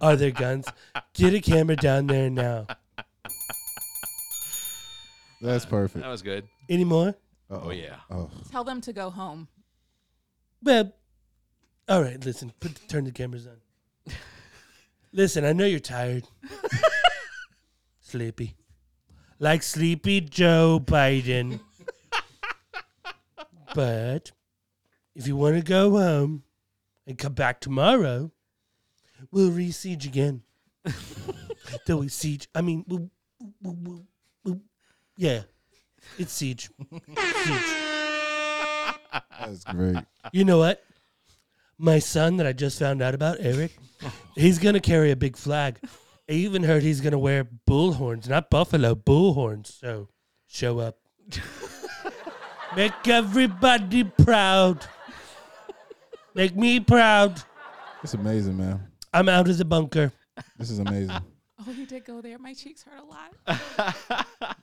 Speaker 4: Are there guns? Get a camera down there now.
Speaker 3: That's perfect.
Speaker 2: That was good.
Speaker 4: Any more?
Speaker 3: Uh-oh.
Speaker 2: Oh yeah.
Speaker 3: Oh.
Speaker 5: Tell them to go home.
Speaker 4: Well, all right. Listen, put the, turn the cameras on. Listen, I know you're tired, sleepy, like Sleepy Joe Biden. but if you want to go home and come back tomorrow, we'll re-siege again. Though we siege, I mean, we'll, we'll, we'll, we'll, yeah, it's siege. siege.
Speaker 3: That's great.
Speaker 4: You know what? My son that I just found out about, Eric, he's gonna carry a big flag. I even heard he's gonna wear bull horns, not buffalo, bull horns. So show up. Make everybody proud. Make me proud.
Speaker 3: It's amazing, man.
Speaker 4: I'm out of the bunker.
Speaker 3: This is amazing.
Speaker 5: Oh, you did go there. My cheeks hurt a lot.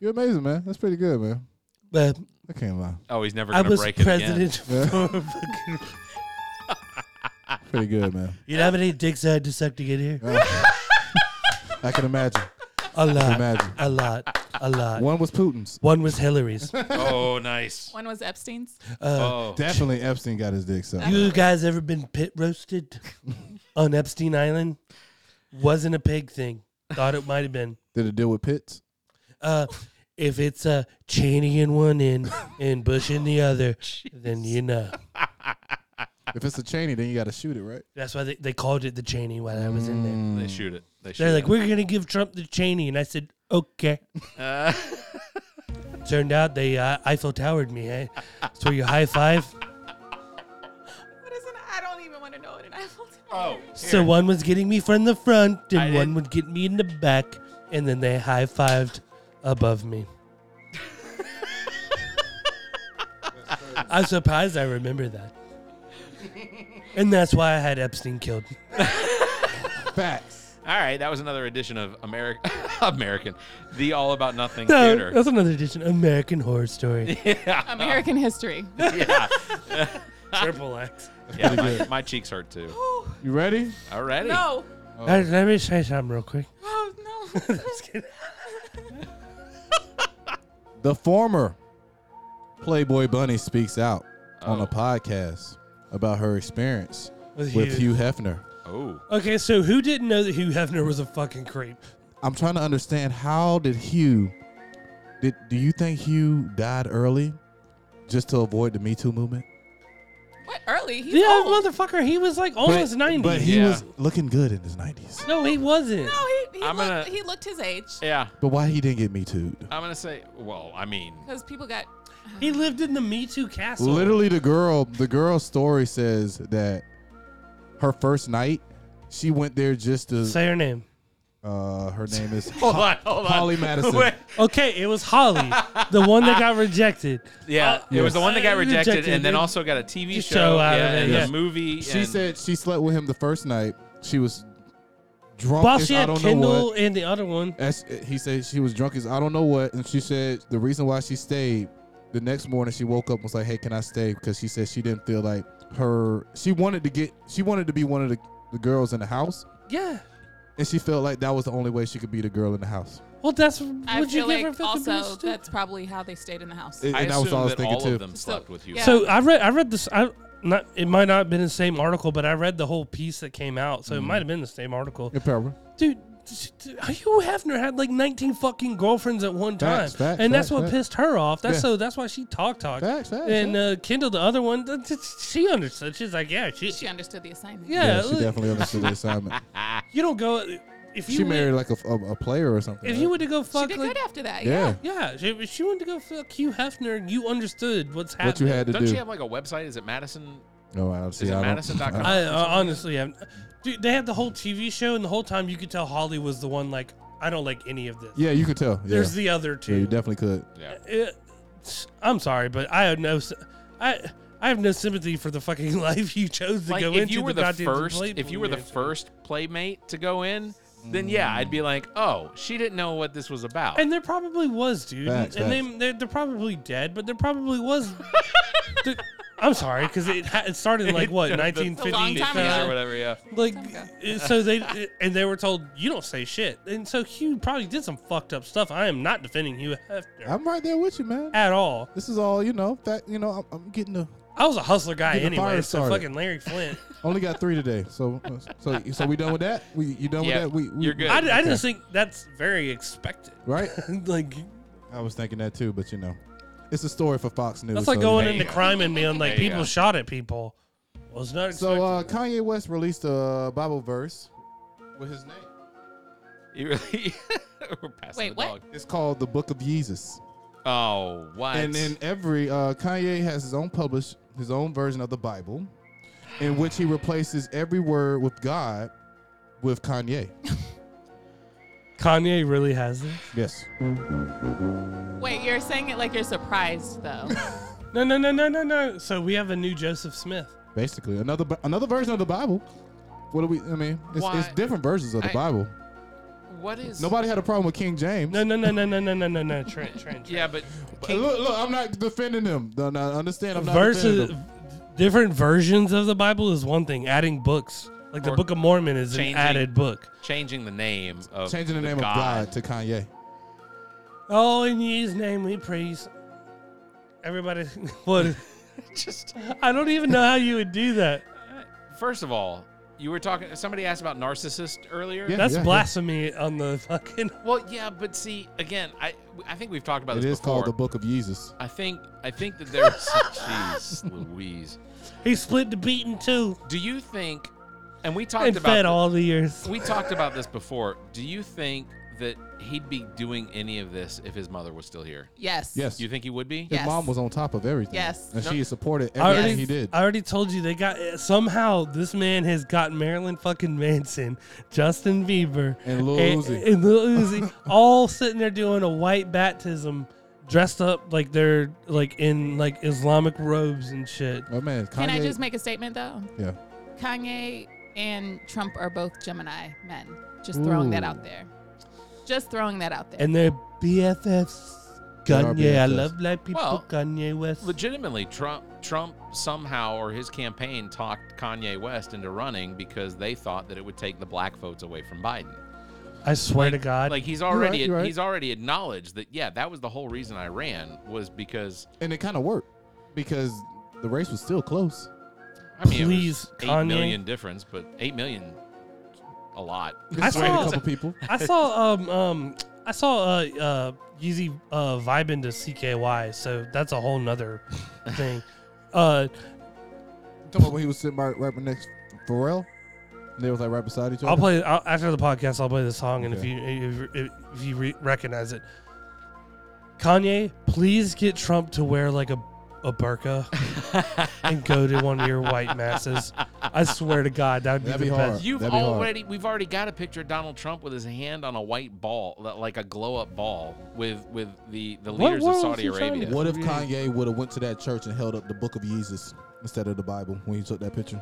Speaker 3: You're amazing, man. That's pretty good, man.
Speaker 4: But
Speaker 3: I can't lie.
Speaker 2: Oh, he's never
Speaker 4: Uh, I
Speaker 2: gonna
Speaker 4: was
Speaker 2: break it
Speaker 4: president
Speaker 3: again.
Speaker 4: for a fucking.
Speaker 3: Pretty good, man.
Speaker 4: You know how many dicks I had to suck to get here?
Speaker 3: I can imagine.
Speaker 4: A lot.
Speaker 3: Imagine.
Speaker 4: A lot. A lot.
Speaker 3: One was Putin's.
Speaker 4: One was Hillary's.
Speaker 2: again. Oh, nice.
Speaker 5: One was Epstein's.
Speaker 4: Uh,
Speaker 2: Oh,
Speaker 3: Definitely Epstein got his dick sucked.
Speaker 4: You guys ever been pit roasted on Epstein Island? Wasn't a pig thing. Thought it might have been.
Speaker 3: Did it deal with Pitts?
Speaker 4: Uh, if it's uh, Cheney in one end and Bush in the other, then you know.
Speaker 3: If it's a Cheney, then you got to shoot it, right?
Speaker 4: That's why they, they called it the Cheney while I was in there.
Speaker 2: they shoot it. They shoot
Speaker 4: They're
Speaker 2: it.
Speaker 4: like, we're going to give Trump the Cheney. And I said, okay.
Speaker 2: Uh,
Speaker 4: Turned out they uh, Eiffel Towered me. Eh? So you high five.
Speaker 5: What is it? I don't even want to know what an Eiffel Tower
Speaker 2: oh,
Speaker 4: So one was getting me from the front and
Speaker 2: I
Speaker 4: one
Speaker 2: didn't-
Speaker 4: would get me in the back. And then they high fived above me. I'm surprised I remember that. And that's why I had Epstein killed.
Speaker 3: Facts.
Speaker 2: all right. That was another edition of American, American, the All About Nothing
Speaker 4: No,
Speaker 2: Theater.
Speaker 4: that's another edition. American Horror Story.
Speaker 5: American history.
Speaker 2: yeah,
Speaker 4: Triple X.
Speaker 2: yeah. My, my cheeks hurt too.
Speaker 3: You ready?
Speaker 2: Already?
Speaker 5: No.
Speaker 3: Oh.
Speaker 4: Let, let me say something real quick.
Speaker 5: Oh, no.
Speaker 3: The former Playboy Bunny speaks out on a podcast about her experience
Speaker 4: With
Speaker 3: with,
Speaker 4: Hugh.
Speaker 3: Hugh. Hefner.
Speaker 2: Oh,
Speaker 4: Okay, so who didn't know that Hugh Hefner was a fucking creep?
Speaker 3: I'm trying to understand how did Hugh did do you think Hugh died early just to avoid the Me Too movement?
Speaker 5: what? Early? He's
Speaker 4: Yeah,
Speaker 5: old.
Speaker 4: Oh, motherfucker, he was like almost 90.
Speaker 3: But he
Speaker 2: Yeah.
Speaker 3: was looking good in his 90s.
Speaker 4: no, he wasn't.
Speaker 5: No, he, he,
Speaker 2: I'm
Speaker 5: looked,
Speaker 2: gonna-
Speaker 5: he looked his age.
Speaker 2: yeah.
Speaker 3: But why he didn't get Me Too?
Speaker 2: I'm gonna say. Well, I mean,
Speaker 5: Because people got.
Speaker 4: He lived in the Me Too castle.
Speaker 3: Literally, the girl, the girl's story says that her first night, she went there just to.
Speaker 4: Say her name.
Speaker 3: uh, her name is
Speaker 2: hold on, hold on.
Speaker 3: Holly Madison.
Speaker 2: Wait.
Speaker 4: Okay, it was Holly, the one that got rejected.
Speaker 2: Yeah,
Speaker 4: Uh,
Speaker 2: it was the one that got
Speaker 4: uh,
Speaker 2: rejected,
Speaker 4: rejected,
Speaker 2: and then
Speaker 4: it-
Speaker 2: also got a TV show,
Speaker 4: Just show out
Speaker 2: yeah,
Speaker 4: of it,
Speaker 2: and
Speaker 4: yeah.
Speaker 2: a movie.
Speaker 3: She
Speaker 2: and-
Speaker 3: said she slept with him the first night. She was drunk.
Speaker 4: Well,
Speaker 3: as
Speaker 4: she
Speaker 3: I
Speaker 4: had
Speaker 3: don't know
Speaker 4: Kendall
Speaker 3: what.
Speaker 4: and the other one.
Speaker 3: As- he said she was drunk as I don't know what, and she said the reason why she stayed the next morning she woke up and was like, "Hey, can I stay?" Because she said she didn't feel like her. She wanted to get. She wanted to be one of the, the girls in the house,
Speaker 4: Yeah.
Speaker 3: and she felt like that was the only way she could be the girl in the house.
Speaker 4: Well, that's
Speaker 5: I
Speaker 4: would you
Speaker 5: feel
Speaker 4: give her
Speaker 5: like
Speaker 4: fifty
Speaker 5: also
Speaker 4: bucks too?
Speaker 5: that's probably how they stayed in the house.
Speaker 3: And-
Speaker 2: I
Speaker 3: and that
Speaker 2: assume
Speaker 3: was all I was
Speaker 2: that
Speaker 3: thinking
Speaker 2: all
Speaker 3: too.
Speaker 2: of them
Speaker 5: So-
Speaker 2: slept with you.
Speaker 5: yeah.
Speaker 4: So I read I read this I not it might not have been the same article, but I read the whole piece that came out,
Speaker 3: Mm.
Speaker 4: so it might have been the same article.
Speaker 3: Yeah, probably.
Speaker 4: Dude, d- d- Hugh Hefner had like 19 fucking girlfriends at one time,
Speaker 3: Facts, facts,
Speaker 4: and
Speaker 3: facts,
Speaker 4: that's what
Speaker 3: facts.
Speaker 4: pissed her off. That's
Speaker 3: Yeah.
Speaker 4: so that's why she talk talk.
Speaker 3: Facts, facts,
Speaker 4: and uh, Kendall, the other one, th- th- she understood. She's like, yeah, she,
Speaker 5: She understood the assignment.
Speaker 4: yeah,
Speaker 3: Yeah, she
Speaker 4: look,
Speaker 3: definitely understood the assignment.
Speaker 4: you don't go if you
Speaker 3: She
Speaker 4: went-
Speaker 3: married like a, a, a player or something.
Speaker 4: if
Speaker 3: right?
Speaker 4: you were to go
Speaker 5: She
Speaker 4: fuck
Speaker 5: did
Speaker 4: like,
Speaker 5: good after that. Yeah.
Speaker 3: yeah,
Speaker 4: yeah, she- if she wanted to go fuck Hugh Hefner, you understood what's happening.
Speaker 3: what you had to
Speaker 2: Don't
Speaker 3: do.
Speaker 2: you have like a website? Is it Madison?
Speaker 3: no, I don't see.
Speaker 2: it
Speaker 3: I don't-
Speaker 2: Madison.com?
Speaker 3: I-
Speaker 4: I uh, honestly have. Dude, they had the whole TV show, and the whole time you could tell Holly was the one like, I don't like any of this.
Speaker 3: Yeah, you could tell. Yeah.
Speaker 4: There's the other
Speaker 3: yeah, you
Speaker 4: two.
Speaker 3: definitely could.
Speaker 2: Yeah.
Speaker 4: It- I'm sorry, but I have no, s- I I have no sympathy for the fucking life you chose to
Speaker 2: Like
Speaker 4: go
Speaker 2: if
Speaker 4: into.
Speaker 2: you were
Speaker 4: the,
Speaker 2: the
Speaker 4: goddamn
Speaker 2: first,
Speaker 4: play-
Speaker 2: if you were the first playmate to go in, then yeah, I'd be like, oh, she didn't know what this was about.
Speaker 4: Mm. and there probably was, dude,
Speaker 3: Facts,
Speaker 4: and They, they're, they're probably dead, but there probably was. Dude, I'm sorry, because it, ha- it started in like what
Speaker 2: The- the-
Speaker 4: 1950
Speaker 5: long time ago.
Speaker 2: or whatever. Yeah.
Speaker 4: Like,
Speaker 5: ago.
Speaker 4: uh, so they uh, and they were told you don't say shit, and so Hugh probably did some fucked up stuff. I am not defending Hugh Hefner
Speaker 3: I'm right there with you, man.
Speaker 4: at all.
Speaker 3: This is all you know. Fact, you know, I'm, I'm getting the
Speaker 4: I was a hustler guy
Speaker 3: Get the
Speaker 4: anyway,
Speaker 3: fire
Speaker 4: so
Speaker 3: started.
Speaker 4: fucking Larry Flint.
Speaker 3: only got three today. So, so, so we done with that. We you done
Speaker 2: Yeah,
Speaker 3: with that? We, we
Speaker 2: you're good.
Speaker 4: I, I just
Speaker 3: Okay.
Speaker 4: think that's very expected.
Speaker 3: right?
Speaker 4: like
Speaker 3: I was thinking that too, but you know, it's a story for Fox News.
Speaker 4: that's like
Speaker 3: so-
Speaker 4: going
Speaker 2: There you
Speaker 4: into
Speaker 2: go.
Speaker 4: crime and being like
Speaker 2: There you
Speaker 4: people
Speaker 2: go.
Speaker 4: shot at people. Well, it's not expected.
Speaker 3: So uh, Kanye West released a Bible verse with his name.
Speaker 2: You really- We're passing
Speaker 5: Wait,
Speaker 2: the
Speaker 5: what?
Speaker 2: dog.
Speaker 3: It's called the Book of Jesus.
Speaker 2: Oh, what?
Speaker 3: And in every uh, Kanye has his own published his own version of the Bible, in which he replaces every word with God with Kanye.
Speaker 4: Kanye really has this.
Speaker 3: Yes.
Speaker 5: Wait, you're saying it like you're surprised though.
Speaker 4: No, no, no, no, no, no. So we have a new Joseph Smith.
Speaker 3: Basically, another Bi- another version of the Bible. What do we? I mean, it's, it's
Speaker 2: Why-
Speaker 3: different versions of the
Speaker 2: I-
Speaker 3: Bible.
Speaker 2: what is?
Speaker 3: Nobody had a problem with King James.
Speaker 4: No, no, no, no, no, no, no, no, no. Trent, Trent. Trent.
Speaker 2: Yeah, but
Speaker 3: Hey, Look, look, I'm not defending him. No, no, understand. I'm not defending
Speaker 4: Verses,
Speaker 3: him.
Speaker 4: different versions of the Bible is one thing. Adding books, like the
Speaker 2: Or
Speaker 4: Book of Mormon, is
Speaker 2: changing-
Speaker 4: an added book.
Speaker 2: changing the name of
Speaker 3: changing the name of God to Kanye.
Speaker 4: Oh, in His name we praise. Everybody, what?
Speaker 2: Just
Speaker 4: I don't even know how you would do that.
Speaker 2: first of all, you were talking. Somebody asked about narcissist earlier.
Speaker 3: Yeah.
Speaker 4: That's blasphemy on the fucking.
Speaker 2: Well, yeah, but see, again, I I think we've talked about
Speaker 3: It
Speaker 2: this
Speaker 3: is
Speaker 2: before.
Speaker 3: called the Book of Jesus.
Speaker 2: I think I think that there's. Jeez, Louise.
Speaker 4: He split the beat in two
Speaker 2: Do you think? And we talked
Speaker 4: and
Speaker 2: about
Speaker 4: fed
Speaker 2: thi-
Speaker 4: all the years.
Speaker 2: we talked about this before. Do you think that he'd be doing any of this if his mother was still here?
Speaker 5: yes.
Speaker 3: Yes.
Speaker 2: You think he would be?
Speaker 3: His
Speaker 5: Yes.
Speaker 3: mom was on top of everything.
Speaker 5: Yes.
Speaker 3: And she supported
Speaker 4: I
Speaker 3: everything
Speaker 4: already,
Speaker 3: he did.
Speaker 4: I already told you they got somehow this man has got Marilyn fucking Manson, Justin Bieber,
Speaker 3: And Lil
Speaker 4: and,
Speaker 3: Uzi.
Speaker 4: and Lil Uzi, all sitting there doing a white baptism, dressed up like they're like in like Islamic robes and shit.
Speaker 3: oh man, Kanye.
Speaker 5: Can I just make a statement though?
Speaker 3: yeah.
Speaker 5: Kanye and Trump are both Gemini men. Just throwing that
Speaker 3: Ooh.
Speaker 5: out there. Just throwing that out there.
Speaker 4: And they're BFFs.
Speaker 3: They are
Speaker 4: Kanye, I
Speaker 3: BFFs.
Speaker 4: love black people.
Speaker 2: Well,
Speaker 4: Kanye West.
Speaker 2: Legitimately, Trump Trump somehow or his campaign talked Kanye West into running because they thought that it would take the black votes away from Biden.
Speaker 4: I swear to God.
Speaker 2: Like he's
Speaker 3: right,
Speaker 2: already
Speaker 3: you're right.
Speaker 2: he's already acknowledged that yeah, that was the whole reason I ran was because
Speaker 3: And it kind of worked because the race was still close.
Speaker 2: I mean
Speaker 4: Please,
Speaker 2: it was
Speaker 4: Kanye.
Speaker 2: eight million difference, but eight million a lot.
Speaker 4: I
Speaker 3: Swayed a
Speaker 4: saw-
Speaker 3: couple people.
Speaker 4: I saw um um I saw uh uh Yeezy uh vibing to CKY, so that's a whole nother thing. Uh
Speaker 3: Talking about when he was sitting right, right next to Pharrell, and they was like right beside each other.
Speaker 4: I'll play I'll, after the podcast. I'll play the song, and if
Speaker 3: Okay.
Speaker 4: you if, if, if you re- recognize it, Kanye, please get Trump to wear like a a burqa and go to one of your white masses. I swear to God, that would be
Speaker 3: That'd
Speaker 4: the
Speaker 3: be
Speaker 4: best.
Speaker 3: hard.
Speaker 2: You've
Speaker 3: That'd be hard.
Speaker 2: already we've already got a picture of Donald Trump with his hand on a white ball, li- like a glow up ball with with the the
Speaker 4: What
Speaker 2: leaders
Speaker 4: world
Speaker 2: of
Speaker 4: is
Speaker 2: Saudi
Speaker 4: he trying to-
Speaker 2: Arabia.
Speaker 3: What if Kanye would have went to that church and held up the Book of Jesus instead of the Bible when he took that picture?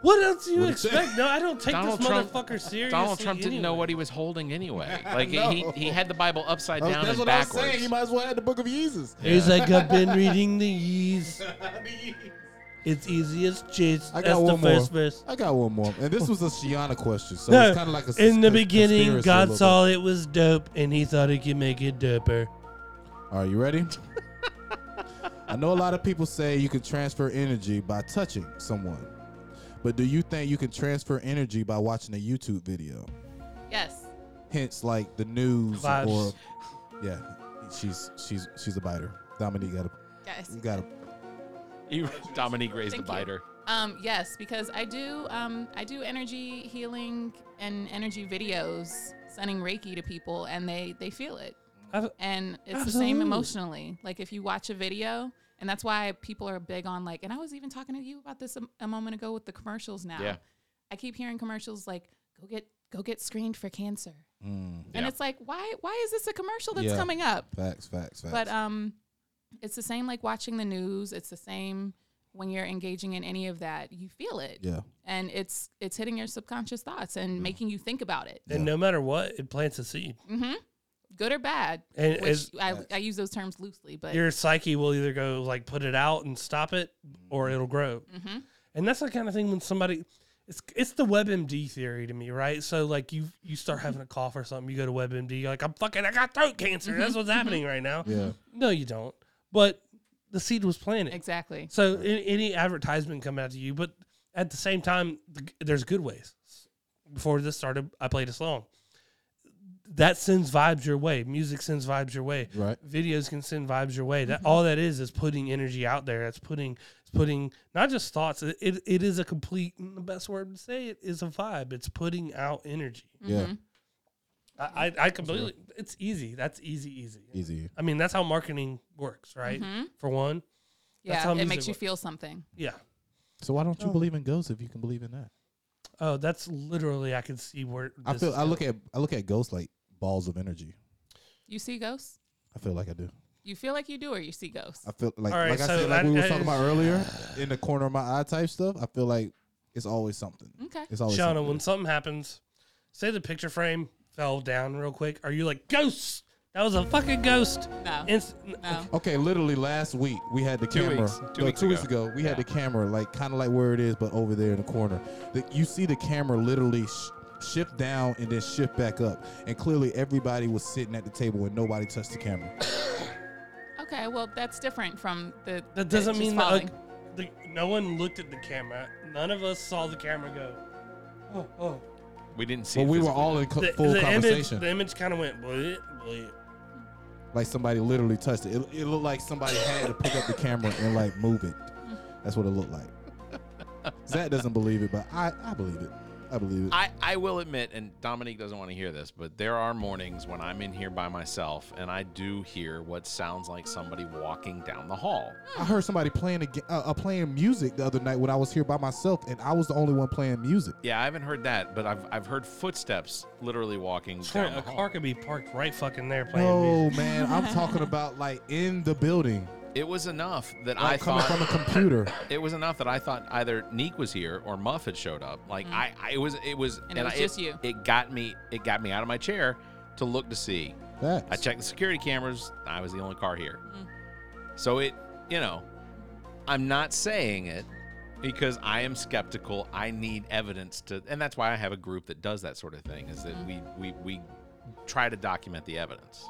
Speaker 4: What else do you
Speaker 3: What is
Speaker 4: expect? No, I don't take
Speaker 2: Donald
Speaker 4: this
Speaker 2: Trump-
Speaker 4: motherfucker seriously.
Speaker 2: Donald Trump didn't know
Speaker 4: anyway.
Speaker 2: what he was holding anyway. Like
Speaker 3: know.
Speaker 2: he, he had the Bible upside down
Speaker 3: That's
Speaker 2: and
Speaker 3: what
Speaker 2: backwards.
Speaker 3: I was saying. You might as well add the Book of Jesus.
Speaker 4: He's like, I've been reading the yeast. It's easy as cheese.
Speaker 3: I
Speaker 4: That's
Speaker 3: got
Speaker 4: the
Speaker 3: one more.
Speaker 4: first verse.
Speaker 3: I got one more, and this was a Shiana question, so
Speaker 4: No,
Speaker 3: it's kind of like a sus-
Speaker 4: in the
Speaker 3: cons-
Speaker 4: beginning,
Speaker 3: conspiracy a
Speaker 4: God
Speaker 3: little
Speaker 4: saw it was dope, and he thought he could make it doper.
Speaker 3: bit. Are you ready? I know a lot of people say you can transfer energy by touching someone, but do you think you can transfer energy by watching a YouTube video?
Speaker 5: Yes.
Speaker 3: Hence, like the news
Speaker 4: Vibes.
Speaker 3: or yeah, she's she's she's a biter. Dominique got a
Speaker 5: Yes.
Speaker 3: got a
Speaker 2: You- Dominique raised the
Speaker 5: Thank you.
Speaker 2: biter.
Speaker 5: Um, yes, because I do um, I do energy healing and energy videos, sending Reiki to people, and they they feel it,
Speaker 4: I've-
Speaker 5: and it's the same
Speaker 4: Absolutely.
Speaker 5: emotionally. Like if you watch a video, and that's why people are big on like. And I was even talking to you about this a, a moment ago with the commercials. Now,
Speaker 2: Yeah.
Speaker 5: I keep hearing commercials like go get go get screened for cancer,
Speaker 3: mm,
Speaker 5: and
Speaker 2: Yeah.
Speaker 5: it's like why why is this a commercial that's
Speaker 3: Yeah.
Speaker 5: coming up?
Speaker 3: facts, facts, facts.
Speaker 5: But um, it's the same like watching the news. It's the same when you're engaging in any of that. You feel it,
Speaker 3: yeah, Mm-hmm.
Speaker 5: and it's it's hitting your subconscious thoughts and making you think about it, Mm-hmm.
Speaker 4: And no matter what, it plants a seed.
Speaker 5: good or bad.
Speaker 4: And
Speaker 5: which
Speaker 4: as-
Speaker 5: I, I use those terms loosely, but
Speaker 4: Your psyche will either go like put it out and stop it, or it'll grow.
Speaker 5: mm-hmm,
Speaker 4: And that's the kind of thing when somebody, it's it's the WebMD theory to me, right? So like you you
Speaker 5: Mm-hmm.
Speaker 4: start having a cough or something, you go to WebMD, you're like I'm fucking, I got throat cancer. That's what's
Speaker 5: Mm-hmm.
Speaker 4: happening right now.
Speaker 3: yeah.
Speaker 4: No, you don't. But the seed was planted.
Speaker 5: exactly.
Speaker 4: So a- any advertisement coming out to you, but at the same time, the g- there's good ways. Before this started, I played a song. That sends vibes your way. Music sends vibes your way.
Speaker 3: Right.
Speaker 4: Videos can send vibes your way. That all that is is putting energy out there. It's putting it's putting not just thoughts. It, it, it is a complete. and The best word to say it is a vibe. It's putting out energy.
Speaker 3: Yeah,
Speaker 4: I I, I completely. It's easy. That's easy. Easy.
Speaker 3: easy.
Speaker 4: I mean that's how marketing works, right? For one. That's
Speaker 5: Yeah,
Speaker 4: how
Speaker 5: it
Speaker 4: music
Speaker 5: makes you
Speaker 4: works.
Speaker 5: feel something.
Speaker 4: Yeah.
Speaker 3: So why don't you believe in ghosts if you can believe in that?
Speaker 4: Oh, that's literally I can see where
Speaker 3: I
Speaker 4: this
Speaker 3: feel
Speaker 4: is
Speaker 3: I look
Speaker 4: going.
Speaker 3: at I look at ghosts like balls of energy.
Speaker 5: You see ghosts.
Speaker 3: I feel like I do.
Speaker 5: You feel like you do, or you see ghosts.
Speaker 3: I feel like
Speaker 4: All right,
Speaker 3: like I
Speaker 4: so
Speaker 3: said like we
Speaker 4: that
Speaker 3: were talking
Speaker 4: is-
Speaker 3: about earlier in the corner of my eye type stuff. I feel like it's always something.
Speaker 5: Okay.
Speaker 3: It's always
Speaker 4: Shauna,
Speaker 3: something.
Speaker 4: when something happens, say the picture frame fell down real quick. Are you like ghosts? That was a fucking ghost.
Speaker 5: No.
Speaker 4: Inst-
Speaker 5: No.
Speaker 3: Okay, literally last week we had the
Speaker 2: Two
Speaker 3: camera.
Speaker 2: weeks. Two
Speaker 3: no,
Speaker 2: weeks
Speaker 3: two
Speaker 2: ago.
Speaker 3: weeks ago we had the camera, like kind of like where it is, but over there in the corner. The, you see the camera literally sh- shift down and then shift back up, and clearly everybody was sitting at the table and nobody touched the camera.
Speaker 5: Okay, well that's different from the.
Speaker 4: That doesn't
Speaker 5: it's just
Speaker 4: mean that
Speaker 5: falling.
Speaker 4: like, the, no one looked at the camera. None of us saw the camera go. Oh, oh.
Speaker 2: We didn't see.
Speaker 3: But
Speaker 2: it
Speaker 3: we were
Speaker 2: physically.
Speaker 3: all in co-
Speaker 4: The,
Speaker 3: full
Speaker 4: the image,
Speaker 3: conversation.
Speaker 4: the image kind of went. Bleh, bleh.
Speaker 3: like somebody literally touched it. it. It looked like somebody had to pick up the camera and like move it. That's what it looked like. Zach doesn't believe it, but I, I believe it. I believe it.
Speaker 2: I, I will admit, and Dominique doesn't want to hear this, but there are mornings when I'm in here by myself and I do hear what sounds like somebody walking down the hall.
Speaker 3: I heard somebody playing a, ga- uh, uh, playing music the other night when I was here by myself, and I was the only one playing music.
Speaker 2: Yeah, I haven't heard that, but I've, I've heard footsteps literally walking
Speaker 4: Sure,
Speaker 2: down the
Speaker 4: a
Speaker 2: hall.
Speaker 4: car could be parked right fucking there playing music.
Speaker 3: No, man, I'm talking about like in the building,
Speaker 2: It was enough that I
Speaker 3: like coming
Speaker 2: thought
Speaker 3: from a computer.
Speaker 2: it was enough that I thought either Neek was here or Muff had showed up. Like I, I, it was, it was,
Speaker 5: Mm. And it was
Speaker 2: I-
Speaker 5: just you.
Speaker 2: It got me, it got me out of my chair to look to see.
Speaker 3: Facts.
Speaker 2: I checked the security cameras. I was the only car here.
Speaker 5: Mm.
Speaker 2: So it, you know, I'm not saying it because I am skeptical. I need evidence to, and that's why I have a group that does that sort of thing. Is that
Speaker 5: Mm.
Speaker 2: we we we try to document the evidence.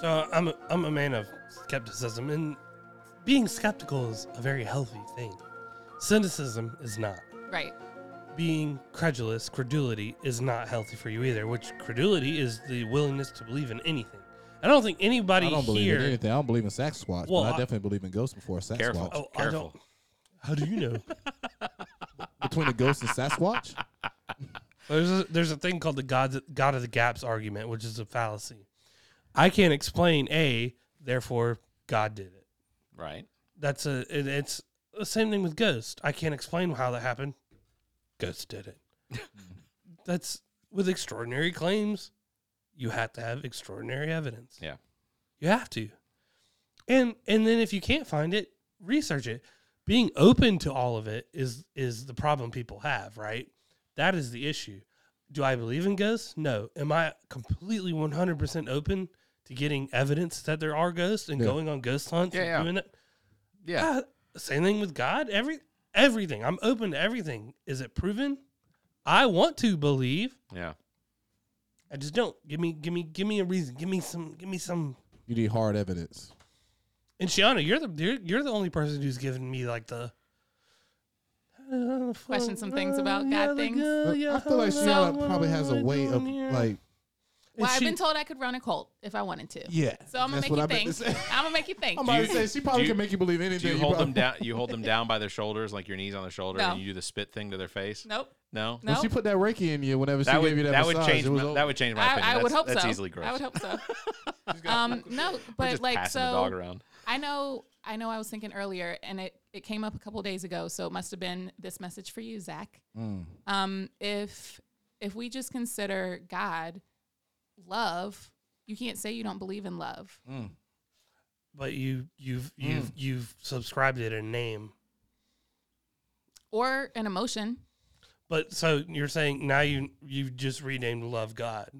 Speaker 4: So I'm a, I'm a man of skepticism, and being skeptical is a very healthy thing. Cynicism is not.
Speaker 5: right.
Speaker 4: Being credulous, credulity, is not healthy for you either. Which credulity is the willingness to believe in anything. I don't think anybody
Speaker 3: I don't believe
Speaker 4: here.
Speaker 3: in anything. I don't believe in Sasquatch,
Speaker 4: Well,
Speaker 3: but I,
Speaker 4: I-
Speaker 3: definitely believe in ghosts before Sasquatch.
Speaker 2: Careful.
Speaker 4: Oh, I
Speaker 2: Careful.
Speaker 4: don't. How do you know?
Speaker 3: Between the ghost and Sasquatch,
Speaker 4: there's a, there's a thing called the God God of the Gaps argument, which is a fallacy. I can't explain A, therefore God did it.
Speaker 2: Right.
Speaker 4: that's a it, it's the same thing with ghost i can't explain how that happened ghost did it that's with extraordinary claims you have to have extraordinary evidence
Speaker 2: Yeah.
Speaker 4: you have to and and then if you can't find it research it being open to all of it is is the problem people have, right? That is the issue. Do I believe in ghosts? No. Am I completely 100% open to getting evidence that there are ghosts and
Speaker 3: Yeah.
Speaker 4: going on ghost hunts
Speaker 2: Yeah,
Speaker 4: and
Speaker 2: yeah.
Speaker 4: doing it?
Speaker 2: Yeah.
Speaker 4: Ah, same thing with God. Every everything. I'm open to everything. Is it proven? I want to believe.
Speaker 2: yeah.
Speaker 4: I just don't. Give me give me give me a reason. Give me some give me some
Speaker 3: You need hard evidence.
Speaker 4: And Shiana, you're the you're, you're the only person who's given me like the
Speaker 5: Question some things about God things.
Speaker 3: But I feel like Shiana probably has a way of like.
Speaker 5: Well, I've been told I could run a cult if I wanted to.
Speaker 3: Yeah.
Speaker 5: So I'm gonna
Speaker 3: That's
Speaker 5: make
Speaker 3: what
Speaker 5: you
Speaker 3: I've been
Speaker 5: think.
Speaker 3: saying.
Speaker 5: I'm gonna make you think.
Speaker 3: I'm
Speaker 2: Do
Speaker 3: about
Speaker 2: you-
Speaker 3: to say she
Speaker 2: do
Speaker 3: probably
Speaker 2: you-
Speaker 3: can make you believe anything.
Speaker 2: Do you hold them
Speaker 3: probably-
Speaker 2: down? You hold them down by their shoulders, like your knees on their shoulder,
Speaker 5: No.
Speaker 2: and you do the spit thing to their face.
Speaker 5: nope.
Speaker 2: No,
Speaker 5: No.
Speaker 3: When she put that Reiki in you, whenever she
Speaker 2: that
Speaker 3: gave
Speaker 2: would
Speaker 3: you that,
Speaker 2: that
Speaker 3: massage,
Speaker 2: would change.
Speaker 3: it was
Speaker 2: My,
Speaker 3: over.
Speaker 2: that would change my
Speaker 5: I,
Speaker 2: opinion.
Speaker 5: I would
Speaker 2: that's,
Speaker 5: hope
Speaker 2: that's
Speaker 5: so.
Speaker 2: easily gross.
Speaker 5: I would hope so. um, no,
Speaker 2: We're
Speaker 5: but
Speaker 2: just
Speaker 5: like
Speaker 2: passing the dog
Speaker 5: so,
Speaker 2: around.
Speaker 5: I know, I know. I was thinking earlier, and it it came up a couple days ago, so it must have been this message for you, Zach.
Speaker 3: Mm,
Speaker 5: Um, if if we just consider God love, you can't say you don't believe in love.
Speaker 3: mm.
Speaker 4: but you you've
Speaker 3: Hmm.
Speaker 4: you've you've subscribed it a name.
Speaker 5: or an emotion.
Speaker 4: But so you're saying now you you just renamed love God.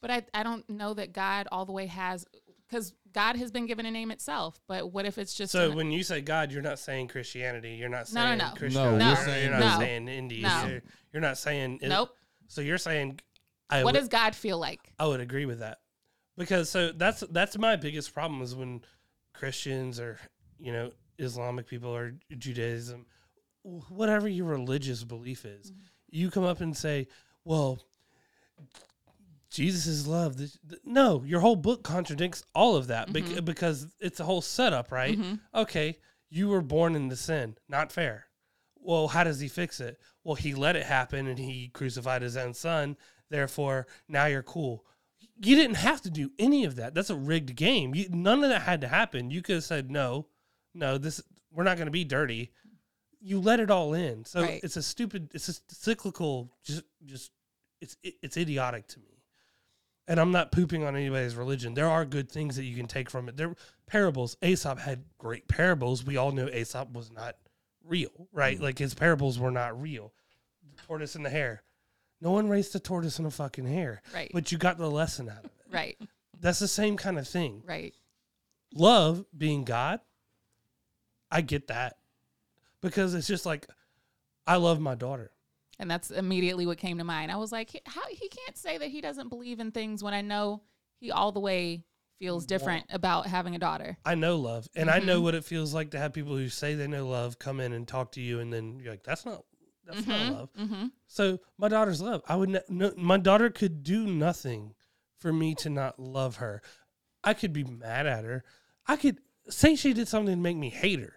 Speaker 5: But I, I don't know that God all the way has, because God has been given a name itself. But what if it's just
Speaker 4: So
Speaker 5: an-
Speaker 4: when you say God, you're not saying Christianity. You're not
Speaker 5: No, no,
Speaker 4: saying
Speaker 5: no.
Speaker 4: Christianity.
Speaker 3: No,
Speaker 4: you're,
Speaker 3: we're saying
Speaker 4: not
Speaker 5: no.
Speaker 4: saying Indies.
Speaker 5: No.
Speaker 4: You're, you're not saying it-
Speaker 5: nope?
Speaker 4: So you're saying I
Speaker 5: what
Speaker 4: would-
Speaker 5: does God feel like?
Speaker 4: I would agree with that because so that's that's my biggest problem is when Christians or you know Islamic people or Judaism, wh- whatever your religious belief is,
Speaker 5: Mm-hmm.
Speaker 4: you come up and say, "Well, Jesus is love." This, th- no, your whole book contradicts all of that bec-
Speaker 5: Mm-hmm.
Speaker 4: because it's a whole setup, right? Okay, you were born in the sin, not fair. Well, how does he fix it? Well, he let it happen and he crucified his own son. Therefore, now you're cool. You didn't have to do any of that. That's a rigged game. You, none of that had to happen. You could have said, no, no, this we're not going to be dirty. You let it all in. So
Speaker 5: Right.
Speaker 4: it's a stupid, it's a cyclical, just, just, it's, it's idiotic to me. And I'm not pooping on anybody's religion. There are good things that you can take from it. There parables. Aesop had great parables. We all know Aesop was not real, right? Like his parables were not real. The tortoise and the hare. No one raced a tortoise and a fucking hare.
Speaker 5: Right.
Speaker 4: But you got the lesson out of it.
Speaker 5: Right,
Speaker 4: That's the same kind of thing.
Speaker 5: right.
Speaker 4: Love being God, I get that. Because it's just like I love my daughter.
Speaker 5: And that's immediately what came to mind. I was like, "He- how he can't say that he doesn't believe in things when I know he all the way feels different about having a daughter.
Speaker 4: I know love, and I know what it feels like to have people who say they know love come in and talk to you, and then you're like, "That's not, that's
Speaker 5: Mm-hmm.
Speaker 4: not love." Oh. So my daughter's love. I would, ne- no, my daughter could do nothing for me to not love her. I could be mad at her. I could say she did something to make me hate her.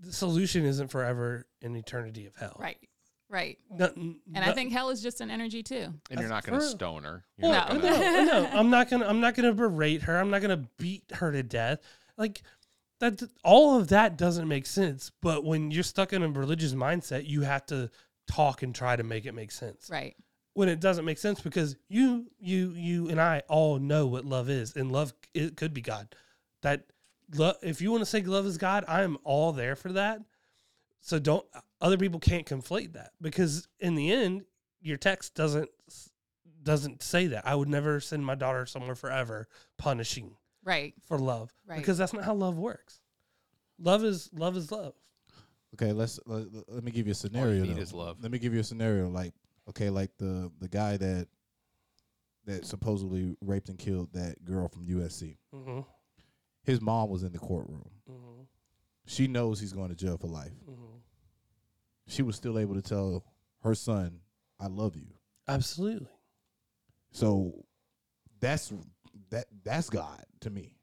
Speaker 4: The solution isn't forever in eternity of hell.
Speaker 5: Right, right.
Speaker 4: No-
Speaker 5: And
Speaker 4: no-
Speaker 5: I think hell is just an energy too.
Speaker 2: And you're not
Speaker 4: That's
Speaker 2: going to
Speaker 4: true.
Speaker 2: stone her. You're
Speaker 4: Well,
Speaker 2: not
Speaker 4: no.
Speaker 2: gonna-
Speaker 4: no, I'm not gonna. I'm not gonna berate her. I'm not gonna beat her to death. Like that. All of that doesn't make sense. But when you're stuck in a religious mindset, you have to talk and try to make it make sense.
Speaker 5: Right,
Speaker 4: When it doesn't make sense, because you, you, you, and I all know what love is, and love it could be God. That love. If you want to say love is God, I am all there for that. So don't. Other people can't conflate that because in the end, your text doesn't doesn't say that. I would never send my daughter somewhere forever punishing
Speaker 5: right.
Speaker 4: for love
Speaker 5: Right.
Speaker 4: because that's not how love works. Love is love is love.
Speaker 3: Okay, let's let, let me give
Speaker 2: Oh,
Speaker 3: you a scenario.
Speaker 2: need
Speaker 3: though.
Speaker 2: is love.
Speaker 3: Let me give you a scenario. Like, okay, like the the guy that that supposedly raped and killed that girl from USC.
Speaker 4: Mhm.
Speaker 3: His mom was in the courtroom. She knows he's going to jail for life. She was still able to tell her son, "I love you."
Speaker 4: Absolutely.
Speaker 3: So that's that that's God to me.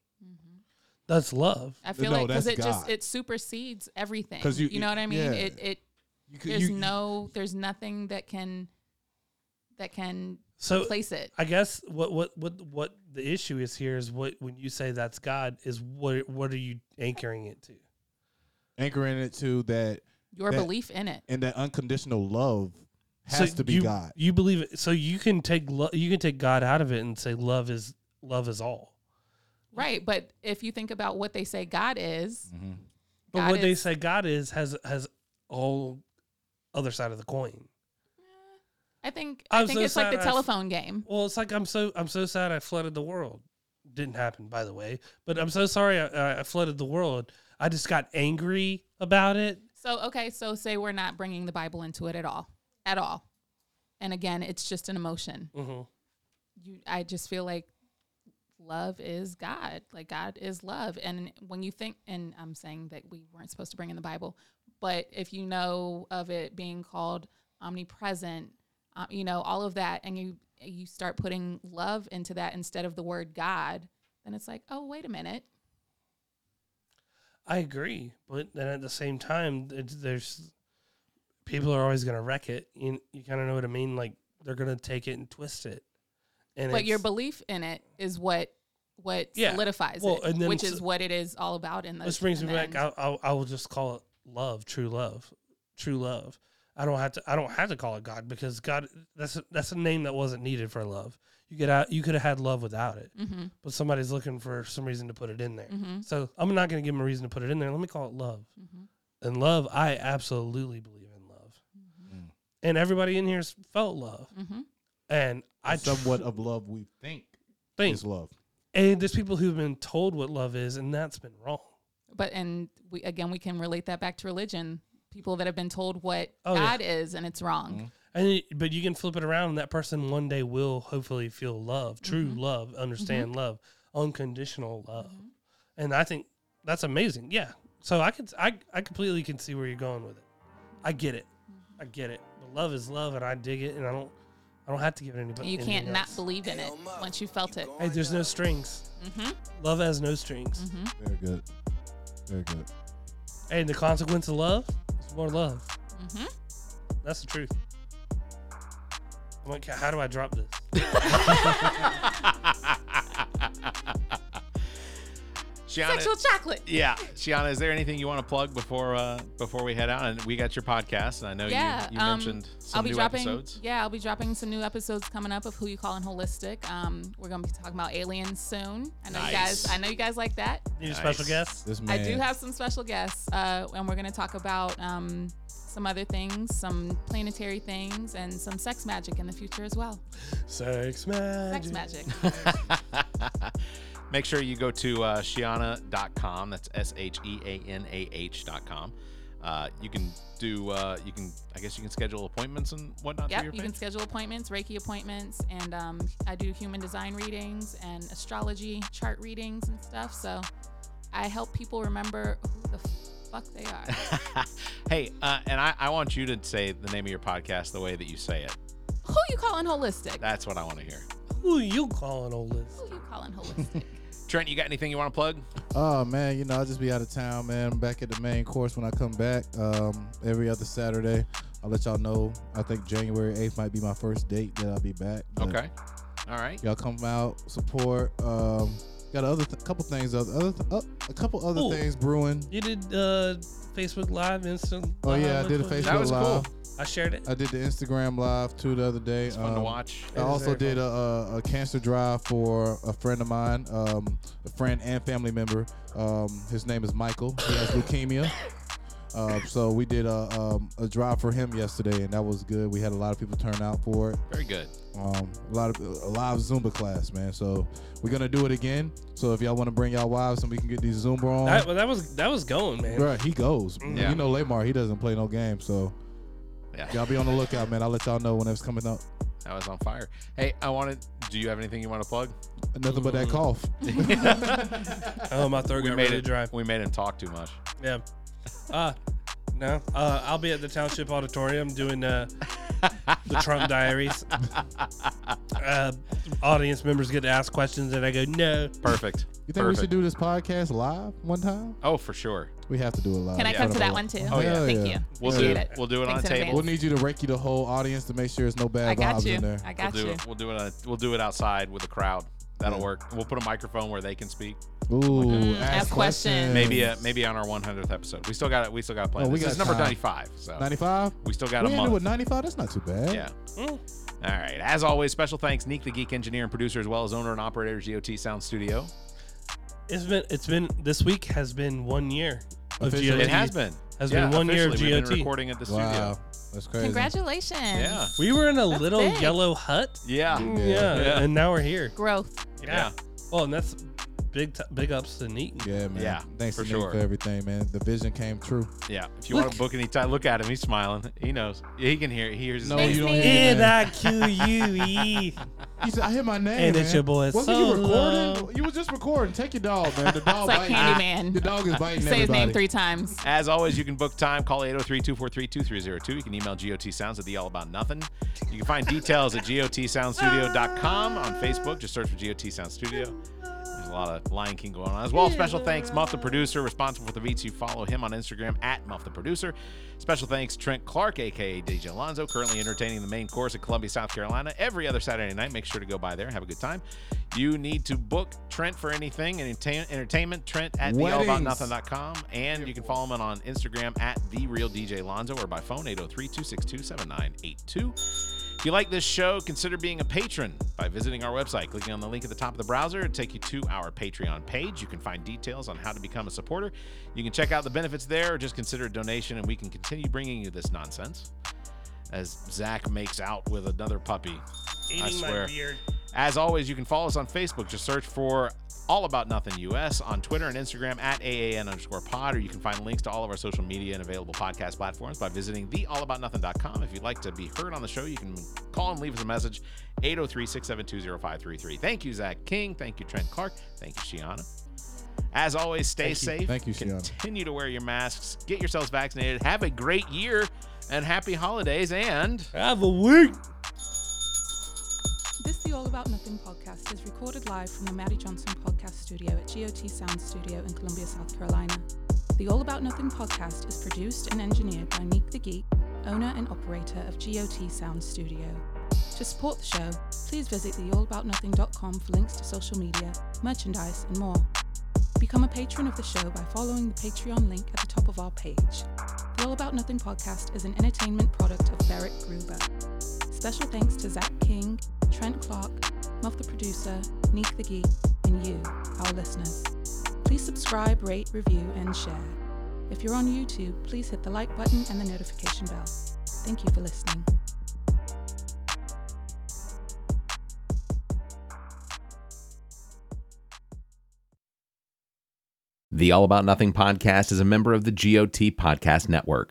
Speaker 4: That's love.
Speaker 5: I feel
Speaker 3: No,
Speaker 5: like because
Speaker 3: that's
Speaker 5: it just
Speaker 3: God.
Speaker 5: it supersedes everything.
Speaker 3: 'Cause you-
Speaker 5: know what I mean?
Speaker 3: yeah.
Speaker 5: It it
Speaker 3: You could,
Speaker 5: there's no there's nothing that can that can
Speaker 4: So
Speaker 5: place it
Speaker 4: I guess what what what what the issue is here is what when you say that's God is what what are you anchoring it to?
Speaker 3: anchoring it to that
Speaker 5: your
Speaker 3: that-
Speaker 5: belief in it.
Speaker 3: and that unconditional love has
Speaker 4: So
Speaker 3: to be
Speaker 4: you,
Speaker 3: God.
Speaker 4: You believe it. So you can take lo- you can take God out of it and say love is love is all.
Speaker 3: Mm-hmm.
Speaker 5: Right, but if you think about what they say God is,
Speaker 4: But
Speaker 5: God
Speaker 4: what they
Speaker 5: is-
Speaker 4: say God is has has all other side of the coin.
Speaker 5: I think
Speaker 4: I'm
Speaker 5: I think
Speaker 4: so
Speaker 5: it's like the
Speaker 4: sad I-
Speaker 5: telephone game.
Speaker 4: Well, it's like I'm so I'm so sad I flooded the world. Didn't happen, by the way. But I'm so sorry I, I flooded the world. I just got angry about it.
Speaker 5: So okay, so say we're not bringing the Bible into it at all, at all. And again, it's just an emotion.
Speaker 4: Mm-hmm.
Speaker 5: You, I just feel like love is God. Like God is love. And when you think, and I'm saying that we weren't supposed to bring in the Bible, but if you know of it being called omnipresent, um, you know all of that, and you you start putting love into that instead of the word God, then it's like, oh wait a minute,
Speaker 4: I agree, but then at the same time, it's, there's people are always going to wreck it. You, you kind of know what I mean? Like they're going to take it and twist it. And
Speaker 5: but your
Speaker 4: it's-
Speaker 5: belief in it is what what
Speaker 4: Yeah.
Speaker 5: solidifies
Speaker 4: Well,
Speaker 5: it,
Speaker 4: and then
Speaker 5: which
Speaker 4: s-
Speaker 5: is what it is all about. In the
Speaker 4: This brings
Speaker 5: in
Speaker 4: me
Speaker 5: the
Speaker 4: back.
Speaker 5: end.
Speaker 4: I, I I will just call it love, true love, true love. I don't have to. I don't have to call it God because God. That's a, that's a name that wasn't needed for love. You could out. You could have had love without it,
Speaker 5: Mhm.
Speaker 4: but somebody's looking for some reason to put it in there.
Speaker 5: Mhm.
Speaker 4: So I'm not going to give them a reason to put it in there. Let me call it love.
Speaker 5: mm-hmm,
Speaker 4: And love, I absolutely believe in love.
Speaker 3: Mm-hmm.
Speaker 4: And everybody in here's felt love.
Speaker 5: mm-hmm.
Speaker 4: And I
Speaker 3: Somewhat of love we think
Speaker 4: think.
Speaker 3: is love.
Speaker 4: And there's people who've been told what love is, and that's been wrong.
Speaker 5: But and we again we can relate that back to religion. People that have been told what
Speaker 4: Oh, yeah. Mm-hmm.
Speaker 5: God is and it's wrong.
Speaker 4: And it, but you can flip it around, and that person one day will hopefully feel love, true
Speaker 5: Mm-hmm.
Speaker 4: love, understand love, unconditional love, and I think that's amazing. Yeah, so I can I I completely can see where you're going with it. I get it,
Speaker 5: Mm-hmm.
Speaker 4: I get it. But love is love, and I dig it, and I don't I don't have to give it anybody.
Speaker 5: You can't
Speaker 4: anything
Speaker 5: not
Speaker 4: else.
Speaker 5: believe in it once you felt it.
Speaker 4: Hey, there's no strings.
Speaker 2: Mm-hmm.
Speaker 4: Love has no strings,
Speaker 3: Very good. Very good.
Speaker 2: Mm.
Speaker 4: and the consequence of love is more love.
Speaker 5: Mm-hmm.
Speaker 4: That's the truth. I'm like, how do I drop this?
Speaker 2: Shiana,
Speaker 5: Sexual chocolate.
Speaker 2: yeah, Shiana, is there anything you want to plug before uh, before we head out? And we got your podcast, and I know
Speaker 5: Yeah,
Speaker 2: you, you
Speaker 5: um,
Speaker 2: mentioned some
Speaker 5: I'll be
Speaker 2: new
Speaker 5: dropping.
Speaker 2: episodes.
Speaker 5: Yeah, I'll be dropping some new episodes coming up of Who You Calling Holistic. Um, we're gonna be talking about aliens soon. I know you guys.
Speaker 2: Nice.
Speaker 5: I know you guys like that.
Speaker 4: Need a special
Speaker 2: Nice.
Speaker 4: guest?
Speaker 3: This man.
Speaker 5: I do have some special guests, uh, and we're going to talk about um, some other things, some planetary things, and some sex magic in the future as well.
Speaker 4: Sex magic.
Speaker 5: Sex magic.
Speaker 2: Make sure you go to uh, Shiana.com. That's S H E A N A H.com. Uh, you can do. Uh, you can. I guess you can schedule appointments and whatnot. through
Speaker 5: yep,
Speaker 2: your
Speaker 5: you can
Speaker 2: page?
Speaker 5: schedule appointments, Reiki appointments, and um, I do human design readings and astrology chart readings and stuff. So I help people remember who the fuck they are.
Speaker 2: hey, uh, and I, I want you to say the name of your podcast the way that you say it.
Speaker 5: who you calling holistic?
Speaker 2: That's what I want to hear.
Speaker 4: Who you calling old list?
Speaker 5: who you calling holistic?
Speaker 2: Trent, you got anything you want to plug?
Speaker 3: Oh man, you know I just be out of town, man. I'm back at the main course when I come back. Um, every other Saturday, I'll let y'all know. I think January 8th might be my first date that I'll be back. But
Speaker 2: Okay. All right.
Speaker 3: Y'all come out, support. Um, got a other th- couple things, other, other th- uh, a couple other
Speaker 4: Ooh.
Speaker 3: things brewing.
Speaker 4: You did uh, Facebook Live, instant.
Speaker 3: Oh yeah,
Speaker 4: Live,
Speaker 3: I did a
Speaker 4: which was-
Speaker 3: Facebook
Speaker 2: That was cool.
Speaker 3: live.
Speaker 4: I shared it.
Speaker 3: I did the Instagram live too the other day.
Speaker 2: It's fun to
Speaker 3: Um,
Speaker 2: watch.
Speaker 3: I
Speaker 4: It is
Speaker 3: also
Speaker 4: very
Speaker 3: did a,
Speaker 4: fun.
Speaker 3: a, a cancer drive for a friend of mine, um, a friend and family member. Um, his name is Michael. He has leukemia. Uh, so we did a, um, a drive for him yesterday, and that was good. We had a lot of people turn out for it.
Speaker 2: Very good.
Speaker 3: Um, a lot of a live Zumba class, man. So we're gonna do it again. So if y'all want to bring y'all wives, and we can get these Zumba on.
Speaker 4: That, well, that was that was going, man.
Speaker 3: Bruh, he goes.
Speaker 2: Mm. Yeah.
Speaker 3: You know, Lamar, he doesn't play no game. So
Speaker 2: Yeah.
Speaker 3: y'all be on the lookout, man. I'll let y'all know when it's coming up.
Speaker 2: That was on fire. Hey, I wanted. Do you have anything you want to plug?
Speaker 3: Nothing but that
Speaker 4: Mm-hmm.
Speaker 3: cough.
Speaker 4: Oh, my throat
Speaker 2: We
Speaker 4: got
Speaker 2: made
Speaker 4: really
Speaker 2: it.
Speaker 4: dry.
Speaker 2: We made him talk too much.
Speaker 4: Yeah. Uh, no, uh, I'll be at the Township Auditorium doing uh, the Trump Diaries. Uh, audience members get to ask questions, and I go no.
Speaker 2: Perfect.
Speaker 3: You think we should do this podcast live one time?
Speaker 2: Oh, for sure.
Speaker 3: We have to do it live.
Speaker 5: Can I
Speaker 3: Yeah.
Speaker 5: come to that one too?
Speaker 2: Oh, yeah.
Speaker 3: Hell
Speaker 5: Thank
Speaker 3: yeah.
Speaker 5: you.
Speaker 2: We'll
Speaker 5: Appreciate
Speaker 2: do
Speaker 5: it.
Speaker 2: We'll do it
Speaker 5: Thanks
Speaker 2: on
Speaker 5: in
Speaker 2: a table.
Speaker 3: We'll need you to reiki the whole audience to make sure there's no bad
Speaker 5: I got
Speaker 3: vibes
Speaker 5: you.
Speaker 3: in there.
Speaker 5: I
Speaker 2: We'll
Speaker 5: got
Speaker 2: do
Speaker 5: you.
Speaker 2: it. We'll do it. On, we'll do it outside with a crowd. That'll
Speaker 3: Yeah.
Speaker 2: work. We'll put a microphone where they can speak.
Speaker 5: ask
Speaker 3: Ooh, ask
Speaker 5: Mm, questions.
Speaker 3: questions.
Speaker 2: Maybe uh, maybe on our 100th episode. We still got it. We still got to play.
Speaker 3: Oh, we
Speaker 2: this
Speaker 3: got
Speaker 2: is number
Speaker 3: time.
Speaker 2: 95. So
Speaker 3: 95.
Speaker 2: we still got
Speaker 3: We
Speaker 2: a
Speaker 3: ended with
Speaker 2: month.
Speaker 3: 95. That's not too bad.
Speaker 2: Yeah. All right. As always, special thanks Neek, the geek engineer and producer, as well as owner and operator of GOT Sound Studio.
Speaker 4: It's been it's been this week has been one year of
Speaker 3: Officially.
Speaker 2: It
Speaker 4: GOT.
Speaker 2: has been.
Speaker 4: Has
Speaker 2: Yeah,
Speaker 4: been one year of
Speaker 2: officially, we've
Speaker 4: GOT.
Speaker 2: been recording at the studio.
Speaker 3: Wow, that's crazy.
Speaker 11: Congratulations.
Speaker 2: Yeah.
Speaker 4: We were in a little
Speaker 11: big.
Speaker 4: yellow hut.
Speaker 2: Yeah.
Speaker 4: Yeah.
Speaker 2: Yeah.
Speaker 4: and now we're here.
Speaker 11: Growth.
Speaker 2: Yeah.
Speaker 4: Well, and that's big, t- big ups to Neaton.
Speaker 3: Yeah, man.
Speaker 2: Yeah,
Speaker 3: Thanks
Speaker 2: for
Speaker 3: to Nate
Speaker 2: sure.
Speaker 3: for everything, man. The vision came true.
Speaker 2: Yeah. If you want to book any time, look at him. He's smiling. He knows. He can hear. He hears. His
Speaker 3: No,
Speaker 2: name.
Speaker 3: you don't
Speaker 11: me.
Speaker 3: hear
Speaker 4: N
Speaker 3: that.
Speaker 4: I Q U E.
Speaker 3: He said, I hear my name.
Speaker 4: And it's
Speaker 3: man.
Speaker 4: your boy
Speaker 3: Wasn't you
Speaker 4: Solo.
Speaker 3: recording? You was just recording. Take your dog, man. The dog
Speaker 11: like
Speaker 3: biting.
Speaker 11: Candyman.
Speaker 3: The dog is biting
Speaker 11: Say his
Speaker 3: everybody.
Speaker 11: name three times.
Speaker 2: As always, you can book time. Call 803-243-2302. You can email gotsounds at the all about nothing. You can find details at gotsoundstudio.com. On Facebook, just search for GOT Sound Studio. There's a lot of Lion King going on as well. Special thanks, Muff the Producer, responsible for the beats. You follow him on Instagram at Muff the Producer. Special thanks, Trent Clark, aka DJ Alonzo, currently entertaining the main course at Columbia, South Carolina, every other Saturday night. Make sure to go by there and have a good time. You need to book Trent for anything, entertain, entertainment, Trent at the all about
Speaker 3: Weddings.
Speaker 2: nothing com, and you can follow him on Instagram at the real DJ Lonzo or by phone 803-262-7982. If you like this show, consider being a patron by visiting our website, clicking on the link at the top of the browser. It'll take you to our Patreon page. You can find details on how to become a supporter. You can check out the benefits there or just consider a donation and we can continue bringing you this nonsense as Zach makes out with another puppy. I swear. As always, you can follow us on Facebook. Just search for All About Nothing US on Twitter and Instagram at AAN underscore pod, or you can find links to all of our social media and available podcast platforms by visiting theallaboutnothing.com. If you'd like to be heard on the show, you can call and leave us a message 803 672 0533. Thank you, Zach King. Thank you, Trent Clark. Thank you, Shiana. As always, stay safe.
Speaker 3: Thank you, Shiana.
Speaker 2: Continue to wear your masks. Get yourselves vaccinated. Have a great year and happy holidays. And.
Speaker 4: Have a week.
Speaker 5: This The All About Nothing podcast is recorded live from the Maddie Johnson Podcast Studio at GOT Sound Studio in Columbia, South Carolina. The All About Nothing podcast is produced and engineered by Meek the Geek, owner and operator of GOT Sound Studio. To support the show, please visit theallaboutnothing.com for links to social media, merchandise, and more. Become a patron of the show by following the Patreon link at the top of our page. The All About Nothing podcast is an entertainment product of Derek Gruber. Special thanks to Zach King, Trent Clark, Muff the Producer, Neek the Geek, and you, our listeners. Please subscribe, rate, review, and share. If you're on YouTube, please hit the like button and the notification bell. Thank you for listening.
Speaker 12: The All About Nothing podcast is a member of the GOT Podcast Network.